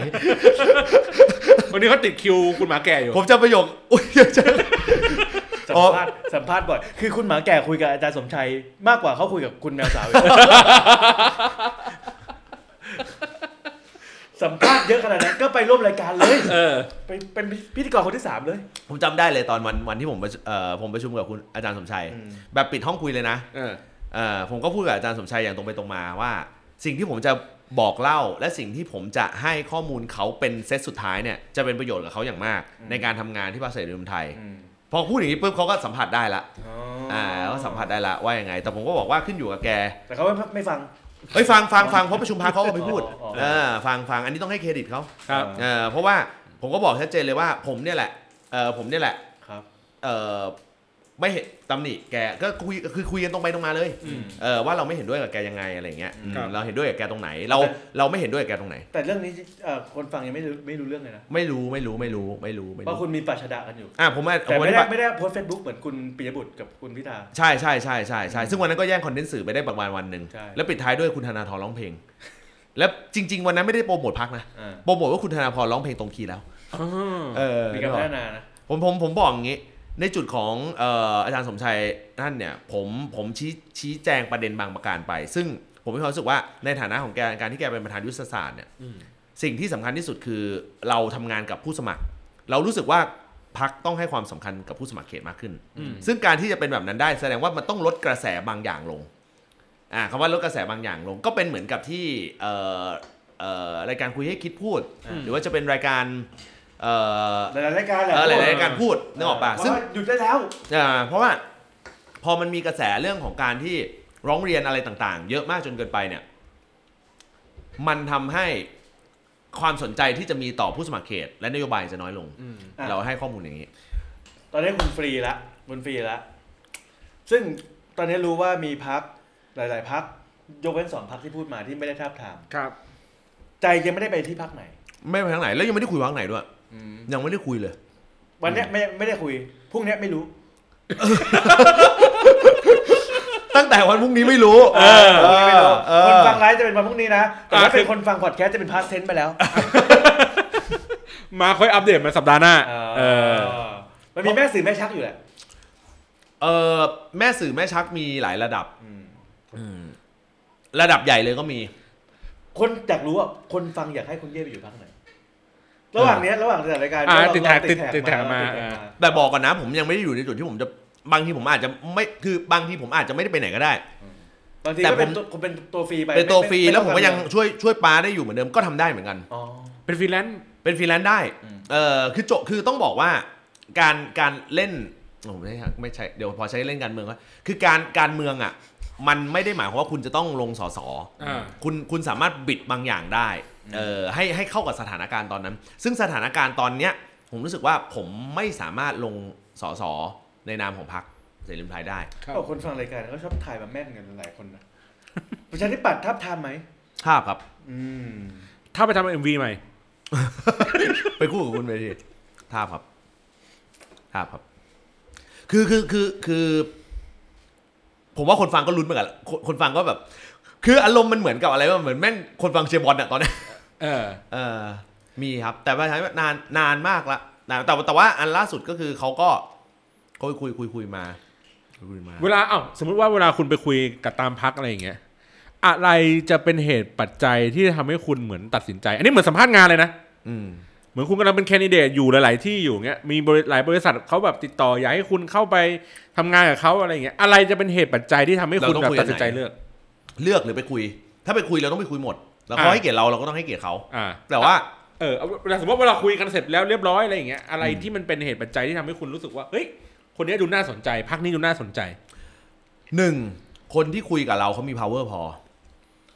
Speaker 1: วันนี้เขาติดคิวคุณหมาแก่อยู่
Speaker 2: ผมจะประโยค อุ้ยเดี๋ยวจะ
Speaker 3: สัมภาษณ์สัมภาษณ์บ่อยคือคุณหมาแก่คุยกับอาจารย์สมชัยมากกว่าเขาคุยกับคุณแมวสาวอีก สัมภาษณ์เยอะขนาดนั้นก็ไปร่วมรายการเลย
Speaker 1: เออ
Speaker 3: ไปเป็นพิธีกรคนที่สามเลย
Speaker 2: ผมจำได้เลยตอนวันวันที่ผมประชุเอ่อผมประชุมกับคุณอาจารย์สมชัย
Speaker 3: อืม
Speaker 2: แบบปิดห้องคุยเลยนะ
Speaker 1: เออ
Speaker 2: เอ่อผมก็พูดกับอาจารย์สมชัยอย่างตรงไปตรงมาว่า สิ่งที่ผมจะบอกเล่า และสิ่งที่ผมจะให้ข้อมูลเขาเป็นเซตสุดท้ายเนี่ยจะเป็นประโยชน์กับเขาอย่างมาก ในการทำงานที่ภาคเสรีรวมไทย พอพูดอย่างนี้ปุ๊บเขาก็สัมผัสได้ละอ่าก็สัมผัสได้ละว่ายังไง แต่ผมก็บอกว่าขึ้นอยู่กับแก
Speaker 3: แต่เขาไม่ไม่ฟัง
Speaker 2: เฮ้ยฟังฟังฟังเพราะประชุมพักเขาก็ไปพูด
Speaker 3: อ๋ออ๋อ
Speaker 2: เออฟังฟังอันนี้ต้องให้เครดิตเขา
Speaker 1: ครับ
Speaker 2: เออเพราะว่าผมก็บอกชัดเจนเลยว่าผมเนี่ยแหละเออผมเนี่ยแหละ
Speaker 3: ครับ
Speaker 2: เออไม่เห็นตำหนิแกก็คุยคือคุยกันตรงไปตรงมาเลย
Speaker 3: อืม
Speaker 2: เออว่าเราไม่เห็นด้วยกับแกยังไงอะไรเงี้ยอืม
Speaker 1: ครับ
Speaker 2: เราเห็นด้วยกับแกตรงไหน เรา
Speaker 3: แต่
Speaker 2: เราไม่เห็นด้วยกับแกตรงไหน
Speaker 3: แต่เรื่องนี้เอ่อคนฟังยังไม่รู้ไม่รู้เรื่องเลยนะ
Speaker 2: ไม่รู้ไม่รู้ไม่รู้ไม่รู้ไม่
Speaker 3: เพราะ
Speaker 2: รู้
Speaker 3: คุณมีปาชดากันอยู่
Speaker 2: อ่ะผมว่า
Speaker 3: แต่
Speaker 2: ผม
Speaker 3: ไม่
Speaker 2: ว่า
Speaker 3: ได้ไม่ได้โพสเฟซบุ๊กเหมือนคุณปิยบุตรกับคุณพิธา
Speaker 2: ใช่ใช่ใช่ใช่ใช่ซึ่งวันนั้นก็แย่งคอนเทนต์สื่อไปได้ประมาณวันหนึ่ง
Speaker 3: ใช่
Speaker 2: แล้วปิดท้ายด้วยคุณธนาธรร้องเพลง แล้วจริง ๆ วันนั้นไม่ได้โปรโมทพักนะ
Speaker 3: อ่า
Speaker 2: โปรโมทว่าคุณธนาธรร้องเพลงตรงคีย์แล้ว
Speaker 1: อ๋อ
Speaker 2: เออ
Speaker 3: มีการพัฒนานะ
Speaker 2: ผมผมผมบอกอย่างงี้ ในจุดของเอ่ออาจารย์สมชัยท่านเนี่ยผมผมชี้ชี้แจงประเด็นบางประการไป ซึ่งผมมีความรู้สึกว่าในฐานะของแกการที่แกเป็นประธานยุทธศาสตร์เนี่ย
Speaker 1: อืม
Speaker 2: สิ่งที่สำคัญที่สุดคือเราทำงานกับผู้สมัคร เรารู้สึกว่าพักต้องให้ความสำคัญกับผู้สมัครเขตมากขึ้น
Speaker 1: อืม
Speaker 2: ซึ่งการที่จะเป็นแบบนั้นได้แสดงว่ามันต้องลดกระแสบางอย่างลงอ่าคำว่าลดกระแสบางอย่างลง ก็เป็นเหมือนกับที่เอ่อเอ่อรายการคุยให้คิดพูด
Speaker 3: อืม
Speaker 2: หรือว่าจะเป็นรายการเอ่อ
Speaker 3: หลายๆรายการแหละ
Speaker 2: เอ่อหลายๆรายการพูดนึกออกปะซึ่ง
Speaker 3: ว่าหยุดได้แล้ว
Speaker 2: อ่าเพราะว่าพอมันมีกระแสเรื่องของการที่ร้องเรียนอะไรต่างๆ เยอะมากจนเกินไปเนี่ย มันทำให้ความสนใจที่จะมีต่อผู้สมัครเขต และนโยบายจะน้อยลง
Speaker 1: อืม
Speaker 3: อ่ะ
Speaker 2: เราให้ข้อมูลอย่างนี้
Speaker 3: ตอนนี้คุณฟรีละคุณฟรีละ ซึ่งตอนนี้รู้ว่ามีพักหลาย ๆพักยกเว้นสองพักที่พูดมาที่ไม่ได้ทาบทาม
Speaker 1: ครับ
Speaker 3: ใจยังไม่ได้ไปที่พักไหน
Speaker 2: ไม่ไปทางไหน แล้วยังไม่ได้คุยว่าทางไหนด้วยยังไม่ได้คุยเลย
Speaker 3: วันเนี้ยไม่ไม่ได้คุยพรุ่งเนี้ยไม่รู้
Speaker 2: ตั้งแต่วันพรุ่งนี้ไม่รู้
Speaker 1: เออ
Speaker 2: เออเออ
Speaker 3: คนฟังไลฟ์จะเป็นวันพรุ่งนี้นะแต่
Speaker 1: อ่า
Speaker 3: ถ้า
Speaker 1: คื
Speaker 3: เป็น
Speaker 1: อ
Speaker 3: คนฟังพอดแคสต์จะเป็นพาสเทนไปแล้ว
Speaker 1: มาค่อยอัปเดตมาสัปดาห์หน้า เออ
Speaker 3: มันมีแม่สื่อแม่ชักอยู่แหละ
Speaker 2: เออแม่สื่อแม่ชักมีหลายระดับ
Speaker 3: อืม
Speaker 2: อืมระดับใหญ่เลยก็มี
Speaker 3: คนอยากรู้ว่าคนฟังอยากให้คุณเย่ไปอยู่พักไหน ระหว่างเนี้ยระหว่างจัดรายการ
Speaker 1: อ่า
Speaker 3: เยว
Speaker 1: ติดแท็ก
Speaker 3: ลอง
Speaker 1: ติดแท็กมา
Speaker 3: ติดแท็ก
Speaker 2: แต่บอกก่อนนะผมยังไม่ได้อยู่ในจุดที่ผมจะบางทีผมอาจจะไม่คือบางทีผมอาจจะไม่ได้ไปไหนก็ได้
Speaker 3: บางที
Speaker 2: แต่
Speaker 3: ก็
Speaker 2: ผ
Speaker 3: เป็น
Speaker 2: ม
Speaker 3: ตัวคนเป็นตัวฟรีไป
Speaker 2: เป็นตัวฟรี
Speaker 3: ไไ
Speaker 2: แล้วผมก็ยัง
Speaker 3: ไต้องทำอะไ
Speaker 2: ช่วยช่วยปลาได้อยู่เหมือนเดิมก็ทำได้เหมือนกัน
Speaker 3: อ๋อ
Speaker 1: เป็นฟรีแลนซ์
Speaker 2: เป็นฟรีแลนซ์ได้
Speaker 3: อืม
Speaker 2: เออคือโจคือต้องบอกว่าการการเล่นผมไม่ใช่ไม่ใช่เดี๋ยวพอใช้เล่นการเมืองก็คือการการเมืองอ่ะมันไม่ได้หมายความว่าคุณจะต้องลงสอสอ
Speaker 1: อ่า
Speaker 2: คุณคุณสามารถบิดบางอย่างได้เออให้ให้เข้ากับสถานการณ์ตอนนั้น ซึ่งสถานการณ์ตอนเนี้ยผมรู้สึกว่าผมไม่สามารถลงสอสอในนามของพรรคเสรีรวมไทยได้
Speaker 1: ครับ
Speaker 3: ก็คนฟังรายการก็ชอบถ่ายมาแม่นกันหลายคนนะประชาธิปัตย์ทับทามไหม
Speaker 2: ภาพครับ
Speaker 3: อืม
Speaker 1: ถ้าไปทำเอ็มวีใหม่
Speaker 2: ไปคู่กับคุณไปดิทาบครับทาบครับ คือคือคือคือ ผมว่าคนฟังก็ลุ้นเหมือนกันคนคนฟังก็แบบ คืออารมณ์มันเหมือนกับอะไรว่าเหมือนแม่งคนฟังเชียร์บอลอะตอนนี้
Speaker 1: เออ
Speaker 2: เออมีครับ แต่ว่าใช้นานนานมากละนานแต่ว่าแต่ว่าอันล่าสุดก็คือเขาก็เขาคุยคุยคุยมาคุยมา
Speaker 1: เวลาเอ้าสมมุติว่าเวลาคุณไปคุยกับตามพักอะไรอย่างเงี้ย อะไรจะเป็นเหตุปัจจัยที่ทำให้คุณเหมือนตัดสินใจ อันนี้เหมือนสัมภาษณ์งานเลยนะ
Speaker 2: อืม
Speaker 1: เหมือนคุณกำลังเป็นแคนดิเดตอยู่หลาย ๆ ที่อยู่เงี้ยมีบริหลายบริษัทเขาแบบติดต่ออยากให้คุณเข้าไปทำงานกับเขาอะไรอย่างเงี้ยอะไรจะเป็นเหตุปัจจัยที่ทำให้คุณ
Speaker 2: เราต้
Speaker 1: แบบ
Speaker 2: องคุย
Speaker 1: ตัดสินใจเลือก
Speaker 2: เลือกหรือไปคุย ถ้าไปคุยเราต้องไปคุยหมด แล้วเขา
Speaker 1: อ่ะ
Speaker 2: ให้เกียรติเราเราก็ต้องให้เกียรติเขา
Speaker 1: อ่า
Speaker 2: แต่ว่า
Speaker 1: เออเอาเวลาสมมติว่าเราคุยกันเสร็จแล้วเรียบร้อยอะไรอย่างเงี้ยอะไรที่มันเป็นเหตุปัจจัยที่ทำให้คุณรู้สึกว่าเฮ้ยคนนี้ดูน่าสนใจพักนี้ดูน่าสนใจ
Speaker 2: หนึ่งคนที่คุยกับเราเขามี power พอ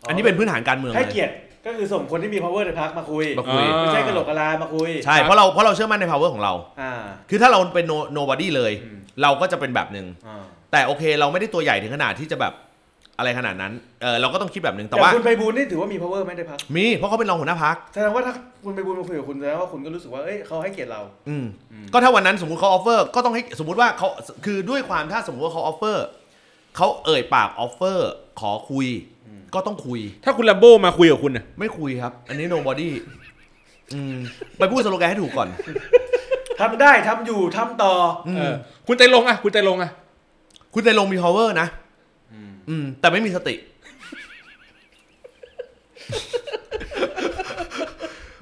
Speaker 2: อันนี้เป็นพื้นฐานการเมือง
Speaker 3: ให้เกียรติก็คือส่งคนที่มี power ในพักมาคุย
Speaker 2: มาคุย
Speaker 1: อ่า
Speaker 3: ไม่ใช่กระโหลกกะลามาคุย
Speaker 2: ใช่เพราะเราเพราะเราเชื่อมั่นใน power ของเรา
Speaker 3: อ่า
Speaker 2: คือถ้าเราเป็น no- nobody เลย
Speaker 3: อืม
Speaker 2: เราก็จะเป็นแบบหนึ่ง
Speaker 3: อ่า
Speaker 2: แต่โอเค เราไม่ได้ตัวใหญ่ถึงขนาดที่จะแบบอะไรขนาดนั้นเออเราก็ต้องคิดแบบหนึ่ง
Speaker 3: แต่
Speaker 2: แต่ว่า
Speaker 3: คุณไปบูลย์นี่ถือว่ามี power ไหมในพัก
Speaker 2: มีเพราะเขาเป็นรองหัวหน้าพัก
Speaker 3: แสดงว่าถ้าคุณไปบูลย์มาคุยกับคุณแสดงว่าคุณก็รู้สึกว่าเอ้ยเขาให้เกียรติเรา
Speaker 2: อืมก็ถ้าวันนั้นสมมติเขา offer ก็ต้องให้สมมติว่าเขาคือด้วยความถ้าสมมติว่าเขา offer เขาเอ่ยปาก offer ขอคุย ก็ต้องคุย
Speaker 1: ถ้าคุณลัมโบมาคุยกับคุณน่ะ
Speaker 2: ไม่คุยครับ อันนี้ nobody อืมไปพูดสโลแกนให้ถูกก่อน
Speaker 3: ทำได้ทำอยู่ทำต่ออ
Speaker 1: เออคุณใจลงอ่ะคุณใจลงอ่ะ
Speaker 2: คุณใจลงมี power นะ อืม แต่ไม่มีสติ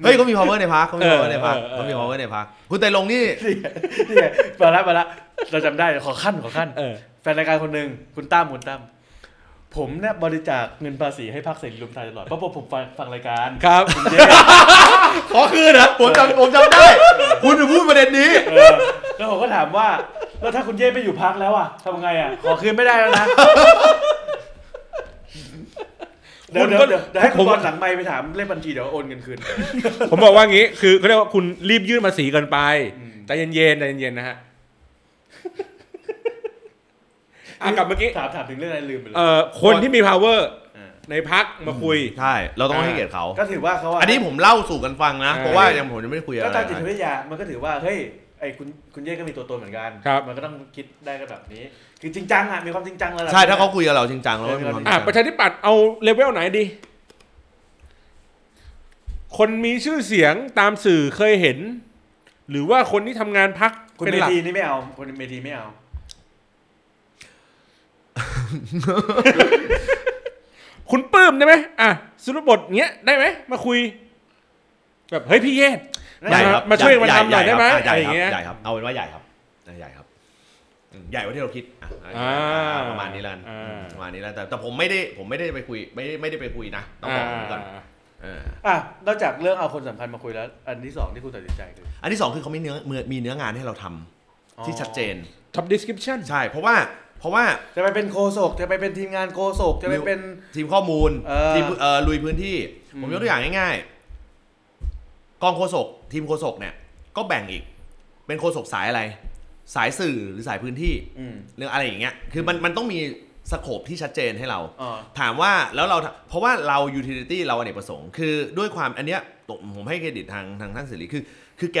Speaker 2: เฮ้ยเขามี power ในพักเขามี power ในพักเขามี power ในพักคุณใจลงนี่
Speaker 3: นี่นี่ไงมาละมาละเราจำได้ขอขั้นขอขั้น
Speaker 1: เออ
Speaker 3: แฟนรายการคนหนึ่งคุณตั้มคุณตั้มผมเนี่ยบริจาคเงินภาษีให้พรรคเสรีรวมไทยตลอดเพราะผมผมฟังฟังรายการ
Speaker 1: ครับ
Speaker 3: ผมเย้
Speaker 2: ขอคืนนะผมจำผมจำได้ คุณพูดประเด็นนี้
Speaker 3: เออแล้วผมก็ถามว่า แล้วถ้าคุณเย้ไปอยู่พักแล้วอ่ะทำไงอ่ะ ขอคืนไม่ได้แล้วนะเดี๋ยว
Speaker 1: คุณ
Speaker 3: เดี๋ย
Speaker 1: ก็
Speaker 3: วเดี๋ยวเดี๋ยวให้
Speaker 1: ผ
Speaker 3: คุณ
Speaker 1: ม
Speaker 3: บอลหลังไมค์ไปถามเลขบัญชีเดี๋ยวโอนเงินคืน
Speaker 1: ผมบอกว่างี้คือเขาเรียกว่าคุณรีบยื่นภาษีเกินไป
Speaker 3: อืม
Speaker 1: ใจเย็นๆใจเย็นๆนะฮะ อ่ะกลับเมื่อกี้
Speaker 3: ถามถามถึงเรื่องอะไรลืมไปเลย
Speaker 1: เอ่อคนที่มี power
Speaker 3: อ่า
Speaker 1: ในพักมาคุย
Speaker 2: ใช่ เราต้องให้เกียรติเขา
Speaker 3: ก็ถือว่าเขาะ
Speaker 2: อันนี้ผมเล่าสู่กันฟังนะ
Speaker 1: เออ
Speaker 2: เพราะว่ายังผมยังไม่ได้คุยอะไร
Speaker 3: ก็ตามจิต
Speaker 2: นะ
Speaker 3: วิทยา มันก็ถือว่า เฮ้ย ไอ้คุณ คุณเย่ก็มีตัวตนเหมือนกัน
Speaker 1: ครับ
Speaker 3: มันก็ต้องคิดได้ก็แบบนี้ คือจริงจังอ่ะ มีความจริงจังแล้ว
Speaker 2: ใช่ ถ้าเขาคุยกับเราจริงจังแล้วก็มีความจริ
Speaker 1: อ่ะ
Speaker 2: งจัง
Speaker 1: ประชาธิปัตย์เอาเลเวลไหนดี คนมีชื่อเสียงตามสื่อเคยเห็น หรือว่าคนที่ทำงานพัก
Speaker 3: คุณ
Speaker 1: เป็น
Speaker 3: เม
Speaker 1: หลัก
Speaker 3: ทีนี่ไม่เอา คุณเมทีไม่เอา
Speaker 1: คุณปลื้มได้ไหมอ่ะสุรบทเงี้ยได้ไหมมาคุย แบบเฮ้ยพี่เยศ
Speaker 2: ใหญ่ครับ
Speaker 1: มาช่วยมันทำหน่อย
Speaker 2: ใญ่
Speaker 1: ได้ไหมอะ
Speaker 2: ใญ่
Speaker 1: ไรอย่างเงี้ย
Speaker 2: ใหญ่ครับ เอาเป็นว่าใหญ่ครับใหญ่ครับอืมใหญ่กว่าที่เราคิดอ่ะ
Speaker 1: อ่า
Speaker 2: ประมาณนี้แล้วกัน
Speaker 1: อ่า
Speaker 2: ประมาณนี้แล้วแต่แต่ผมไม่ได้ผมไม่ได้ไปคุย ไม่ได้ไม่ได้ไปคุยนะต้องบอกอย่างนี้ก่อน
Speaker 1: อ่า
Speaker 2: เออ
Speaker 3: อ่ะ นอกจากเรื่องเอาคนสำคัญมาคุยแล้ว อันที่สองที่คุณตัดสินใจคือ
Speaker 2: อันที่สองคือเขาไม่เนื้อมือมีเนื้องานให้เราทำ
Speaker 3: อ๋อ
Speaker 2: ที่ชัดเจน
Speaker 1: top description
Speaker 2: ใช่ เพราะว่าเพราะว่า
Speaker 3: จะไปเป็นโคศก จะไปเป็นทีมงานโคศก จะไปเป็น
Speaker 2: ทีมข้อมูล
Speaker 3: เออ
Speaker 2: ทีมเอ่อลุยพื้นที่
Speaker 3: อืม
Speaker 2: ผมยกตัวอย่างง่ายๆกองโฆษกทีมโฆษกเนี่ย ก็แบ่งอีก เป็นโฆษกสายอะไร สายสื่อหรือสายพื้นที่
Speaker 3: อืม
Speaker 2: เรื่องอะไรอย่างเงี้ยคือมันมันต้องมีสโคปที่ชัดเจนให้เรา
Speaker 3: อ๋อ
Speaker 2: ถามว่าแล้วเราเพราะว่าเรา utility เราอเนกประสงค์ คือด้วยความอันเนี้ยผมผมให้เครดิตทางทางท่านสิริคือ คือแก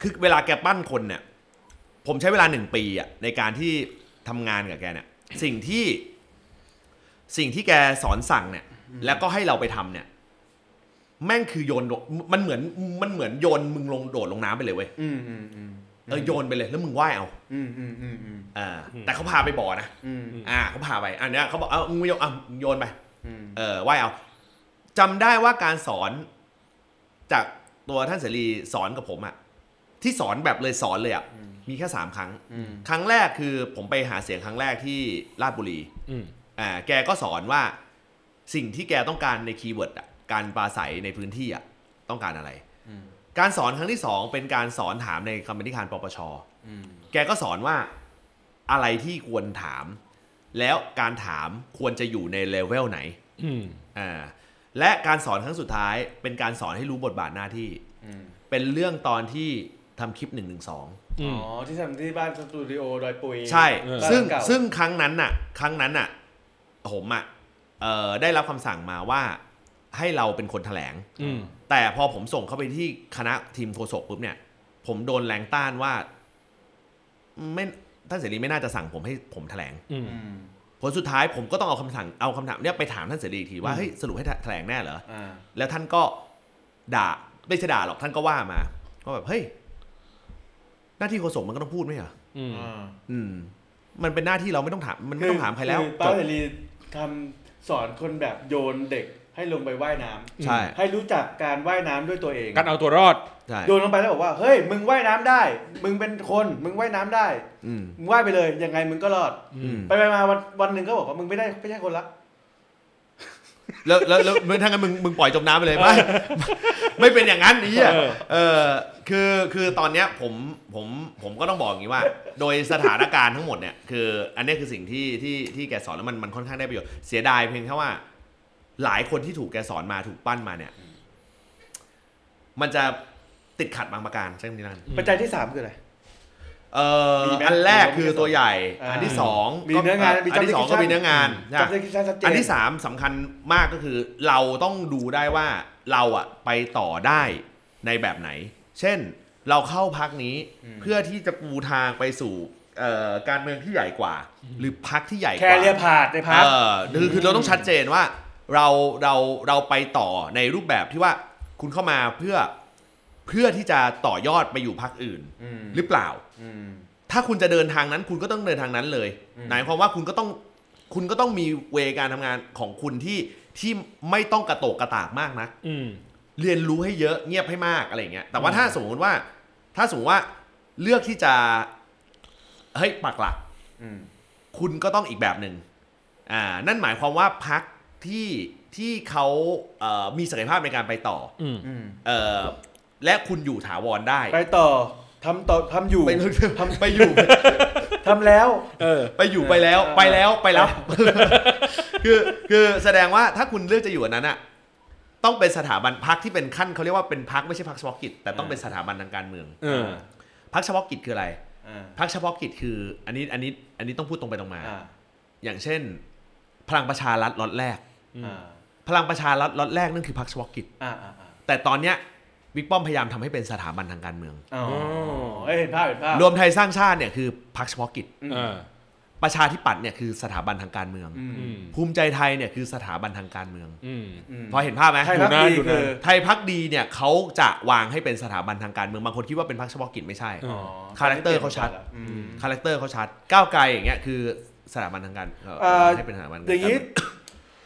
Speaker 2: คือเวลาแกปั้นคนเนี่ย ผมใช้เวลาหนึ่งปีอะในการที่ทำงานกับแกเนี่ย สิ่งที่ สิ่งที่แกสอนสั่งเนี่ย แล้วก็ให้เราไปทำเนี่ย แม่งคือโยนลงมันเหมือนมันเหมือนโยนมึงลงโดดลงน้ำไปเลยเว้ย
Speaker 3: อืมอืมอืม
Speaker 2: เออโยนไปเลยแล้วมึงว่ายเอา
Speaker 3: อืมอืมอืมอืม
Speaker 2: อ่าแต่เขาพาไปบ่อนะ
Speaker 3: อืม
Speaker 2: อ่าเขาพาไปอันเนี้ยเขาบอกเอามึงไม่โยนอ่ะมึงโยนไป
Speaker 3: อืม
Speaker 2: เออไหวเอาจำได้ว่าการสอนจากตัวท่านเสรีสอนกับผมอะที่สอนแบบเลยสอนเลยอะมีแค่สามครั้ง
Speaker 3: อืม
Speaker 2: ครั้งแรกคือผมไปหาเสียงครั้งแรกที่ราชบุรี
Speaker 1: อืม
Speaker 2: อ่าแกก็สอนว่าสิ่งที่แกต้องการในคีย์เวิร์ดอะการปราศัยในพื้นที่อะต้องการอะไร
Speaker 3: อืม
Speaker 2: การสอนครั้งที่สองเป็นการสอนถามในคำบรรณาธิการปปช
Speaker 3: อืม
Speaker 2: แกก็สอนว่าอะไรที่ควรถาม แล้วการถามควรจะอยู่ในเลเวลไหน
Speaker 1: อืม
Speaker 2: อ่าและการสอนครั้งสุดท้ายเป็นการสอนให้รู้บทบาทหน้าที่
Speaker 3: อืม
Speaker 2: เป็นเรื่องตอนที่ทำคลิป1นึ
Speaker 1: อื
Speaker 3: อ๋
Speaker 1: ม
Speaker 3: อ ที่ทำที่บ้านสตูดิโอดอยปุย
Speaker 2: ใช่
Speaker 1: เออ
Speaker 2: ซึ่ง
Speaker 3: บ้านเก่า
Speaker 2: ซึ่งครั้งนั้นน่ะ ครั้งนั้นน่ะ ผมอ่ะเอ่อได้รับคำสั่งมาว่า ให้เราเป็นคนแถลง
Speaker 1: อืม
Speaker 2: แต่พอผมส่งเข้าไปที่คณะทีมโฆษกปุ๊บเนี่ย ผมโดนแรงต้านว่าไม่ท่านเสรีไม่น่าจะสั่งผมให้ผมแถลง
Speaker 1: อืม
Speaker 3: อืม
Speaker 2: ผลสุดท้ายผมก็ต้องเอาคำสั่งเอาคำถามเนี่ยไปถามท่านเสรีอีกทีว่าเฮ้ยสรุปให้แถลงแน่เหรอ
Speaker 3: อ่า
Speaker 2: แล้วท่านก็ด่าไม่ใช่ด่าหรอกท่านก็ว่ามาก็แบบเฮ้ยหน้าที่โฆษกมันก็ต้องพูดไหมเหรอ
Speaker 1: อืม
Speaker 3: อ่า
Speaker 2: อืม มันเป็นหน้าที่เราไม่ต้องถามมันไม่ต้องถามใครแล้ว
Speaker 3: อป้า
Speaker 2: จบ
Speaker 3: เสรีทำสอนคนแบบโยนเด็กให้ลงไปว่ายน้ำ
Speaker 2: ใช่
Speaker 3: ให้รู้จักการว่ายน้ำด้วยตัวเอง
Speaker 1: การเอาตัวรอด
Speaker 2: ใช่
Speaker 3: โยนลงไปแล้วบอกว่าเฮ้ยมึงว่ายน้ำได้ มึงเป็นคนมึงว่ายน้ำได้
Speaker 2: อืม
Speaker 3: มึงว่ายไปเลยยังไงมึงก็รอด
Speaker 2: อืม
Speaker 3: ไปไปมาวันวันหนึ่งก็บอกว่ามึงไม่ได้ไม่ใช่คนละ
Speaker 2: แล้วแล้วแล้วแล้วถ้างั้นมึงมึงปล่อยจมน้ำไปเลยไม่ไม่เป็นอย่างนั้นไอ้เหี้ย
Speaker 1: เออ
Speaker 2: เออคือคือตอนเนี้ยผมผมผมก็ต้องบอกอย่างนี้ว่า โดยสถานการณ์ทั้งหมดเนี่ยคือ อันเนี้ยคือสิ่งที่ที่ที่แกสอนแล้วมันมันค่อนข้างได้ประโยชน์เสียดายเพียงแค่ว่า หลายคนที่ถูกแกสอนมาถูกปั้นมาเนี่ย มันจะติดขัดบางประการใช่ไหมนั่น
Speaker 3: ปัจจัยที่สามคืออะไร
Speaker 2: เอ่อ
Speaker 3: มีไหม
Speaker 2: อันแรกคือตัวใหญ่
Speaker 3: อ่า
Speaker 2: อันที่สอง
Speaker 3: มีเนื้องานมี
Speaker 2: อันที่สอง
Speaker 3: job
Speaker 2: ก็
Speaker 3: description
Speaker 2: มีเนื้องาน
Speaker 3: จับ
Speaker 2: นะ
Speaker 3: ได้คิดชัดเจน
Speaker 2: อันที่สามสำคัญมากก็คือ เราต้องดูได้ว่าเราอะไปต่อได้ในแบบไหน เช่นเราเข้าพักนี้เพื่อที่จะปูทางไปสู่เอ่อการเมืองที่ใหญ่กว่า หรือพักที่ใหญ่ก
Speaker 3: แค่
Speaker 2: ว่า
Speaker 3: เรียกผ่าดในพาร์ท
Speaker 2: เออคือคือเราต้องชัดเจนว่าเราเราเราไปต่อในรูปแบบที่ว่าคุณเข้ามาเพื่อเพื่อที่จะต่อยอดไปอยู่พักอื่น
Speaker 3: อืม
Speaker 2: หรือเปล่า
Speaker 3: อืม
Speaker 2: ถ้าคุณจะเดินทางนั้น คุณก็ต้องเดินทางนั้นเลย
Speaker 3: อืม
Speaker 2: หมายความว่าคุณก็ต้องคุณก็ต้องมีเวการทำงานของคุณที่ที่ไม่ต้องกระโตกกระตากมากนัก
Speaker 1: อืม
Speaker 2: เรียนรู้ให้เยอะเงียบให้มากอะไรอย่างเงี้ยแต่ว่าถ้าสมมติว่า ถ้าสมมติว่าเลือกที่จะเฮ้ยปักหลัก
Speaker 3: อืม
Speaker 2: คุณก็ต้องอีกแบบหนึ่งอ่า นั่นหมายความว่าพักที่ที่เขาเอ่อมีศักยภาพในการไปต่อ
Speaker 1: อืม
Speaker 3: อืม
Speaker 2: เอ่อและคุณอยู่ถาวรได้
Speaker 3: ไปต่อทำต่อทำอยู่
Speaker 2: ไปไปอยู่
Speaker 3: ทำแล้ว
Speaker 1: เออ
Speaker 2: ไปอยู่ไปแล้ว
Speaker 3: เออ
Speaker 2: ไปแล้วไปแล้ว คือคือแสดงว่าถ้าคุณเลือกจะอยู่อันนั้นอะต้องเป็นสถาบันพักที่เป็นขั้นเขาเรียกว่าเป็นพักไม่ใช่พักเฉพาะกิจแต่ต้องเป็นสถาบันทางการเมือง
Speaker 1: เออ
Speaker 2: พักเฉพาะกิจคืออะไร
Speaker 3: อ่า
Speaker 2: พักเฉพาะกิจคือ อันนี้อันนี้อันนี้ต้องพูดตรงไปตรงมา
Speaker 3: อ่า
Speaker 2: อย่างเช่น พลังประชารัฐล็อตแรก
Speaker 3: อ่า
Speaker 2: พลังประชารัฐล็อตแรกนั่นคือพรรคเฉพาะกิจ
Speaker 3: อ่าอ่าอ่า
Speaker 2: แต่ตอนเนี้ยบิ๊กป้อมพยายามทำให้เป็นสถาบันทางการเมือง
Speaker 3: อ๋อเอ้ยเห็นภาพเห็นภาพ
Speaker 2: รวมไทยสร้างชาติเนี่ยคือพรรคเฉพาะกิจ
Speaker 3: อืม
Speaker 1: เออ
Speaker 2: ประชาธิปัตย์เนี่ยคือสถาบันทางการเมือง
Speaker 3: อืม
Speaker 1: อืม
Speaker 2: ภูมิใจไทยเนี่ยคือสถาบันทางการเมือง
Speaker 1: อืม
Speaker 2: พอเห็นภาพไหม
Speaker 3: ไทยพักดี
Speaker 1: อยู่นะอยู่นะ
Speaker 3: คือ
Speaker 2: ไทยพักดีเนี่ยเขาจะวางให้เป็นสถาบันทางการเมืองบางคนคิดว่าเป็นพรรคเฉพาะกิจไม่ใช่
Speaker 1: เออ
Speaker 2: คาแรคเตอร์เขาชัด
Speaker 3: อืม
Speaker 2: คาแรคเตอร์เขาชัดก้าวไกลอย่างเงี้ยคือสถาบันทางการเอ่อ
Speaker 3: เอ่อ
Speaker 2: ให้เป็นสถาบันท
Speaker 3: อย่างนี้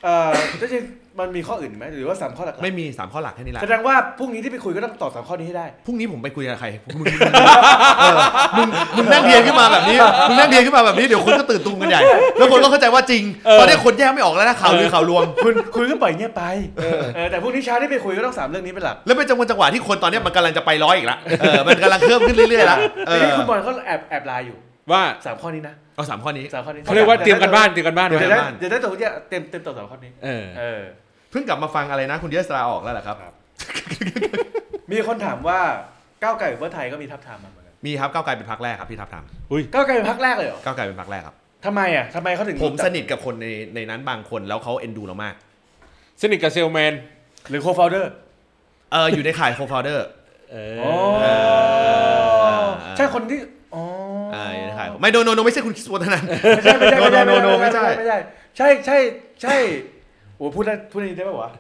Speaker 3: เอ่อจริงๆมันมีข้ออื่นไหมหรือว่าสามข้อหลักๆ
Speaker 2: ไม่มีสามข้อหลักแค่นี้แหละ
Speaker 3: แสดงว่าพรุ่งนี้ที่ไปคุยก็ต้องตอบสามข้อนี้ให้ได้
Speaker 2: พรุ่งนี้ผมไปคุยกับใครมึงมึง เออมึงมึงนั่งเรียนขึ้นมาแบบนี้ มึงนั่งเรียนขึ้นมาแบบนี้ เดี๋ยวคนก็ตื่นตูมกันใหญ่ แล้วคนก็เข้าใจว่าจริง ตอนนี้คนแยกไม่ออกแล้วนะข่าวลือข่าวลวง
Speaker 3: คุณคุยก็ปล่อยเงียบไปเออแต่พรุ่งนี้เช้าที่ไปคุยก็ต้องสามเรื่องนี้เป็นหลัก
Speaker 2: แล้วเป็นจังหวะจังหวะที่คนตอนเนี้ยมันกำลังจะไปร้อยอีกละเออมันกำลังเคลื่อนขึ้นเรื่อยๆละเออ
Speaker 3: ทีนี้คุณบอลเขาแอบแอบไลน์อยู่
Speaker 1: ว่า
Speaker 3: สามข้อนี้นะ
Speaker 2: เอาสามข้อนี้
Speaker 3: สามข้อนี้
Speaker 1: เขาเรียกว่าเตรียมกันบ้านเตรียมกันบ้าน
Speaker 2: เตรี
Speaker 1: ไว้
Speaker 2: ย
Speaker 3: เดี๋ยว
Speaker 2: มกั
Speaker 3: ได้
Speaker 2: นบ้าน
Speaker 3: เดี๋ยวได้ตรงที่เต็มเต็มตอบสามข้อนี้
Speaker 1: เออ
Speaker 3: เออ
Speaker 2: เพิ่งกลับมาฟังอะไรนะ คุณเยสราออกแล้วเหรอครับ
Speaker 3: ครับ มีคนถามว่าก้าวไกลกับเพื่อไทยก็มีทับทามมาเหมือนกัน
Speaker 2: มีครับก้าวไกลเป็นพักแรกครับพี่ทับทาม
Speaker 3: ก้าวไกลเป็นพักแรกเลยเหรอ
Speaker 2: ก้าวไกลเป็นพักแรกครับ
Speaker 3: ทำไมอ่ะทำไมเขาถึง
Speaker 2: ผมสนิทกับคนในในนั้นบางคนแล้วเขาเอ็นดูเรามาก
Speaker 1: สนิทกับเซลแมน
Speaker 3: หรือโคฟาเดอร์
Speaker 2: เอออยู่ในข่ายโคฟาวเดอร์
Speaker 1: เอ
Speaker 3: อ๋อ
Speaker 1: อ
Speaker 3: ใช่คนที่อ๋ออ
Speaker 2: อ่าอยู่ในข่ายไม่โนโนโนไม่ใช่คุณคิสวัฒนัน
Speaker 3: ไม่ใช่ไม่ใช่ไม่ใช่
Speaker 2: No, no, no, no, ไม่ใช่
Speaker 3: ไม่ใช่ใช่ใช่ใช่โอ้พูดได้พูดได้ได้ปะวะ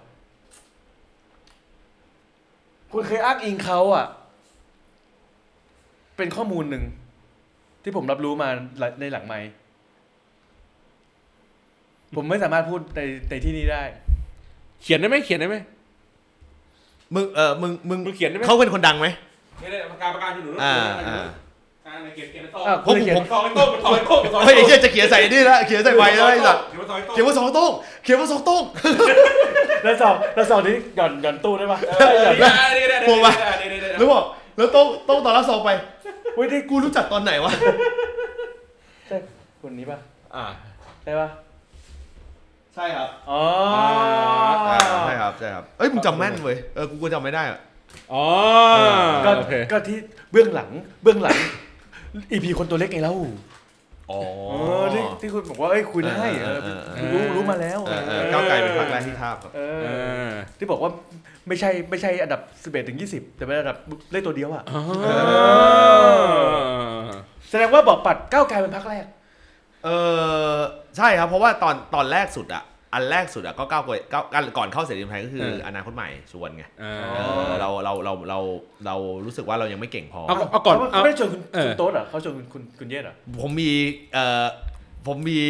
Speaker 3: คุณเคยอ้างอิงเขาอ่ะ เป็นข้อมูลหนึ่งที่ผมรับรู้มาในหลังไมค์ผมไม่สามารถพูดในในที่นี้ได้
Speaker 1: เขียนได้ไหมเขียนได้ไหม
Speaker 2: มึงเออมึงมึง
Speaker 1: มึงเขียนได้ไหม
Speaker 2: เขาเป็นคนดังไหม
Speaker 1: ไม่ได้ประกาศประกาศอยู่หนู
Speaker 2: อ่าอ่า
Speaker 1: เขียนเขียนซอง
Speaker 3: อ่ะ
Speaker 2: ผม
Speaker 3: เขียน
Speaker 2: ผม
Speaker 1: ซองไอ้โต้งซองไอ้โต้งซอง
Speaker 2: เฮ้ยไอ้เหี้ยจะเขียนใส่นี่แล้วเขียนใส่ใบแล้วไอ้สัตว์
Speaker 1: เขียนซองไอ้โต้ง
Speaker 2: เขียนว่าสองโต้งเขียนว่าสองโต้ง
Speaker 3: แล้วสองแล้วสองนี้หย่อนหย่อนตู้ได้ปะ
Speaker 2: ผมว่า แล้วบอกแล้วโต้งโต้งตอนรับซองไปเว้ยนี่กูรู้จักตอนไหนวะ
Speaker 3: ใช่คนนี้ปะ
Speaker 2: อ่า
Speaker 3: ใช่ปะ
Speaker 2: ใช่ครับ
Speaker 3: อ๋ออ
Speaker 2: ใช่ครับใช่ครับเอ้ยมึงจำแม่นเว้ยเออกูก็จำไม่ได้อะ
Speaker 1: อ๋อ
Speaker 3: ก็
Speaker 1: โอเค
Speaker 3: ก็ที่เบื้องหลังเบื้องหลังอีพีคนตัวเล็กไงเล่า
Speaker 2: อ๋อ
Speaker 3: เออที่ที่คุณบอกว่าเอ้ยคุยได้เออรู้รู้มาแล้ว
Speaker 2: เออเออก้าวไกลเป็นพรรคแรกที่ทราบครับ
Speaker 3: เอ
Speaker 1: เอ
Speaker 3: อ
Speaker 1: อ
Speaker 3: ที่บอกว่าไม่ใช่ไม่ใช่อันดับ 11ถึง20 แต่เป็นอันดับเลขตัวเดียวอ่ะ แสดงว่าบอกปัดก้าวไกลเป็นพักแรก
Speaker 2: เออใช่ครับ เพราะว่าตอนตอนแรกสุดอ่ะ อันแรกสุดอ่ะก็ก้าวไกลก้าวก่อนเข้าเสรีรวมไทยก็คือ
Speaker 1: เอออ
Speaker 2: อนาคตใหม่ชวนไง
Speaker 1: อ่า
Speaker 2: เออเราเราเราเราเรารู้สึกว่าเรายังไม่เก่งพอ
Speaker 1: เอาเอาก่อน
Speaker 3: ข
Speaker 1: เอา
Speaker 3: ไม่ได้ชวนคุณ
Speaker 1: เออ
Speaker 3: คุณโต๊ดเหรอเขาชวนคุณคุณคุณเยศเหรอ
Speaker 2: ผมมีเอ่อผมมี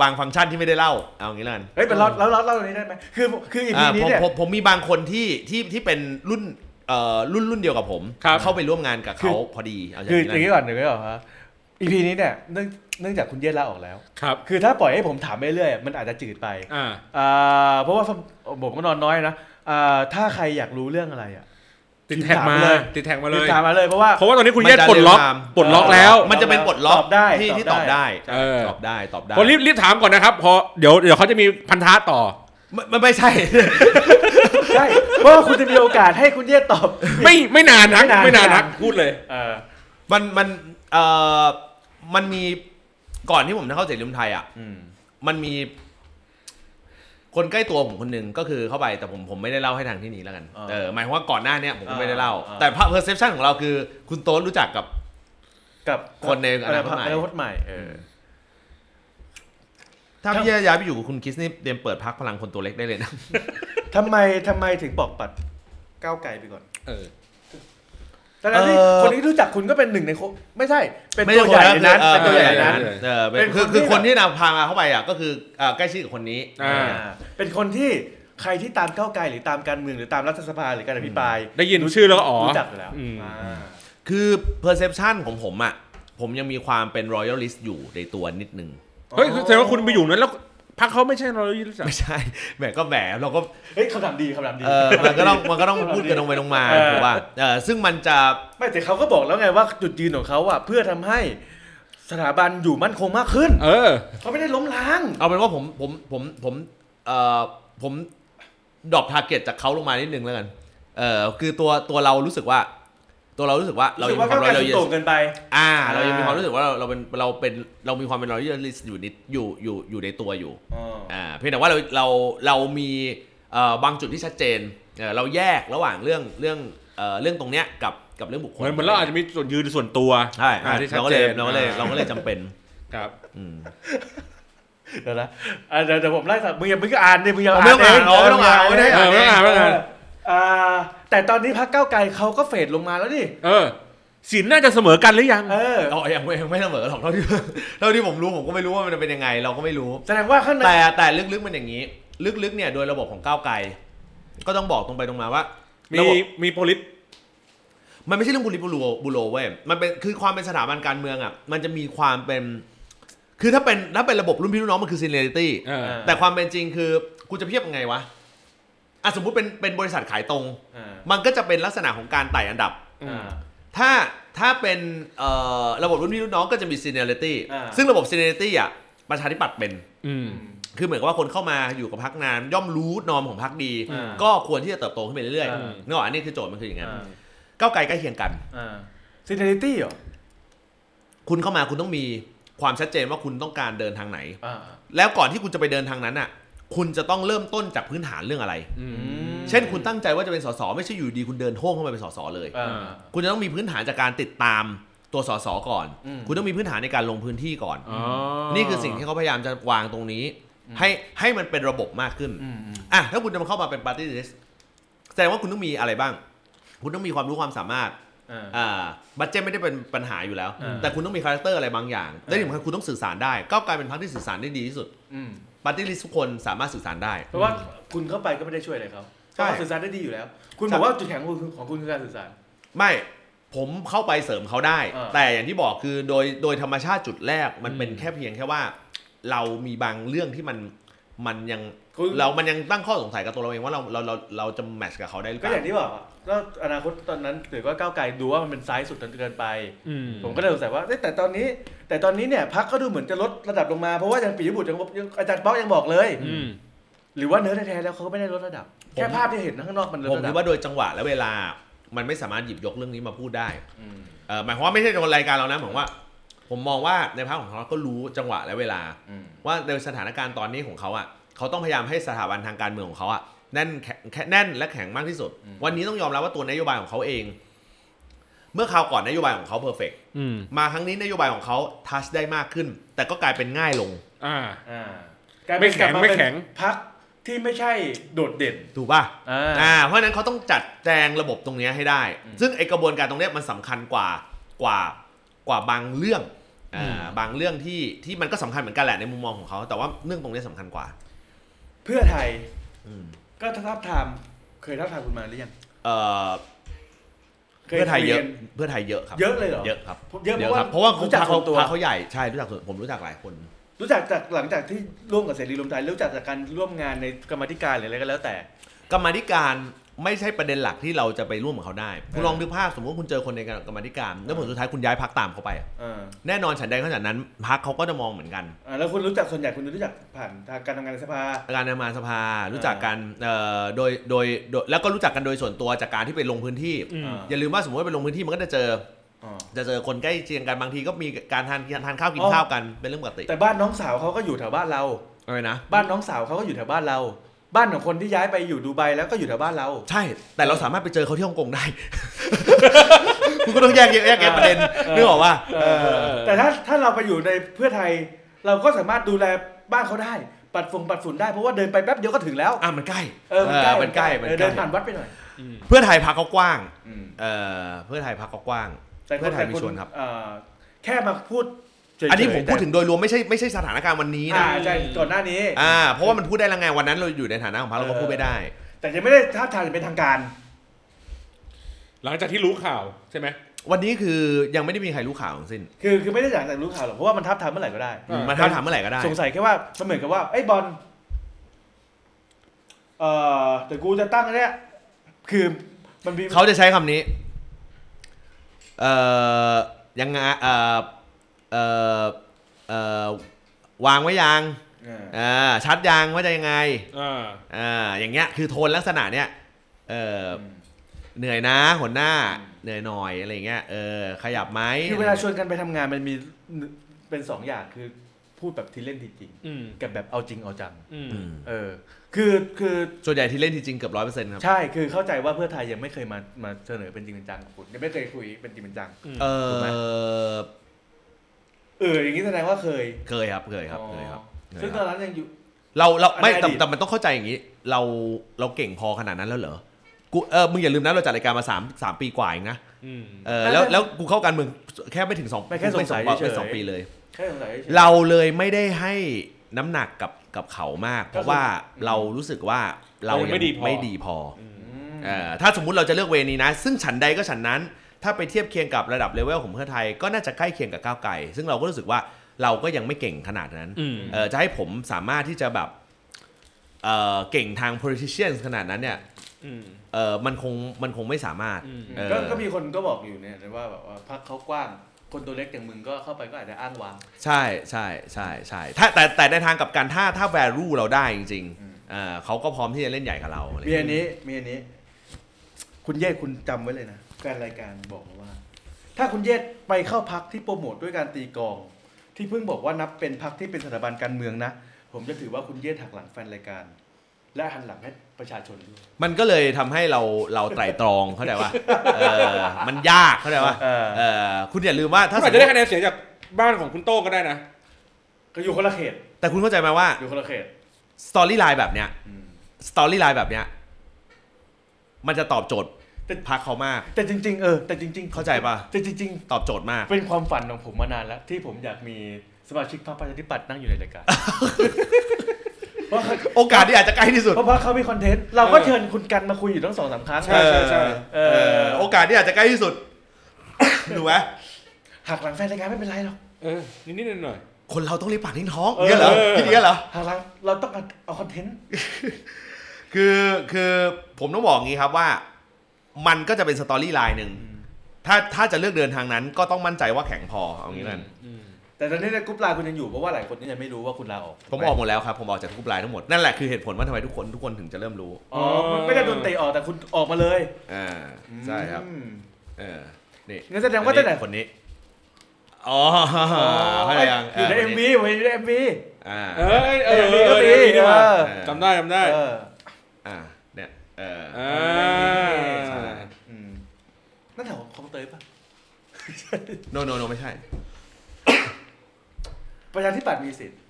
Speaker 2: บางฟังก์ชันที่ไม่ได้เล่าเอางี้แล้วกัน
Speaker 3: เฮ้ยเป็นเราเราเราเล่าตรงนี้ได้ไหมคือคืออีพี
Speaker 2: อ่า
Speaker 3: นี้
Speaker 2: ผม
Speaker 3: เนี่ย
Speaker 2: ผมผมมีบางคนที่ที่ที่เป็นรุ่นเอ่อรุ่นรุ่นเดียวกับผม
Speaker 1: ครับ
Speaker 2: เข้าไปร่วมงานกับ
Speaker 3: คือ
Speaker 2: เขาพอดีเอาอย่าง
Speaker 3: คือ
Speaker 2: นี้แล้
Speaker 3: อย่างนี้
Speaker 2: วกัน
Speaker 3: ก่อนหนึ่งก่อนฮะอีพีนี้เนี่ยเนื่องเนื่องจากคุณเยศลาออกแล้ว
Speaker 1: ครับ
Speaker 3: คือถ้าปล่อยให้ผมถามไปเรื่อยๆมันอาจจะจืดไป
Speaker 1: อ่า
Speaker 3: อ่าเพราะว่าผมก็นอนน้อยนะอ่าถ้าใครอยากรู้เรื่องอะไรอ่ะ
Speaker 1: ติดแท็กมา
Speaker 3: ติดตามมาเลย
Speaker 1: ติดแท็กมาเล
Speaker 3: ติด
Speaker 1: ย
Speaker 3: ตามมาเลยเพราะว่า
Speaker 1: เพราะว่าตอนนี้คุณเยศปลดล็อกปลดล็อกแล้ว
Speaker 2: มันจะเป็นปลดล็อก
Speaker 3: ตอบได้
Speaker 2: ที่ที่
Speaker 3: ต
Speaker 2: ต
Speaker 3: อ
Speaker 2: อ
Speaker 3: บบ ได้
Speaker 2: ได้
Speaker 1: เออ
Speaker 2: ตอบได้ตอบได้
Speaker 1: พอรีบรีบถามก่อนนะครับพอเดี๋ยวเดี๋ยวเขาจะมีพันธะต่อ
Speaker 2: ไม่ไม่ไม่ใช่
Speaker 3: ใช่เพราะว่าคุณจะมีโอกาสให้คุณเยศตอบ
Speaker 1: ไม่ไม่นานนัก
Speaker 3: ไม่นาน
Speaker 1: ไม่นานนักพูดเลย
Speaker 3: เออ
Speaker 2: มันมันเอ่อมันมีก่อนที่ผมจะเข้าเสรีรวมไทยอ่ะ
Speaker 3: อืม
Speaker 2: มันมี คนใกล้ตัวผมคนหนึ่งก็คือเข้าไปแต่ผมผมไม่ได้เล่าให้ทางที่นี้แล้วกัน
Speaker 3: อ่า
Speaker 2: เออหมายความว่าก่อนหน้าเนี้ยผมก็ไม่ได้เล่า
Speaker 3: อ่า
Speaker 2: แต่ภาพเพอร์เซพชันของเราคือ คุณโต๊ดรู้จักกับ
Speaker 3: กับ
Speaker 2: คนใน
Speaker 3: อ
Speaker 2: อ
Speaker 3: นา
Speaker 2: นา
Speaker 3: ค
Speaker 2: ค
Speaker 3: ต
Speaker 2: ตให
Speaker 3: ให
Speaker 2: ม่
Speaker 3: ม่อนาคตใหม่เออ
Speaker 2: ถ้า
Speaker 3: ถ้า
Speaker 2: พี่ย้ายไปอยู่กับคุณคริสนี่เตรียมเปิดพักพลังคนตัวเล็กได้เลยนะ
Speaker 3: ทำไมทำไมถึงบอกปัดก้าวไกลไปก่อน
Speaker 1: เออ
Speaker 3: แต่ที่
Speaker 2: เอ่อ
Speaker 3: คนที่รู้จักคุณก็เป็นหนึ่งในคนไม่ใช่ เป็น
Speaker 2: ไม่
Speaker 3: ตัวใหญ่ในนั้น
Speaker 2: เออ
Speaker 3: เป็นตัวใหญ่ในนั้น
Speaker 2: เออเป็
Speaker 3: เป็น น
Speaker 2: คือคื
Speaker 3: คนที่
Speaker 2: อคนที่นำพามาเข้าไปอ่ะก็คือเอ่อใกล้ชิดกับคนนี้
Speaker 1: อ่า
Speaker 3: อ่าเป็นคนที่ใครที่ตามก้าวไกลหรือตามการเมืองหรือตามรัฐสภาหรือการอภิปราย
Speaker 1: ได้ยินชื่อแล้วก็อ๋อ
Speaker 3: รู้จักอยู่แล้ว
Speaker 1: อืม
Speaker 3: อ่า
Speaker 2: คือเพอร์เซพชันของผมอ่ะผมยังมีความเป็นรอยัลลิสต์อยู่ในตัวนิดนึง
Speaker 1: เฮ้ยคือแสดงว่าคุณไปอยู่นั้นแล้วพักเขาไม่ใช่เรารู้จัก
Speaker 2: ไม่ใช่แหมก็แหมเราก็
Speaker 3: เฮ้ยคำถามดีคำถามดี
Speaker 2: เออมันก็ต้องมันก็ต้องพูดกันลงไปลงมา
Speaker 3: เออ
Speaker 2: ถูกป่ะเออซึ่งมันจะ
Speaker 3: ไม่แต่เขาก็บอกแล้วไงว่าจุดยืนของเขาอะเพื่อทำให้สถาบันอยู่มั่นคงมากขึ้น
Speaker 1: เออ
Speaker 3: เขาไม่ได้ล้มล้าง
Speaker 2: เอาเป็นว่าผมผมผมผมเอ่อผมดรอปทาร์เก็ตจากเขาลงมานิดนึงแล้วกันเออคือตัวตัวเรารู้สึกว่า ตัวเรารู้สึกว่าเรา
Speaker 3: รู้สึ
Speaker 2: ยั
Speaker 3: ก
Speaker 2: งมี
Speaker 3: ว่า
Speaker 2: ความร
Speaker 3: ก้าวไก
Speaker 2: อ
Speaker 3: ล
Speaker 2: ยัลลิ
Speaker 3: สุดโต่
Speaker 2: ส
Speaker 3: งเกินไป
Speaker 2: อ่า
Speaker 3: อ่า
Speaker 2: เรายังมีความรู้สึกว่าเราเราเป็นเราเป็นเรามีความเป็นรอยัลลิสอยู่นิดอยู่อยู่อยู่ในตัวอยู่อ่าเพียงแต่ว่าเราเราเรามีเอ่อบางจุดที่ชัดเจนเออเราแยกระหว่างเรื่องเรื่องเอ่อเรื่องตรงเนี้ยกับกับเรื่องบุคคล
Speaker 1: เหมือนเหมือนเราอาจจะมีส่วนยืนส่วนตัว
Speaker 2: ใช่
Speaker 1: อ่าที่ชัด
Speaker 2: เราก็
Speaker 1: เจ
Speaker 2: เลย
Speaker 1: น
Speaker 2: เราก็เลยเราก็เลยจำเป็น
Speaker 1: ครับ
Speaker 2: อืม
Speaker 3: เดี๋ยวนะอ่ะเดี๋ยวเดี๋ยวผมไล่สับมึงอย่ามึงก็อ่านดิมึงอย่า
Speaker 2: ผมไม่ต้องอ่าน
Speaker 3: เ
Speaker 2: ผมไม่ต้องอ่าน
Speaker 3: เ
Speaker 2: ไม่ได้
Speaker 1: เออไม่ต้องอ่านไม่ต้องอ่าน
Speaker 3: อ่าแต่ตอนนี้พักเก้าวไกลเขาก็เฟดลงมาแล้วดิ
Speaker 1: เออสินน่าจะเสมอกันหรือยัง
Speaker 3: เออ
Speaker 2: เรายังไม่ยังไม่เสมอหรอกเท่าที่ เท่าที่ผมรู้ผมก็ไม่รู้ว่ามันจะเป็นยังไง เราก็ไม่รู้
Speaker 3: แสดงว่าข้างใน
Speaker 2: แต่แต่ลึกๆมันอย่างนี้ ลึกๆเนี่ยโดยระบบของก้าวไกล ก็ต้องบอกตรงไปตรงมาว่า
Speaker 1: มี
Speaker 2: ระบบ
Speaker 1: มีโพลิส
Speaker 2: มันไม่ใช่เรื่องบุรีบุโรบุโรเว้ยมันเป็นคือความเป็นสถาบันการเมืองอ่ะมันจะมีความเป็น คือถ้าเป็นถ้าเป็นระบบรุ่นพี่รุ่นน้องมันคือซีเนียริตี้
Speaker 1: เออ
Speaker 2: แต่ความเป็นจริงคือกูจะเทียบยังไงวะอ่ะสมมุติเป็นเป็นบริษัทขายตรง
Speaker 3: อ่า
Speaker 2: มันก็จะเป็นลักษณะของการไต่อันดับ
Speaker 3: อ่า
Speaker 2: ถ้าถ้าเป็นเอ่อระบบรุ่นพี่รุ่นน้องก็จะมี seniority
Speaker 3: อ่า
Speaker 2: ซึ่งระบบ seniority อ่ะประชาธิปัตย์เป็น
Speaker 1: อืม
Speaker 2: คือเหมือนกับว่าคนเข้ามาอยู่กับพักนานย่อมรู้นอมของพักดี
Speaker 3: อ่า
Speaker 2: ก็ควรที่จะเติบโตขึ้นไปเรื่อย
Speaker 3: อ่า
Speaker 2: ๆเนกอะอันนี้คือโจทย์มันคืออย่างนั้น
Speaker 3: อ่า
Speaker 2: ก้าวไกลใกล้เคียงกัน
Speaker 3: อ่าซีเนอริตี้เหรอ
Speaker 2: คุณเข้ามาคุณต้องมีความชัดเจนว่าคุณต้องการเดินทางไหน
Speaker 3: อ่า
Speaker 2: แล้วก่อนที่คุณจะไปเดินทางนั้นอ่ะ คุณจะต้องเริ่มต้นจากพื้นฐานเรื่องอะไร
Speaker 1: อืม
Speaker 2: เช่น คุณตั้งใจว่าจะเป็นสสไม่ใช่อยู่ดีคุณเดินโท่งเข้ามาเป็นสสเลย
Speaker 3: อ่า
Speaker 2: คุณจะต้องมีพื้นฐานจากการติดตามตัวสสก่อน
Speaker 3: อืม
Speaker 2: คุณต้องมีพื้นฐานในการลงพื้นที่ก่อน
Speaker 1: อ๋อ
Speaker 2: นี่คือสิ่งที่เขาพยายามจะวางตรงนี้ ให้ให้มันเป็นระบบมากขึ้น
Speaker 3: อืมอืม
Speaker 2: อ่ะถ้าคุณจะมาเข้ามาเป็นปาร์ตี้ลิสแสดงว่าคุณต้องมีอะไรบ้าง คุณต้องมีความรู้ความสามารถ
Speaker 3: อ่า
Speaker 2: อ่าบัตเจตไม่ได้เป็นปัญหาอยู่แล้ว
Speaker 3: อ่า
Speaker 2: แต่คุณต้องมีคาแรคเตอร์อะไรบางอย่างและที่สำคัญคุณต้องสื่อสารได้ก้าวไกลเป็นพรรคที่สื่อสารได้ดีที่สุด
Speaker 3: อืม
Speaker 2: ปาร์ตี้ลิสทุกคนสามารถสื่อสารได้
Speaker 3: เพราะว่าคุณเข้าไปก็ไม่ได้ช่วยอะไรเขา
Speaker 2: ใช่
Speaker 3: เขาสื่อสารได้ดีอยู่แล้ว คุณบอกว่าจุดแข็งของคุณของคุณคือการสื่อสาร
Speaker 2: ไม่ผมเข้าไปเสริมเขาได้
Speaker 3: เออ
Speaker 2: แต่อย่างที่บอกคือโดยโดยธรรมชาติจุดแรกมันเป็นแค่เพียงแค่ว่า เรามีบางเรื่องที่มันมันยัง
Speaker 3: คุณ
Speaker 2: เรามันยังตั้งข้อสงสัยกับตัวเราเองว่าเราเราเราเราจะแมทช์กับเขาได้หรือเป
Speaker 3: ก็
Speaker 2: ล่า
Speaker 3: อย่างที่บอกอะก็อนาคตตอนนั้นถือว่าก้าวไกลดูว่ามันเป็นซ้ายสุดจนเกินไป
Speaker 1: อืม
Speaker 3: ผมก็เลยสงสัยว่าเอ๊ะแต่ตอนนี้ แต่ตอนนี้เนี่ยพักก็ดูเหมือนจะลดระดับลงมาเพราะว่าอาจารย์ปิยบุตรยังบอกยังอาจารย์ป๊อกยังบอกเลย
Speaker 1: อืม
Speaker 3: หรือว่าเนื้อแท้ๆแล้วเขาก็ไม่ได้ลดระดับ
Speaker 2: ผม
Speaker 3: แค่ภาพที่เห็นข้างนอกมันลด
Speaker 2: ผม
Speaker 3: ระดั
Speaker 2: คิ
Speaker 3: บ
Speaker 2: ดว่าโดยจังหวะและเวลา มันไม่สามารถหยิบยกเรื่องนี้มาพูดได้
Speaker 3: อืม
Speaker 2: เอ่อหมายความว่าไม่ใช่ในรายการเรานะหมายความว่า ผมมองว่าในภาคของเขาก็รู้จังหวะและเวลา
Speaker 6: อืม
Speaker 2: ว่าในสถานการณ์ตอนนี้ของเขาอ่ะเขาต้องพยายามให้สถาบันทางการเมืองของเขาอ่ะแน่นแข็งแข็งแน่นและแข็งมากที่สุด
Speaker 6: อืม
Speaker 2: วันนี้ต้องยอมรับว่าตัวนโยบายของเขาเอง เมื่อคราวก่อนนโยบายของเขาเพอร์เฟก
Speaker 1: อืม
Speaker 2: มาครั้งนี้นโยบายของเขาทัชได้มากขึ้น แต่ก็กลายเป็นง่ายลง
Speaker 1: อ่า
Speaker 6: อ่า
Speaker 3: กลาย
Speaker 1: ไม่
Speaker 3: เป็น
Speaker 1: แข็
Speaker 3: ก
Speaker 1: ง
Speaker 3: ลับมา
Speaker 1: ไม่
Speaker 3: เป็น
Speaker 1: แข็ง
Speaker 3: พักที่ไม่ใช่โดดเด่น
Speaker 2: ถูกป่ะ
Speaker 3: อ่า
Speaker 2: เพราะฉะนั้นเขาต้องจัดแจงระบบตรงเนี้ยให้ได้
Speaker 6: อืม
Speaker 2: ซึ่งไอกระบวนการตรงเนี้ยมันสำคัญกว่ากว่ากว่าบางเรื่องอ่าบางเรื่องที่ที่มันก็สำคัญเหมือนกันแหละในมุมมองของเขาแต่ว่าเรื่องตรงเนี้ยสำคัญกว่า
Speaker 3: เพื่อไทย
Speaker 2: อืม
Speaker 3: ก็ท้าบทามเคยท้าบทามคุณมาหรือยัง
Speaker 2: เอ่อ
Speaker 3: ค
Speaker 2: เพื่อไทยเยอะ
Speaker 3: คุกัน
Speaker 2: เพื่อไทยเยอะครับ
Speaker 3: เยอะเลยเหรอ
Speaker 2: เยอะครับ
Speaker 3: ผมเยอะเพ
Speaker 2: ค
Speaker 3: ราะว่า
Speaker 2: บเพราะว่า
Speaker 3: รู้
Speaker 2: รู้
Speaker 3: จั
Speaker 2: จั
Speaker 3: ก
Speaker 2: กเขา
Speaker 3: ส่วนตัว
Speaker 2: พรรคเขาใหญ่ใช่รู้จักส่วนผมรู้จักหลายคน
Speaker 3: รู้จักจากหลังจากที่ร่วมกับเสรีรวมไทยรู้จักจากการร่วมงานในกรรมาธิการหรืออะไรก็แล้วแต่
Speaker 2: กรรมาธิการไม่ใช่ประเด็นหลักที่เราจะไปร่วมกับเขาได้ คุณ
Speaker 3: เออ
Speaker 2: ลองดูภาพสมมติว่าคุณเจอคนในกรรมาธิการ แล้วผลสุดท้ายคุณย้ายพักตามเขาไป
Speaker 3: เออ
Speaker 2: แน่นอนฉันใดขนาดนั้นพักเขาก็จะมองเหมือนกัน
Speaker 3: อ่าแล้วคุณรู้จักส่วนใหญ่คุณรู้จักผ่านทางการทำงานในสภา
Speaker 2: การทำงานสภารู้จักกันเอ่อโดยโดยโดยแล้วก็รู้จักกันโดยส่วนตัวจากการที่ไปลงพื้นที่
Speaker 1: อืม
Speaker 2: อย่าลืมว่าสมมติว่าไปลงพื้นที่มันก็จะเจอ
Speaker 3: อ่า
Speaker 2: จะเจอคนใกล้เคียงกันบางทีก็มีการทานทานข้าวกิ
Speaker 3: อ๋
Speaker 2: น
Speaker 3: อ
Speaker 2: ข้าวกันเป็นเรื่องปกติ
Speaker 3: แต่บ้านน้องสาวเขาก็อยู่แถวบ้านเรา
Speaker 2: อะไรนะ
Speaker 3: บ้านน้องสาวเขาก็อยู่แถวบ้านเรา บ้านของคนที่ย้ายไปอยู่ดูไบแล้วก็อยู่แถวบ้านเรา
Speaker 2: ใช่ แต่เราสามารถไปเจอเขาที่ฮ่องกงได้ คุณก็ต้องแยกแยะแยกแยะประเด็น
Speaker 3: เออ
Speaker 2: นึกออกว่า
Speaker 3: เออแต่ถ้าถ้าเราไปอยู่ในเพื่อไทย เราก็สามารถดูแลบ้านเขาได้ ปัดฝุ่นปัดฝุ่นได้เพราะว่าเดินไปแป๊บเดียวก็ถึงแล้ว
Speaker 2: อ่ะมันใกล้
Speaker 3: เออมันใกล้
Speaker 2: เมันใกล้มัน
Speaker 3: เออ
Speaker 2: ใก
Speaker 3: เดิ
Speaker 2: ล้
Speaker 3: นผ่านวัดไปหน่อย
Speaker 2: เพื่อไทยพักเขากว้าง
Speaker 6: อืม
Speaker 2: เออเพื่อไทยพักเขากว้าง
Speaker 3: คน
Speaker 2: เพื่อไทยมีชวนครับ
Speaker 3: เอ่อแค่มาพูดเฉยๆ
Speaker 2: อันนี้ผมพูด
Speaker 3: แต่
Speaker 2: ถึงโดยรวมไม่ใช่ไม่ใช่สถานการณ์วันนี้
Speaker 3: อ่า
Speaker 2: นะ
Speaker 3: ใช่ก่อนหน้านี้
Speaker 2: อ่าเพราะว่ามันพูดได้และไงวันนั้นเราอยู่ในฐานะของพรรคเราก็พูดไม่ได้
Speaker 3: แต่จะไม่ได้ท่าบทางจะเป็นทางการ
Speaker 1: หลังจากที่รู้ข่าวใช่ไหม
Speaker 2: วันนี้คือยังไม่ได้มีใครรู้ข่าวทั้งสิ้น
Speaker 3: คือคือไม่ได้อยากจะรู้ข่าวหรอกเพราะว่ามันทับทามเมื่อไหร่ก็ได้
Speaker 1: อืม
Speaker 2: มันท้าถามเมื่อไหร่ก็ได้
Speaker 3: สงสัยแค่ว่ามันเหมือนกับว่าไอ้ยบอลเอ่อแต่กูจะตั้งอันเนี้ยคือมันมี
Speaker 2: เขาจะใช้คำนี้ เอ่อ ยังไงเอ่อ เอ่อ เอ่อ วางไว้ยังเอ่าชัดยังว่าจะยังไง
Speaker 1: อ่า
Speaker 2: เอ่าอย่างเงี้ย คือโทนลักษณะเนี้ย เอ่อ เหนื่อยนะหัวหน้า เหนื่อยหน่อยอะไรอย่างเงี้ย เออ ขยับไหม
Speaker 3: คือเวลาชวนกันไปทำงานมันมีเป็นสองอย่างคือพูดแบบที่เล่นทีจริง
Speaker 1: อืม
Speaker 3: กับแบบเอาจริงเอาจัง
Speaker 1: อืม
Speaker 2: อืม
Speaker 3: เออ คือคือ
Speaker 2: ส่วนใหญ่ที่เล่นที่จริงเกือบร้อยเปอร์เซ็นต์ครับ
Speaker 3: ใช่คือเข้าใจว่าเพื่อไทยยังไม่เคยมามาเสนอเป็นจริงเป็นจังกับคุณยังไม่เคยคุยเป็นจริงเป็นจัง
Speaker 2: เอ
Speaker 3: ถูกไหม
Speaker 2: อ
Speaker 3: เอออย่างนี้แสดงว่าเคย
Speaker 2: เคยครับ เคยครับ เคยครับ
Speaker 3: อ๋อซึ่งตอนนั้นยังอยู่
Speaker 2: เราเราไม่
Speaker 3: ในอ
Speaker 2: แต่
Speaker 3: ดีต
Speaker 2: แต่มันต้องเข้าใจอย่างนี้ เราเราเก่งพอขนาดนั้นแล้วเหรอกูเออมึงอย่าลืมนะเราจัดรายการมาสามสามปีกว่าเองนะ
Speaker 1: อืม
Speaker 2: เออแล้วแล้วกูเข้าการเมืองแค่ไม่ถึงสอง
Speaker 3: ไม่แค่สงสัย
Speaker 2: ไม่
Speaker 3: เฉยๆ
Speaker 2: ไม่สองปีเลย
Speaker 3: แค่สงสัยเฉย
Speaker 2: เราเลยไม่ได้ให้น้ำหนักกับกับเขามาก เพ
Speaker 3: ก็
Speaker 2: ราะ
Speaker 3: คือ
Speaker 2: ว่าเรารู้สึกว่าเรายัง
Speaker 1: ไม่ดีพอ
Speaker 2: ไม่ดีพออ
Speaker 3: อืม
Speaker 2: เออถ้าสมมุติเราจะเลือกเวนี้นะ ซึ่งฉันใดก็ฉันนั้น ถ้าไปเทียบเคียงกับระดับเลเวลของเพื่อไทยก็น่าจะใกล้เคียงกับก้าวไกลซึ่งเราก็รู้สึกว่าเราก็ยังไม่เก่งขนาดนั้น
Speaker 1: อืม
Speaker 2: เออจะให้ผมสามารถที่จะแบบเออเก่งทาง politician ขนาดนั้นเนี่ย
Speaker 1: อืม
Speaker 2: เออมันคงมันคงไม่สามารถ
Speaker 1: อืม
Speaker 2: เออ
Speaker 3: ก็ก็มีคนก็บอกอยู่เนี่ยว่าแบบว่าพักเขากว้างคนตัวเล็กอย่างมึงก็เข้าไปก็อาจจะอ้างว้าง
Speaker 2: ใช่ใช่ใช่ใช่ถ้าแต่แต่ในทางกลับการถ้าถ้า value เราได้จริง
Speaker 3: อืม
Speaker 2: ๆเออเขาก็พร้อมที่จะเล่นใหญ่กับเราอะไร
Speaker 3: มีอันนี้มีอันนี้ คุณเยศคุณจำไว้เลยนะแฟนรายการบอกมาว่า ถ้าคุณเยศไปเข้าพักที่โปรโมทด้วยการตีกลอง ที่เพิ่งบอกว่านับเป็นพักที่เป็นสถาบันการเมืองนะ ผมจะถือว่าคุณเยศหักหลังแฟนรายการ และหันหลังให้ประชาชนด้วย
Speaker 2: มันก็เลยทำให้เราเราไตร่ตรองเข้าใจว่าเออมันยากเข้าใจว่า
Speaker 3: เออ
Speaker 2: เออคุณอย่าลืมว่าถ้า
Speaker 1: ถ้า
Speaker 2: สม
Speaker 1: อาจ
Speaker 2: ม
Speaker 1: จะได้
Speaker 2: ติ
Speaker 1: คะแนนเสียงจากบ้านของคุณโต้ก็ได้นะ
Speaker 3: ก็อยู่คนละเขต
Speaker 2: แต่คุณเข้าใจไหมว่า
Speaker 3: อยู่คนละเขต
Speaker 2: สตอรี่ไลน์แบบเนี้ย
Speaker 3: อืม
Speaker 2: สตอรี่ไลน์แบบเนี้ยมันจะตอบโจทย์พักเขามาก
Speaker 3: แต่จริง ๆ เออแต่จริงๆ
Speaker 2: เข้าใจปะ
Speaker 3: แต่จริง
Speaker 2: ตอบโจทย์มาก
Speaker 3: ๆ เป็นความฝันของผมมานานแล้ว ที่ผมอยากมีสมาชิกพรรคประชาธิปัตย์นั่งอยู่ในราย การ เพราะ
Speaker 2: โอกาสที่อาจจะใกล้ที่สุด
Speaker 3: เพราะว่าเขามีคอนเทนต์เราก็
Speaker 1: เออ
Speaker 3: เชิญคุณกันมาคุยอยู่ทั้งสองสามครั้ง
Speaker 1: ใช่ใช่ใช่
Speaker 3: เอ
Speaker 2: เอ
Speaker 3: อ
Speaker 2: อโอกาสที่อาจจะใกล้ที่สุด ถูกไหม
Speaker 3: หักหลังแฟนรายการไม่เป็นไรหรอก
Speaker 1: เออ นิดนิดหน่อยหน่อย
Speaker 2: คนเราต้องรีบปากทิ้งท้อง
Speaker 3: เออ
Speaker 2: เนี่ยเหรอ
Speaker 1: เออ
Speaker 2: คิดอย่างเงี้ยเหรอ
Speaker 3: หักหลังเราต้องการเอาคอนเทนต์
Speaker 2: คือคือผมต้องบอกอย่างงี้ครับว่า มันก็จะเป็นสตอรี่ไลน์หนึ่ง ถ้าถ้าจะเลือกเดินทางนั้น ก็ต้องมั่นใจว่าแข็งพอเอางี้นั่น
Speaker 1: อืม
Speaker 3: แต่ตอนนี้ในกรุ๊ปไลน์คุณยังอยู่เพราะว่าหลายคนนี่ยังไม่รู้ว่าคุณลาออก
Speaker 2: ผมออกหมดแล้วครับ ผมออกจากทุกไลน์ทั้งหมด นั่นแหละคือเหตุผลว่าทำไมทุกคนทุกคนถึงจะเริ่มรู้
Speaker 3: อ๋อมันไม่ได้โดนเตะออกแต่คุณออกมาเลย
Speaker 2: อ่าใช่ครับ
Speaker 3: อืม
Speaker 2: เออนี่
Speaker 3: งั้นแสดงว่าตั้งแต่
Speaker 2: คนนี้ อ๋อเข้าใจยัง
Speaker 3: อยู่ในเอ็มวีอยู่ในเอ็มวี
Speaker 2: อ่า
Speaker 1: เอ้ยเออ
Speaker 3: เออ
Speaker 1: เออดีดีว่ะ
Speaker 3: เออ
Speaker 1: จำได้จำได้
Speaker 3: เออ
Speaker 2: อ่าเนี่ยเออ
Speaker 1: อ่า
Speaker 3: อืมนั่นแถวของเตยปะ
Speaker 2: โนโนโนไม่ใช่
Speaker 3: ประชาธิปัตย์มีสิทธิ์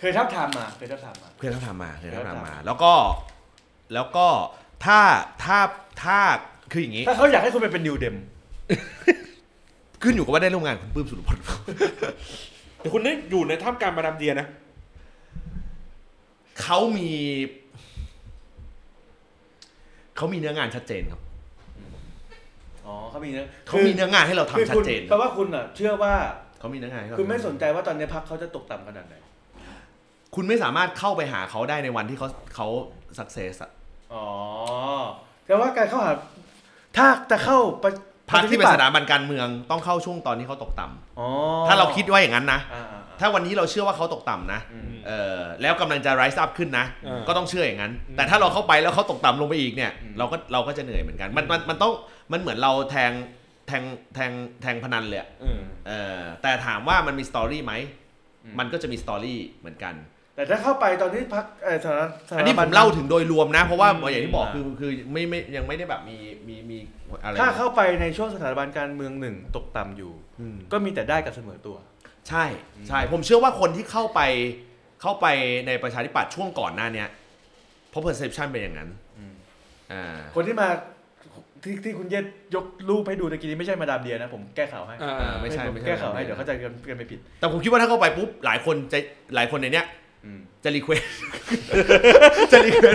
Speaker 3: เคยทับทามมาเคยทับทามมา
Speaker 2: เพื่อนเขาทำมาเพื่อนเขา
Speaker 3: เพื่อนเขา
Speaker 2: ทำ
Speaker 3: ทำ
Speaker 2: มา
Speaker 3: มา
Speaker 2: แล้วก็แล้วก็ถ้าถ้าถ้าคืออย่างนี้
Speaker 3: ถ้าเขาอยากให้คุณไปเป็นนิวเดม
Speaker 2: ขึ้นอยู่กับว่าได้ร่วมงานกับคุณปลื้มสุรพล
Speaker 1: แต่คุณนี่อยู่ในท่ามกลางมาดามเดียนะ
Speaker 2: เขามีเขามีเนื้องานชัดเจนครับ
Speaker 3: อ๋อเขามีเนื้อ
Speaker 2: เขามีเนื้องานให้เราทำ
Speaker 3: คือ
Speaker 2: ชั
Speaker 3: คุ
Speaker 2: ด
Speaker 3: ณ
Speaker 2: เจน
Speaker 3: แปลว่าคุณอ่ะ เชื่อว่า
Speaker 2: เขามีเนื้องานให้เรา
Speaker 3: คุณไม่สนใจว่าตอนนี้พักเขาจะตกต่ำขนาดไหน
Speaker 2: คุณไม่สามารถเข้าไปหาเขาได้ในวันที่เขาเขาสักเซส
Speaker 3: อ๋อแต่ว่าการเข้าหาถ้าจะเข้าประ
Speaker 2: พักที่เป็น
Speaker 3: ระ
Speaker 2: ส
Speaker 3: ชาธิปัตย์
Speaker 2: ถาบันการเมืองต้องเข้าช่วงตอนที่เขาตกต่ำ
Speaker 3: อ๋อ
Speaker 2: ถ้าเราคิดว่าอย่างนั้นนะ
Speaker 3: อ่าอ่อ่
Speaker 2: ถ้าวันนี้เราเชื่อว่าเขาตกต่ำนะ
Speaker 3: อืม
Speaker 2: เออแล้วกำลังจะ rise up ขึ้นนะ
Speaker 1: เออ
Speaker 2: ก็ต้องเชื่ออย่างนั้น
Speaker 1: อืม
Speaker 2: แต่ถ้าเราเข้าไปแล้วเขาตกต่ำลงไปอีกเนี่ย
Speaker 3: อืม
Speaker 2: เราก็เราก็จะเหนื่อยเหมือนกัน มันมันมันต้องมันเหมือนเราแทงแทงแทงแทงพนันเลยอะ
Speaker 1: เออ
Speaker 2: เออแต่ถามว่ามันมีสตอรี่ไหม
Speaker 3: อื
Speaker 2: มันก็จะมีสตอรี่เหมือนกัน
Speaker 3: แต่ถ้าเข้าไปตอนนี้พักสถานะสถา
Speaker 2: อันนี้ผมเล่าถึงโดยรวมนะ เพราะว่า
Speaker 1: อืม
Speaker 2: อย่างที่บอกคือคือไม่ไม่ยังไม่ได้แบบมีมีมีอะไร
Speaker 3: ถ้าเข้าไปในช่วงสถาบันการเมืองหนึ่งตกต่ำอยู่
Speaker 2: อืม
Speaker 3: ก็มีแต่ได้กับเสมอตัว
Speaker 2: ใช่ใช่ผมเชื่อว่าคนที่เข้าไปเข้าไปในประชาธิปัตย์ช่วงก่อนหน้าเนี้ยเพราะ perception เป็นอย่างนั้น
Speaker 3: อืม
Speaker 2: อ่า
Speaker 3: คนที่มาที่ที่คุณเยศยกรูปให้ดูตะกี้นี้ไม่ใช่มาดามเดียนะผมแก้ข่าวให้
Speaker 1: อ่า
Speaker 2: อ่าไม่ใช่
Speaker 3: ผม
Speaker 2: ไม่ใช่
Speaker 3: แก้ข่าวให้เดี๋ยวเข้าใจกันกันไปผิด
Speaker 2: แต่ผมคิดว่าถ้าเข้าไปปุ๊บหลายคนจะหลายคนในเนี้ย
Speaker 3: อืม
Speaker 2: จะรีเคว ส จะรีเควส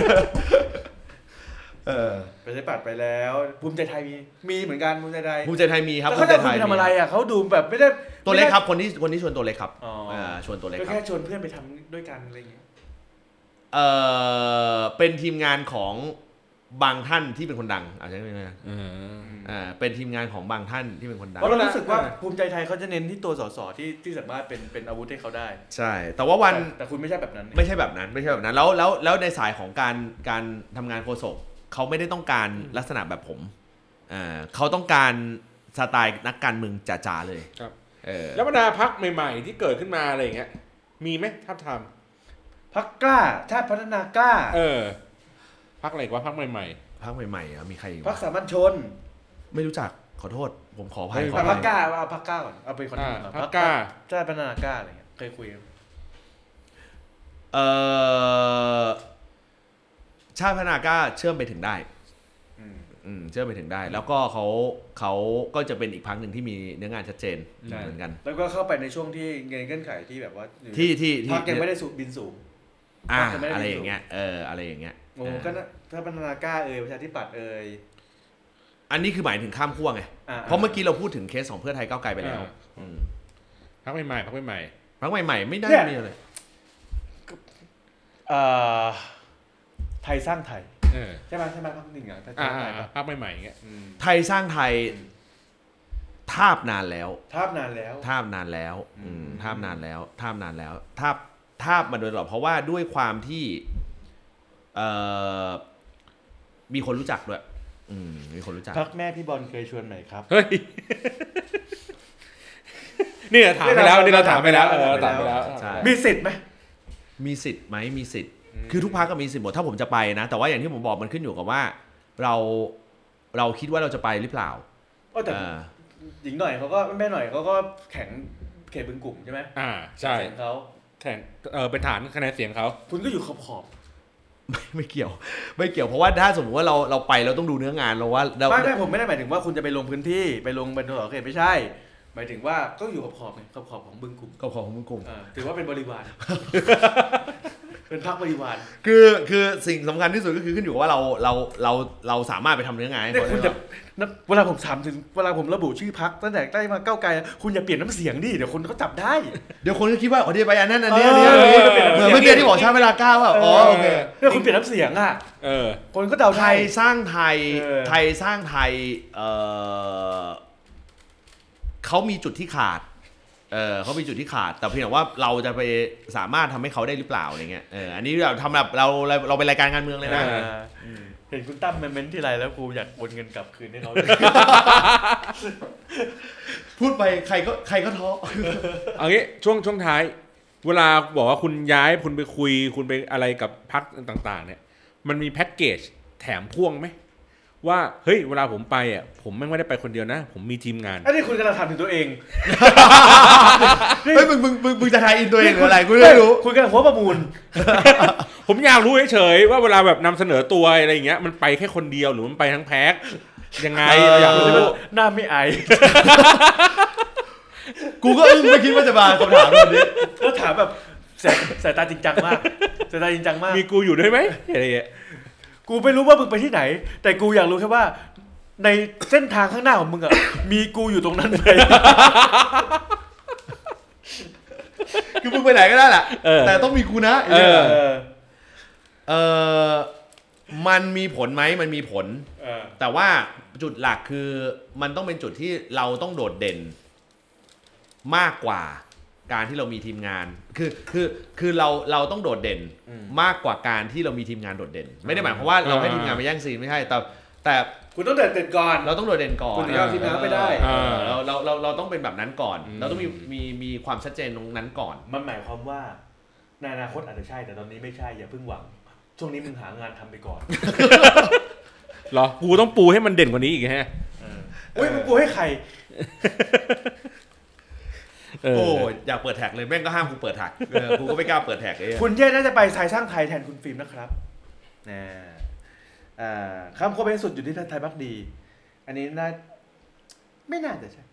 Speaker 2: เออ
Speaker 3: ประชาธิปัตย์ไปแล้วภูมิใจไทยมีมีเหมือนกันภูมิใจไทย
Speaker 2: ภูมิใจไทยมีครับ
Speaker 3: แล้วเขาจะเอาคุณไปทำอะไรอ่ะเขาดูแบบไม่ได้
Speaker 2: ตัวเล็กครับคนที่คนที่ชวนตัวเล็กครับ
Speaker 3: อ๋ออ่
Speaker 2: าชวนตัวเล็กค
Speaker 3: ก็
Speaker 2: รั
Speaker 3: แค่
Speaker 2: บ
Speaker 3: ชวนเพื่อนไปทำด้วยกันอะไรอย่างเงี้ย
Speaker 2: เออเป็นทีมงานของบางท่านที่เป็นคนดังเอาใช่ไหมนะ
Speaker 1: เออ
Speaker 2: อ่าเป็นทีมงานของบางท่านที่เป็นคนดัง
Speaker 3: เพราะเรารู้สึกว่า
Speaker 1: เออ
Speaker 3: ภูมิใจไทยเขาจะเน้นที่ตัวสสที่ที่สามารถเป็นเป็นอาวุธให้เขาได้
Speaker 2: ใช่ แต่ว่าวัน
Speaker 3: แต่แต่คุณไม่ใช่แบบนั้นนี่
Speaker 2: ไม่ใช่แบบนั้นไม่ใช่แบบนั้นแล้วแล้วแล้วในสายของการการทำงานโฆษกเขาไม่ได้ต้องการลักษณะแบบผมเอ่อเขาต้องการสไตล์นักการเมืองจ๋าๆเลย
Speaker 1: ครับ
Speaker 2: เออ
Speaker 1: แล้วบรรดาพักใหม่ๆ ที่เกิดขึ้นมาอะไรอย่างเงี้ย มีไหมทับทาม
Speaker 3: พักกล้าชาติพัฒนากล้า
Speaker 1: เออพักอะไรอีกว่าพักใหม่
Speaker 2: พักใหม่ๆอ่ะมีใครอีก
Speaker 3: พัก
Speaker 2: วะ
Speaker 3: สามัญชน
Speaker 2: ไม่รู้จักขอโทษ ผมขออภัย
Speaker 1: ไม่
Speaker 2: ขอ
Speaker 3: พั
Speaker 2: อกภัย
Speaker 3: กล้าเอาพักกล้าก่อนเอาไปคน
Speaker 1: อ่า
Speaker 3: อื่นก่อน
Speaker 1: พรรคกล้า
Speaker 3: ชาติพัฒนากล้าอะไรเงี้ยเคยคุยกัน
Speaker 2: เออชาติพฒนากล้าเชื่อมไปถึงได้
Speaker 3: อืม
Speaker 2: อืมเชื่อมไปถึงได้ แล้วก็เขาเขาก็จะเป็นอีกพักหนึ่งที่มีเนื้องานชัดเจน
Speaker 3: ใช่
Speaker 2: เหมือนกัน
Speaker 3: แล้วก็เข้าไปในช่วงที่เงินเงื่อนไขที่แบบว่าอยู่
Speaker 2: ที่ที่ที่
Speaker 3: พักยังไม่ได้สูบบินสูง
Speaker 2: อ่า
Speaker 3: พรรคยังไม่ได้
Speaker 2: อะไรอย่างเงี้ยเอออะไรอย่างเงี้ย
Speaker 3: โอ้
Speaker 2: เออ
Speaker 3: ก็น่ะชาติพัฒนากล้าเอ่ยประชาธิปัตย์เอ่ย
Speaker 2: อันนี้คือหมายถึงข้ามขั้วไง
Speaker 3: อ่า
Speaker 2: เพราะเมื่อกี้เราพูดถึงเคสของเพื่อไทยก้าวไกลไปแล้ว
Speaker 1: อ่า
Speaker 2: อืม
Speaker 1: ๆพักใหม่ๆพักใหม่
Speaker 2: พรรคใหม่ ๆ ไม่ได้
Speaker 3: เนี่ย
Speaker 2: มีเลย
Speaker 3: เอ่อไทยสร้างไทย
Speaker 1: ๆเออ
Speaker 3: ใช่ไหมใช่ไหมพักหนึ่งอ่ะไทยส
Speaker 1: อ่า
Speaker 3: ร้างไทยปะ
Speaker 1: ๆพักใหม่ๆอย่างเงี้ย
Speaker 3: อืม
Speaker 2: ไทยสร้างไทยทาบนานแล้ว
Speaker 3: ทาบนานแล้ว
Speaker 2: ทาบนานแล้ว
Speaker 3: อืม
Speaker 2: อืมทาบนานแล้วทาบนานแล้วทาบทาบมาโดยตลอดเพราะว่าด้วยความที่เอ่อมีคนรู้จักด้วยอืมมีคนรู้จัก
Speaker 3: พักแม่พี่บอลเคยชวนไหนครับ
Speaker 1: เฮ้ย นี่เราถามไปแล้ว นี่เราถามไปแล้ว เออเราถามไปแล้ว
Speaker 2: ใช่
Speaker 3: มีสิทธิ์ไหม
Speaker 2: มีสิทธิ์ไหมมีสิทธิ์
Speaker 3: อืม
Speaker 2: คือทุกพักก็มีสิทธิ์หมดถ้าผมจะไปนะ แต่ว่าอย่างที่ผมบอกมันขึ้นอยู่กับว่า เราเราคิดว่าเราจะไปหรือเปล่า
Speaker 3: โอ้แต่
Speaker 2: เอ่อ
Speaker 3: หญิงหน่อยเขาก็แม่หน่อยเขาก็แข็งเขตบึงกลุ่มใช่ไหม
Speaker 1: อ่า ใช่
Speaker 3: แข็งเขา
Speaker 1: แข่งเออเป็นฐานคะแนนเสียงเขา
Speaker 3: คุณก็อยู่ขอบขอบ
Speaker 2: ไม่ไม่เกี่ยวไม่เกี่ยวเพราะว่าถ้าสมมติว่าเราเราไปเราต้องดูเนื้องานเราว่าเรา
Speaker 3: ไม่ไม่ผมไม่ได้หมายถึงว่าคุณจะไปลงพื้นที่ไปลงเป็นตัวเขตไม่ใช่ หมายถึงว่าก็อยู่ขอบขอบไงขอบขอบของบึงกลุ่ม
Speaker 2: ก็ของคุณกลุ่ม
Speaker 3: เออถือว่าเป็นบริวาร เป็นพรรคบริวาร
Speaker 2: คือคือสิ่งสำคัญที่สุดก็คือขึ้นอยู่กับว่าเราเราเราเราสามารถไปทำเนื้องานให้
Speaker 3: เนี่ย
Speaker 2: เขา
Speaker 3: คุณ
Speaker 2: ได้
Speaker 3: จะ
Speaker 2: หรือเปล่า
Speaker 3: นะเวลาผมถามถึงเวลาผมระบุชื่อพรรคตั้งแต่ใกล้มาก้าวไกลคุณอย่าเปลี่ยนน้ำเสียงดิเดี๋ยวคนเขาจับได้
Speaker 2: เดี๋ยวคนก็คิดว่าอ๋อเดี๋ยวไปอันนั้นอันนี้อันนี้
Speaker 1: เออ
Speaker 2: อันนี้เหมือนเมื่อกี้ที่บอกใช้เวลาเก้าอ่ะอ๋อโอเค
Speaker 3: เนี่ยคุณเปลี่ยนน้ำเสียงอ่ะ
Speaker 1: เออ
Speaker 3: คนก็เดา
Speaker 2: ไท
Speaker 3: ได้
Speaker 2: ยสร้างไทย
Speaker 3: เออ
Speaker 2: ไทยสร้างไทยเออเขามีจุดที่ขาดเออเขามีจุดที่ขาด แต่เพียงแต่ว่าเราจะไปสามารถทำให้เขาได้หรือเปล่าอะไรเงี้ยเอออันนี้เราทำแบบเราเราเราเป็นรายการการเมืองเลยนะ
Speaker 1: เออ
Speaker 3: อืม เห็นคุณตั้มเมนเมนต์ที่ไรแล้วกูอยากโอนเงินก ลับคืนให้เขา
Speaker 2: พูดไปใครก็ใครก็ท้อ
Speaker 1: เอางี้ช่วงช่วงท้าย เวลาบอกว่าคุณย้ายคุณไปคุย คุณไปอะไรกับพักต่างๆ เนี่ย มันมีแพ็กเกจแถมพ่วงไหมว่าเฮ้ยเวลาผมไปอ่ะผมไม่ได้ไปคนเดียวนะ ผมมีทีมงาน
Speaker 3: อันนี้คุณกำลังถามถึงตัวเอง
Speaker 2: เฮ้ยมึงมึงมึงมึงจะทายอินตัวเองหรืออะไรกูไม่รู้
Speaker 3: คุณกำลังหัวประมูล
Speaker 1: ผมอยากรู้เฉยๆว่าเวลาแบบนำเสนอตัวอะไรอย่างเงี้ยมันไปแค่คนเดียวหรือมันไปทั้งแพ็กยังไงเราอยากรู้
Speaker 3: หน้าไม่อาย
Speaker 2: กูก็อึ้งไม่คิดว่าจะมาคำถามแบบนี้
Speaker 3: แล้วถามแบบสายสายตาจริงจังมากสายตาจริงจังมาก
Speaker 1: มีกูอยู่ด้วยไหมอะไรอย่างเงี้ย
Speaker 3: กูไม่รู้ว่ามึงไปที่ไหน แต่กูอยากรู้แค่ว่า ในเส้นทางข้างหน้าของมึงอะ มีกูอยู่ตรงนั้นไหม
Speaker 2: คือมึงไปไหนก็ได้แหละ
Speaker 1: เออ
Speaker 2: แต่ต้องมีกูนะไอ้
Speaker 1: เอ
Speaker 2: เหี้ย
Speaker 1: อ
Speaker 3: เออ
Speaker 2: เออมันมีผลไหมมันมีผล
Speaker 3: เออ
Speaker 2: แต่ว่าจุดหลักคือมันต้องเป็นจุดที่เราต้องโดดเด่น มากกว่าการที่เรามีทีมงาน คือคือคือเราเราต้องโดดเด่นมากกว่าการที่เรามีทีมงานโดดเด่น ไม่ได้หมายความว่าเราให้
Speaker 1: อ่า
Speaker 2: ทีมงานมาแย่งซีนไม่ใช่แต่แต่
Speaker 3: คุณต้องเดินติดก่อน
Speaker 2: เราต้องโดดเด่นก่อน
Speaker 3: คุณถึงจะเอาทีมงานไปได้
Speaker 2: เออเราเราเราเราต้องเป็นแบบนั้นก่อน เราต้องมีมีมีความชัดเจนตรงนั้นก่อน
Speaker 3: มันหมายความว่าในอนาคตอาจจะใช่ แต่ตอนนี้ไม่ใช่ อย่าเพิ่งหวัง ช่วงนี้มึงหางานทำไป ก่อน
Speaker 1: เหรอ กูต้องปูให้มันเด่นกว่านี้อีกฮะ
Speaker 3: อุ้ยมึงกูให้ใคร
Speaker 1: เออ
Speaker 2: โอ้ยอยากเปิดแท็กเลยแม่งก็ห้ามกูเปิดแท็กเออกูก็ไม่กล้าเปิดแท็กเลย
Speaker 3: คุณเย่น่าจะไปไทยสร้างไทยแทนคุณฟิล์มนะครับนะอ่าคำโคมเป็นสุดอยู่ที่ไทยพักดี อันนี้น่าไม่น่าจะใช่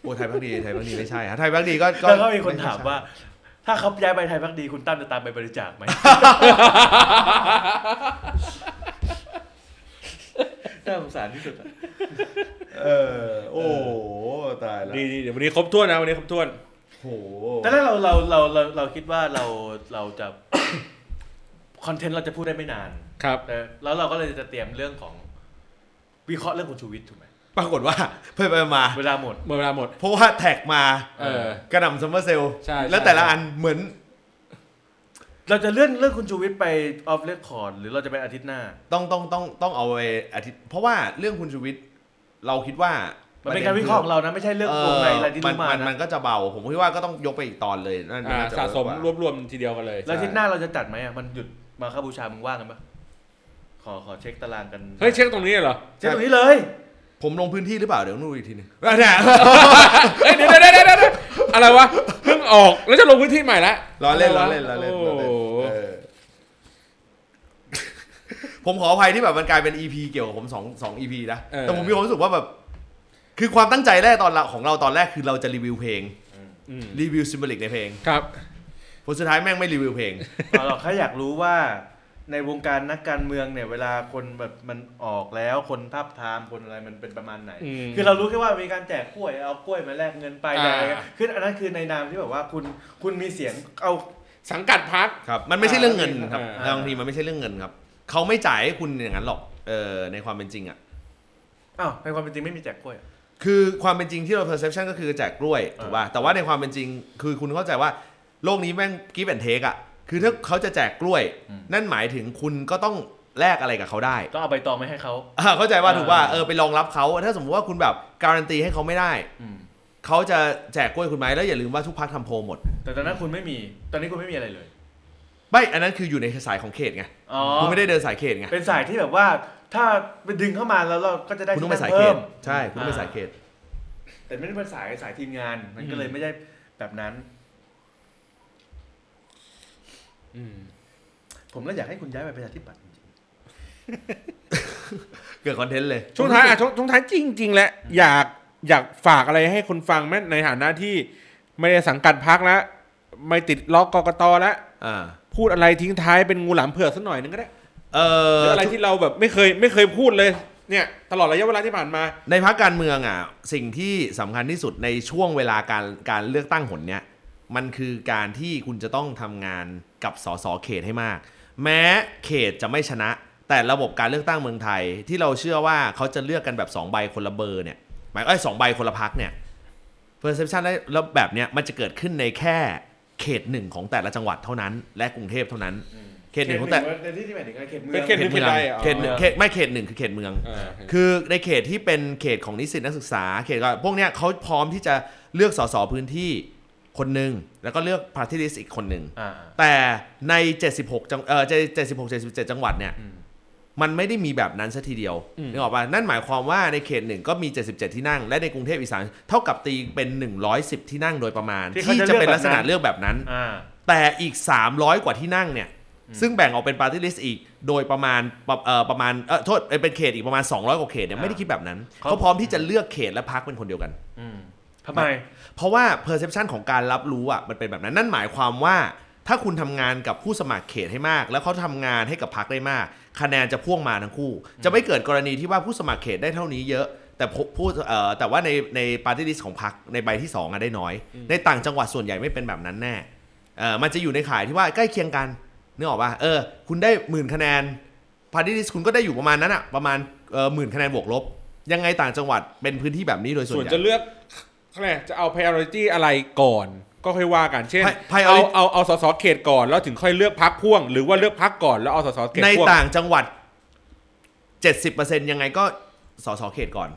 Speaker 2: โอ้ไทยพักดีไทยพักดีไม่ใช่ฮะไทยพักดีก็
Speaker 3: แล้วก็มีคนถามว่า ถ้าเขาย้ายไปไทยพักดี คุณตั้มจะตามไปบริจาคไหม น่าสงสารที่สุดอะ
Speaker 2: เออโอ้โหตายละ
Speaker 1: ดีดีเดี๋ยววันนี้ครบถ้วนนะวันนี้ครบถ้วน
Speaker 2: โห
Speaker 3: ตอนแรกเราเราเราเราเราคิดว่าเราเราจะ คอนเทนต์เราจะพูดได้ไม่นาน
Speaker 1: ครับ
Speaker 3: แต่แล้วเราก็เลยจะเตรียมเรื่องของวิเคราะห์เรื่องคุณชูวิทย์ถูกไหม
Speaker 2: ปรากฏว่าเพื่อนไปมา
Speaker 3: เวลาหมด
Speaker 1: หมดเวลาหมด
Speaker 2: เพราะว่าแท็กมา
Speaker 1: เออก
Speaker 2: ระหน่ำซัมเมอร์เซล
Speaker 1: ใช่
Speaker 2: แล้ว
Speaker 1: ใช่
Speaker 2: แต่ละอันเหมือน
Speaker 3: เราจะเลื่อนเรื่องคุณชูวิทย์ไปออฟเลคคอร์ดหรือเราจะไปอาทิตย์หน้า
Speaker 2: ต้องต้องต้องต้องเอาไปอาทิตย์เพราะว่าเรื่องคุณชูวิทย์เราคิดว่า
Speaker 3: มันเป็นการวิเคราะห์ของเรานะ ไม่ใช่เรื่องวงในอะไรที่
Speaker 2: มั
Speaker 3: รู้มาน
Speaker 2: มัน
Speaker 3: นะ
Speaker 2: ก็จะเบา ผมคิดว่าก็ต้องยกไปอีกตอนเลยนั่น
Speaker 1: อ่า
Speaker 2: น่จ
Speaker 1: สะสม
Speaker 2: เวิกกว่าร
Speaker 1: วบรวมทีเดียวกันเลย
Speaker 3: แล้วอาทิตย์หน้าเราจะจัดไหมอ่ะมันหยุดมาคาบูชามึงว่างกันปะขอขอเช็คตารางกัน
Speaker 1: เฮ้ยเช็คตรงนี้เหรอ
Speaker 3: เช็คตรงนี้เลย
Speaker 2: ผมลงพื้นที่หรือเปล่าเดี๋ยวต้องดูอีกทีหนึงอ่ะเนี่ย
Speaker 1: เฮ้ยเดี๋ยวเดี๋ยวเดี๋ยวเดี๋ยวอะไรวะ เพิ่งออกแล้วจะลงพื้นที่ใหม่ละ
Speaker 2: ล้อเล่นล้อเล่นล้อเล่น
Speaker 1: โ
Speaker 2: ล้อเล่น
Speaker 1: โห
Speaker 2: เออผมขออภัยที่แบบมันกลายเป็น EP เกี่ยวกับผมสองสอง EP นะ
Speaker 1: เออ
Speaker 2: แต่ผมมีความรู้สึกว่าแบบ คือความตั้งใจแรกตอนละของเราตอนแรกคือเราจะรีวิวเพลง
Speaker 1: อืม
Speaker 2: รีวิวซิมบลิกในเพลง
Speaker 1: ครับ
Speaker 2: ผลสุดท้ายแม่งไม่รีวิวเพลง
Speaker 3: เอาหรอกแค่อยากรู้ว่า ในวงการนักการเมืองเนี่ย เวลาคนแบบมันออกแล้วคนภาพไทามคนอะไรมันเป็นประมาณไหน
Speaker 1: อืม
Speaker 3: คือเรารู้แค่ว่ามีการแจกกล้วยเอากล้วยมาแลกเงินไป
Speaker 1: อ่า
Speaker 3: อะไรเงี้ยคืออันนั้นคือในนามที่แบบว่าคุณคุณมีเสียงเอา
Speaker 1: สังกัดพัก
Speaker 2: ครับ มันไม่ใช่เรื่องเงินครับ
Speaker 1: อ่า
Speaker 2: บางทีมันไม่ใช่เรื่องเงินครับ เขาไม่จ่ายให้คุณอย่างนั้นหรอก เออในความเป็นจริงอ่ะ
Speaker 3: อ้าวในความเป็นจริงไม่มีแจกกล้วย
Speaker 2: คือความเป็นจริงที่เรา perception ก็คือแจกกล้วยถูกป่ะ แต่ว่าในความเป็นจริง คือคุณเข้าใจว่าโลกนี้แม่ง give and take อ่ะ คือถ้าเขาจะแจกกล้วย
Speaker 3: อืม
Speaker 2: นั่นหมายถึงคุณก็ต้องแลกอะไรกับเขาได้
Speaker 3: ต้องเอาใบตองไม่ให้เขา
Speaker 2: อ่าเข้าใจว่า
Speaker 3: อ่า
Speaker 2: ถูกว่าเออไปรองรับเขาถ้าสมมติว่าคุณแบบการันตีให้เขาไม่ได้
Speaker 3: อืม
Speaker 2: เขาจะแจกกล้วยคุณไหมแล้วอย่าลืมว่าทุกพักทำโพลหมด
Speaker 3: แต่ตอนนั้นคุณไม่มี ตอนนี้คุณไม่มีอะไรเลย
Speaker 2: ไม่อันนั้นคืออยู่ในสายของเขตไง
Speaker 3: อ๋อ
Speaker 2: คุณไม่ได้เดินสายเขตไง
Speaker 3: เป็นสายที่แบบว่า ถ้าไปดึงเข้ามาแล้วเราก็จะได้
Speaker 2: คุณต้อง
Speaker 3: ที่
Speaker 2: ไป
Speaker 3: นั่
Speaker 2: สายเข
Speaker 3: พิ่
Speaker 2: ต
Speaker 3: ม
Speaker 2: ใช่คุณต้องไปสายเขต
Speaker 3: แต่ไม่ได้เป็นสายสายทีมงาน มันก็เลยไม่ได้แบบนั้น
Speaker 1: อืม
Speaker 3: ผมเลยอยากให้คุณย้ายไปประชาธิปัตย์จริง
Speaker 2: เกิดคอนเทนต์เลย
Speaker 1: ช่วงท้ายอ่ะช่วงช่วงท้ายจริง ๆ แหละอยากอยากฝากอะไรให้คนฟังไหมในฐานะที่ไม่ได้สังกัดพักแล้ว ไม่ติดล็อกกกตแล้ว
Speaker 2: อ่า
Speaker 1: พูดอะไรทิ้งท้ายเป็นงูหลามเผือกสักหน่อยนึงก็ได้
Speaker 2: เอ
Speaker 1: หรือ
Speaker 2: อ
Speaker 1: อะไรที่เราแบบไม่เคยไม่เคยพูดเลยเนี่ย ตลอดระยะเวลาที่ผ่านมา
Speaker 2: ในพักการเมืองอ่ะ สิ่งที่สำคัญที่สุดในช่วงเวลาการการเลือกตั้งหนเนี้ยมันคือการที่คุณจะต้องทำงานกับสสเขตให้มาก แม้เขตจะไม่ชนะ แต่ระบบการเลือกตั้งเมืองไทย ที่เราเชื่อว่าเขาจะเลือกกันแบบสองใบคนละเบอร์เนี่ยหมายเอ้ยสองใบคนละพักเนี่ย perception ได้แล้วแบบเนี้ยมันจะเกิดขึ้นในแค่เขตหนึ่งของแต่ละจังหวัดเท่านั้น และกรุงเทพเท่านั้น
Speaker 3: ๆ
Speaker 2: เขตหนึ่งของแต่
Speaker 3: ในที่ที่หมายถึงอะไรเขตเมือง
Speaker 6: เป็นเขตหนึ่ง
Speaker 2: เขตเมือง
Speaker 6: ใดอ่ะ
Speaker 2: เขตหนึ่งเขตไม่เขตหนึ่งคือเขตเมือง
Speaker 1: อ่า
Speaker 2: คือในเขตที่เป็นเขตของนิสิตนักศึกษา เขตก็พวกเนี้ยเขาพร้อมที่จะเลือกสสพื้นที่คนหนึ่งแล้วก็เลือก party list อีกคนหนึ่ง
Speaker 3: อ่า
Speaker 2: แต่ใน 76จังเออ76 77 จังหวัดเนี่ย มันไม่ได้มีแบบนั้นซะทีเดียวนึกออกป่ะนั่นหมายความว่าในเขตหนึ่งก็มี 77 ที่นั่ง และในกรุงเทพอีสานเท่ากับตีเป็น 110 ที่นั่งโดยประมาณ
Speaker 3: ที่เขา
Speaker 2: ที่
Speaker 3: จะ
Speaker 2: จะเป็น
Speaker 3: เลือกแบบนั้น
Speaker 2: ลักษณะเลือกแบบนั้น
Speaker 3: อ่า
Speaker 2: แต่อีก 300 กว่าที่นั่งเนี่ย ซึ่งแบ่งออกเป็นปาร์ตี้ลิสต์อีก โดยประมาณประเอ่อประมาณเออโทษเอ่อเป็นเขตอีกประมาณ 200 กว่าเขตเนี่ย
Speaker 3: อ่า
Speaker 2: ไม่ได้คิดแบบนั้น เขาพร้อมที่จะเลือกเขตและพักเป็นคนเดียวกัน
Speaker 3: ทำไม
Speaker 2: เพราะว่า perception ของการรับรู้อ่ะมันเป็นแบบนั้น นั่นหมายความว่า ถ้าคุณทำงานกับผู้สมัครเขตให้มาก แล้วเขาทำงานให้กับพักได้มาก คะแนนจะพ่วงมาทั้งคู่ จะไม่เกิดกรณีที่ว่าผู้สมัครเขตได้เท่านี้เยอะ แต่ผู้ผู้เอ่อแต่ว่าในในปาร์ตี้ลิสต์ของพักในใบที่สองอะได้น้อย ในต่างจังหวัดส่วนใหญ่ไม่เป็นแบบนั้นแน่เออมันจะอยู่ในขายที่ว่าใกล้เคียงกันนึกออกป่ะเออ คุณได้หมื่นคะแนน พาร์ตี้ลิสคุณก็ได้อยู่ประมาณนั้นอะประมาณเออหมื่นคะแนนบวกลบ ยังไงต่างจังหวัดเป็นพื้นที่แบบนี้โดยส่วน
Speaker 1: ส่วน
Speaker 2: ใหญ่
Speaker 1: จะเลือกอะไรจะเอา priority อะไรก่อน ก็ค่อยว่ากันเช่น
Speaker 2: Pri- priority
Speaker 1: เอาเอาเอาสสเขตก่อนแล้วถึงค่อยเลือกพักพ่วง หรือว่าเลือกพักก่อนแล้วเอาสสเขต
Speaker 2: ใน
Speaker 1: พ่วง
Speaker 2: ต่างจังหวัด 70%ยังไงก็สสเขตก่อน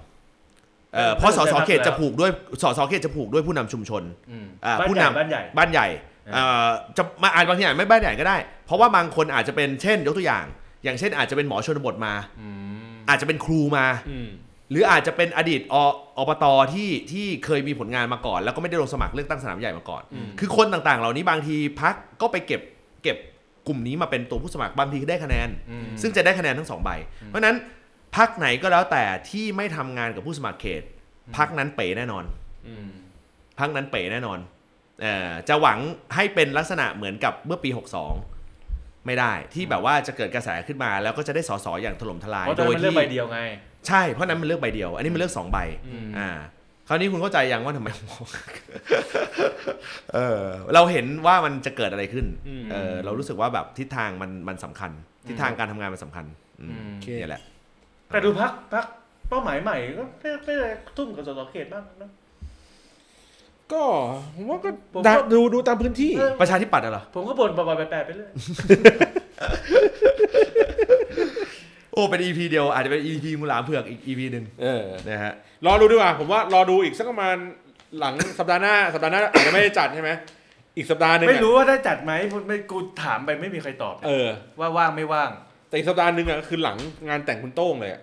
Speaker 2: เออเพราะสสเขตจะผูกด้วยสสเขตจะผูกด้วยผู้นำชุมชนอ่า
Speaker 3: บ้าน
Speaker 2: ผู้
Speaker 3: ใหญ่
Speaker 2: นำ
Speaker 3: บ้านใหญ่
Speaker 2: บ้านใหญ่เอ่อจะมาอาจบางทีอาจไม่บ้านใหญ่ก็ได้ เพราะว่าบางคนอาจจะเป็นเช่นยกตัวอย่าง อย่างเช่นอาจจะเป็นหมอชนบทมา อาจจะเป็นครูมา
Speaker 1: อืม
Speaker 2: หรืออาจจะเป็นอดีตออบตที่ที่เคยมีผลงานมาก่อน แล้วก็ไม่ได้ลงสมัครเลือกตั้งสนามใหญ่มาก่อน คือคนต่างๆ เหล่านี้บางทีพักก็ไปเก็บเก็บกลุ่มนี้มาเป็นตัวผู้สมัครบางทีก็ได้คะแนน ซึ่งจะได้คะแนนทั้งสองใบ เพราะฉะนั้นพักไหนก็แล้วแต่ที่ไม่ทำงานกับผู้สมัครเขต พักนั้นเป๋แน่นอนพักนั้นเป๋แน่นอนเอ่อจะหวังให้เป็นลักษณะเหมือนกับเมื่อปี 62 ไม่ได้ที่แบบว่าจะเกิดกระแสขึ้นมา แล้วก็จะได้สสอย่างถล่มทลาย
Speaker 3: เพราะตอน
Speaker 2: โด
Speaker 3: นั้
Speaker 2: ย
Speaker 3: นมันเลือก
Speaker 2: ที่
Speaker 3: ใบเดียวไง
Speaker 2: ใช่ เพราะนั้นมันเลือกใบเดียว อันนี้มันเลือกสองใบ อ่า คราวนี้คุณเข้าใจยังว่าทำไม มอง เออ เราเห็นว่ามันจะเกิดอะไรขึ้น
Speaker 1: อืม
Speaker 2: เออ เรารู้สึกว่าแบบทิศทางมันมันสำคัญ ทิศทางการทำงานมันสำคัญ อืม
Speaker 3: อืม
Speaker 1: โอเค
Speaker 2: เนี่ยแหละ
Speaker 3: แต่ดูพักพักเป้าหมายใหม่ก็ไม่ไม่ได้ทุ่มกับสสเขตบ้างนะ
Speaker 1: ก็ผมว่าก็
Speaker 3: ผมก็
Speaker 1: ได้ดูดูตามพื้นที่
Speaker 3: เออ
Speaker 2: ประชาธิปัตย์อะเหรอ
Speaker 3: ผมก็บ่นบ่อยๆแปลกๆไปเรื่อย
Speaker 2: โอ้ เป็น EP เดียว อาจจะเป็น EP มูหลามเผือกอีก EP หนึ่ง
Speaker 1: เออ
Speaker 2: นะฮะ
Speaker 1: รอดูดีกว่า ผมว่ารอดูอีกสักประมาณหลัง สัปดาห์หน้า สัปดาห์หน้าอาจจะไม่ได้จัดใช่ไหมอีกสัปดาห์หนึ่ง
Speaker 3: ไม่
Speaker 1: อะ
Speaker 3: รู้ว่าได้จัดไหมไม่กูถามไปไม่มีใครตอบ
Speaker 1: เออ
Speaker 3: ว่าว่างไม่ว่าง
Speaker 1: แต่อีกสัปดาห์หนึ่งอ่ะก็คือหลังงานแต่งคุณโต้งเลยอะ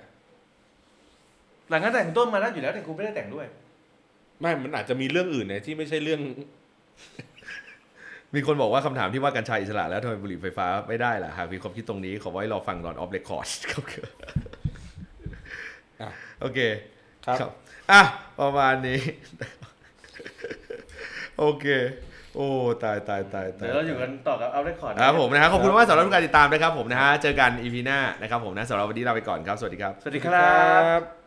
Speaker 3: หลังงานแต่งต้นมาแล้วอยู่แล้วแต่กูไม่ได้แต่งด้วย
Speaker 1: ไม่มันอาจจะมีเรื่องอื่นเนี่ยที่ไม่ใช่เรื่อง
Speaker 2: มีคนบอกว่าคำถามที่ว่ากัญชาอิสระแล้วทำไมบุหรี่ไฟฟ้าไม่ได้ล่ะ หากมีความคิดตรงนี้ขอไว้รอฟังหลอนออฟเรคคอร์ดครับ
Speaker 1: อ่ะ
Speaker 2: โอเค
Speaker 1: ครับ
Speaker 2: อ่ะ ประมาณนี้ โอเค โอ้ ตายตายตายตา
Speaker 3: เดี๋ยวเราอยู่กันต่อกับเอาเรคคอร์ด
Speaker 2: ครับผมนะฮะขอบคุณมากสำหรับการติดตามนะครับผมนะฮะ เจอกันอีพีหน้านะครับผมนะสำหรับวันนี้ลาไปก่อนครับ สวัสดีครับ
Speaker 3: สวัสดีครับ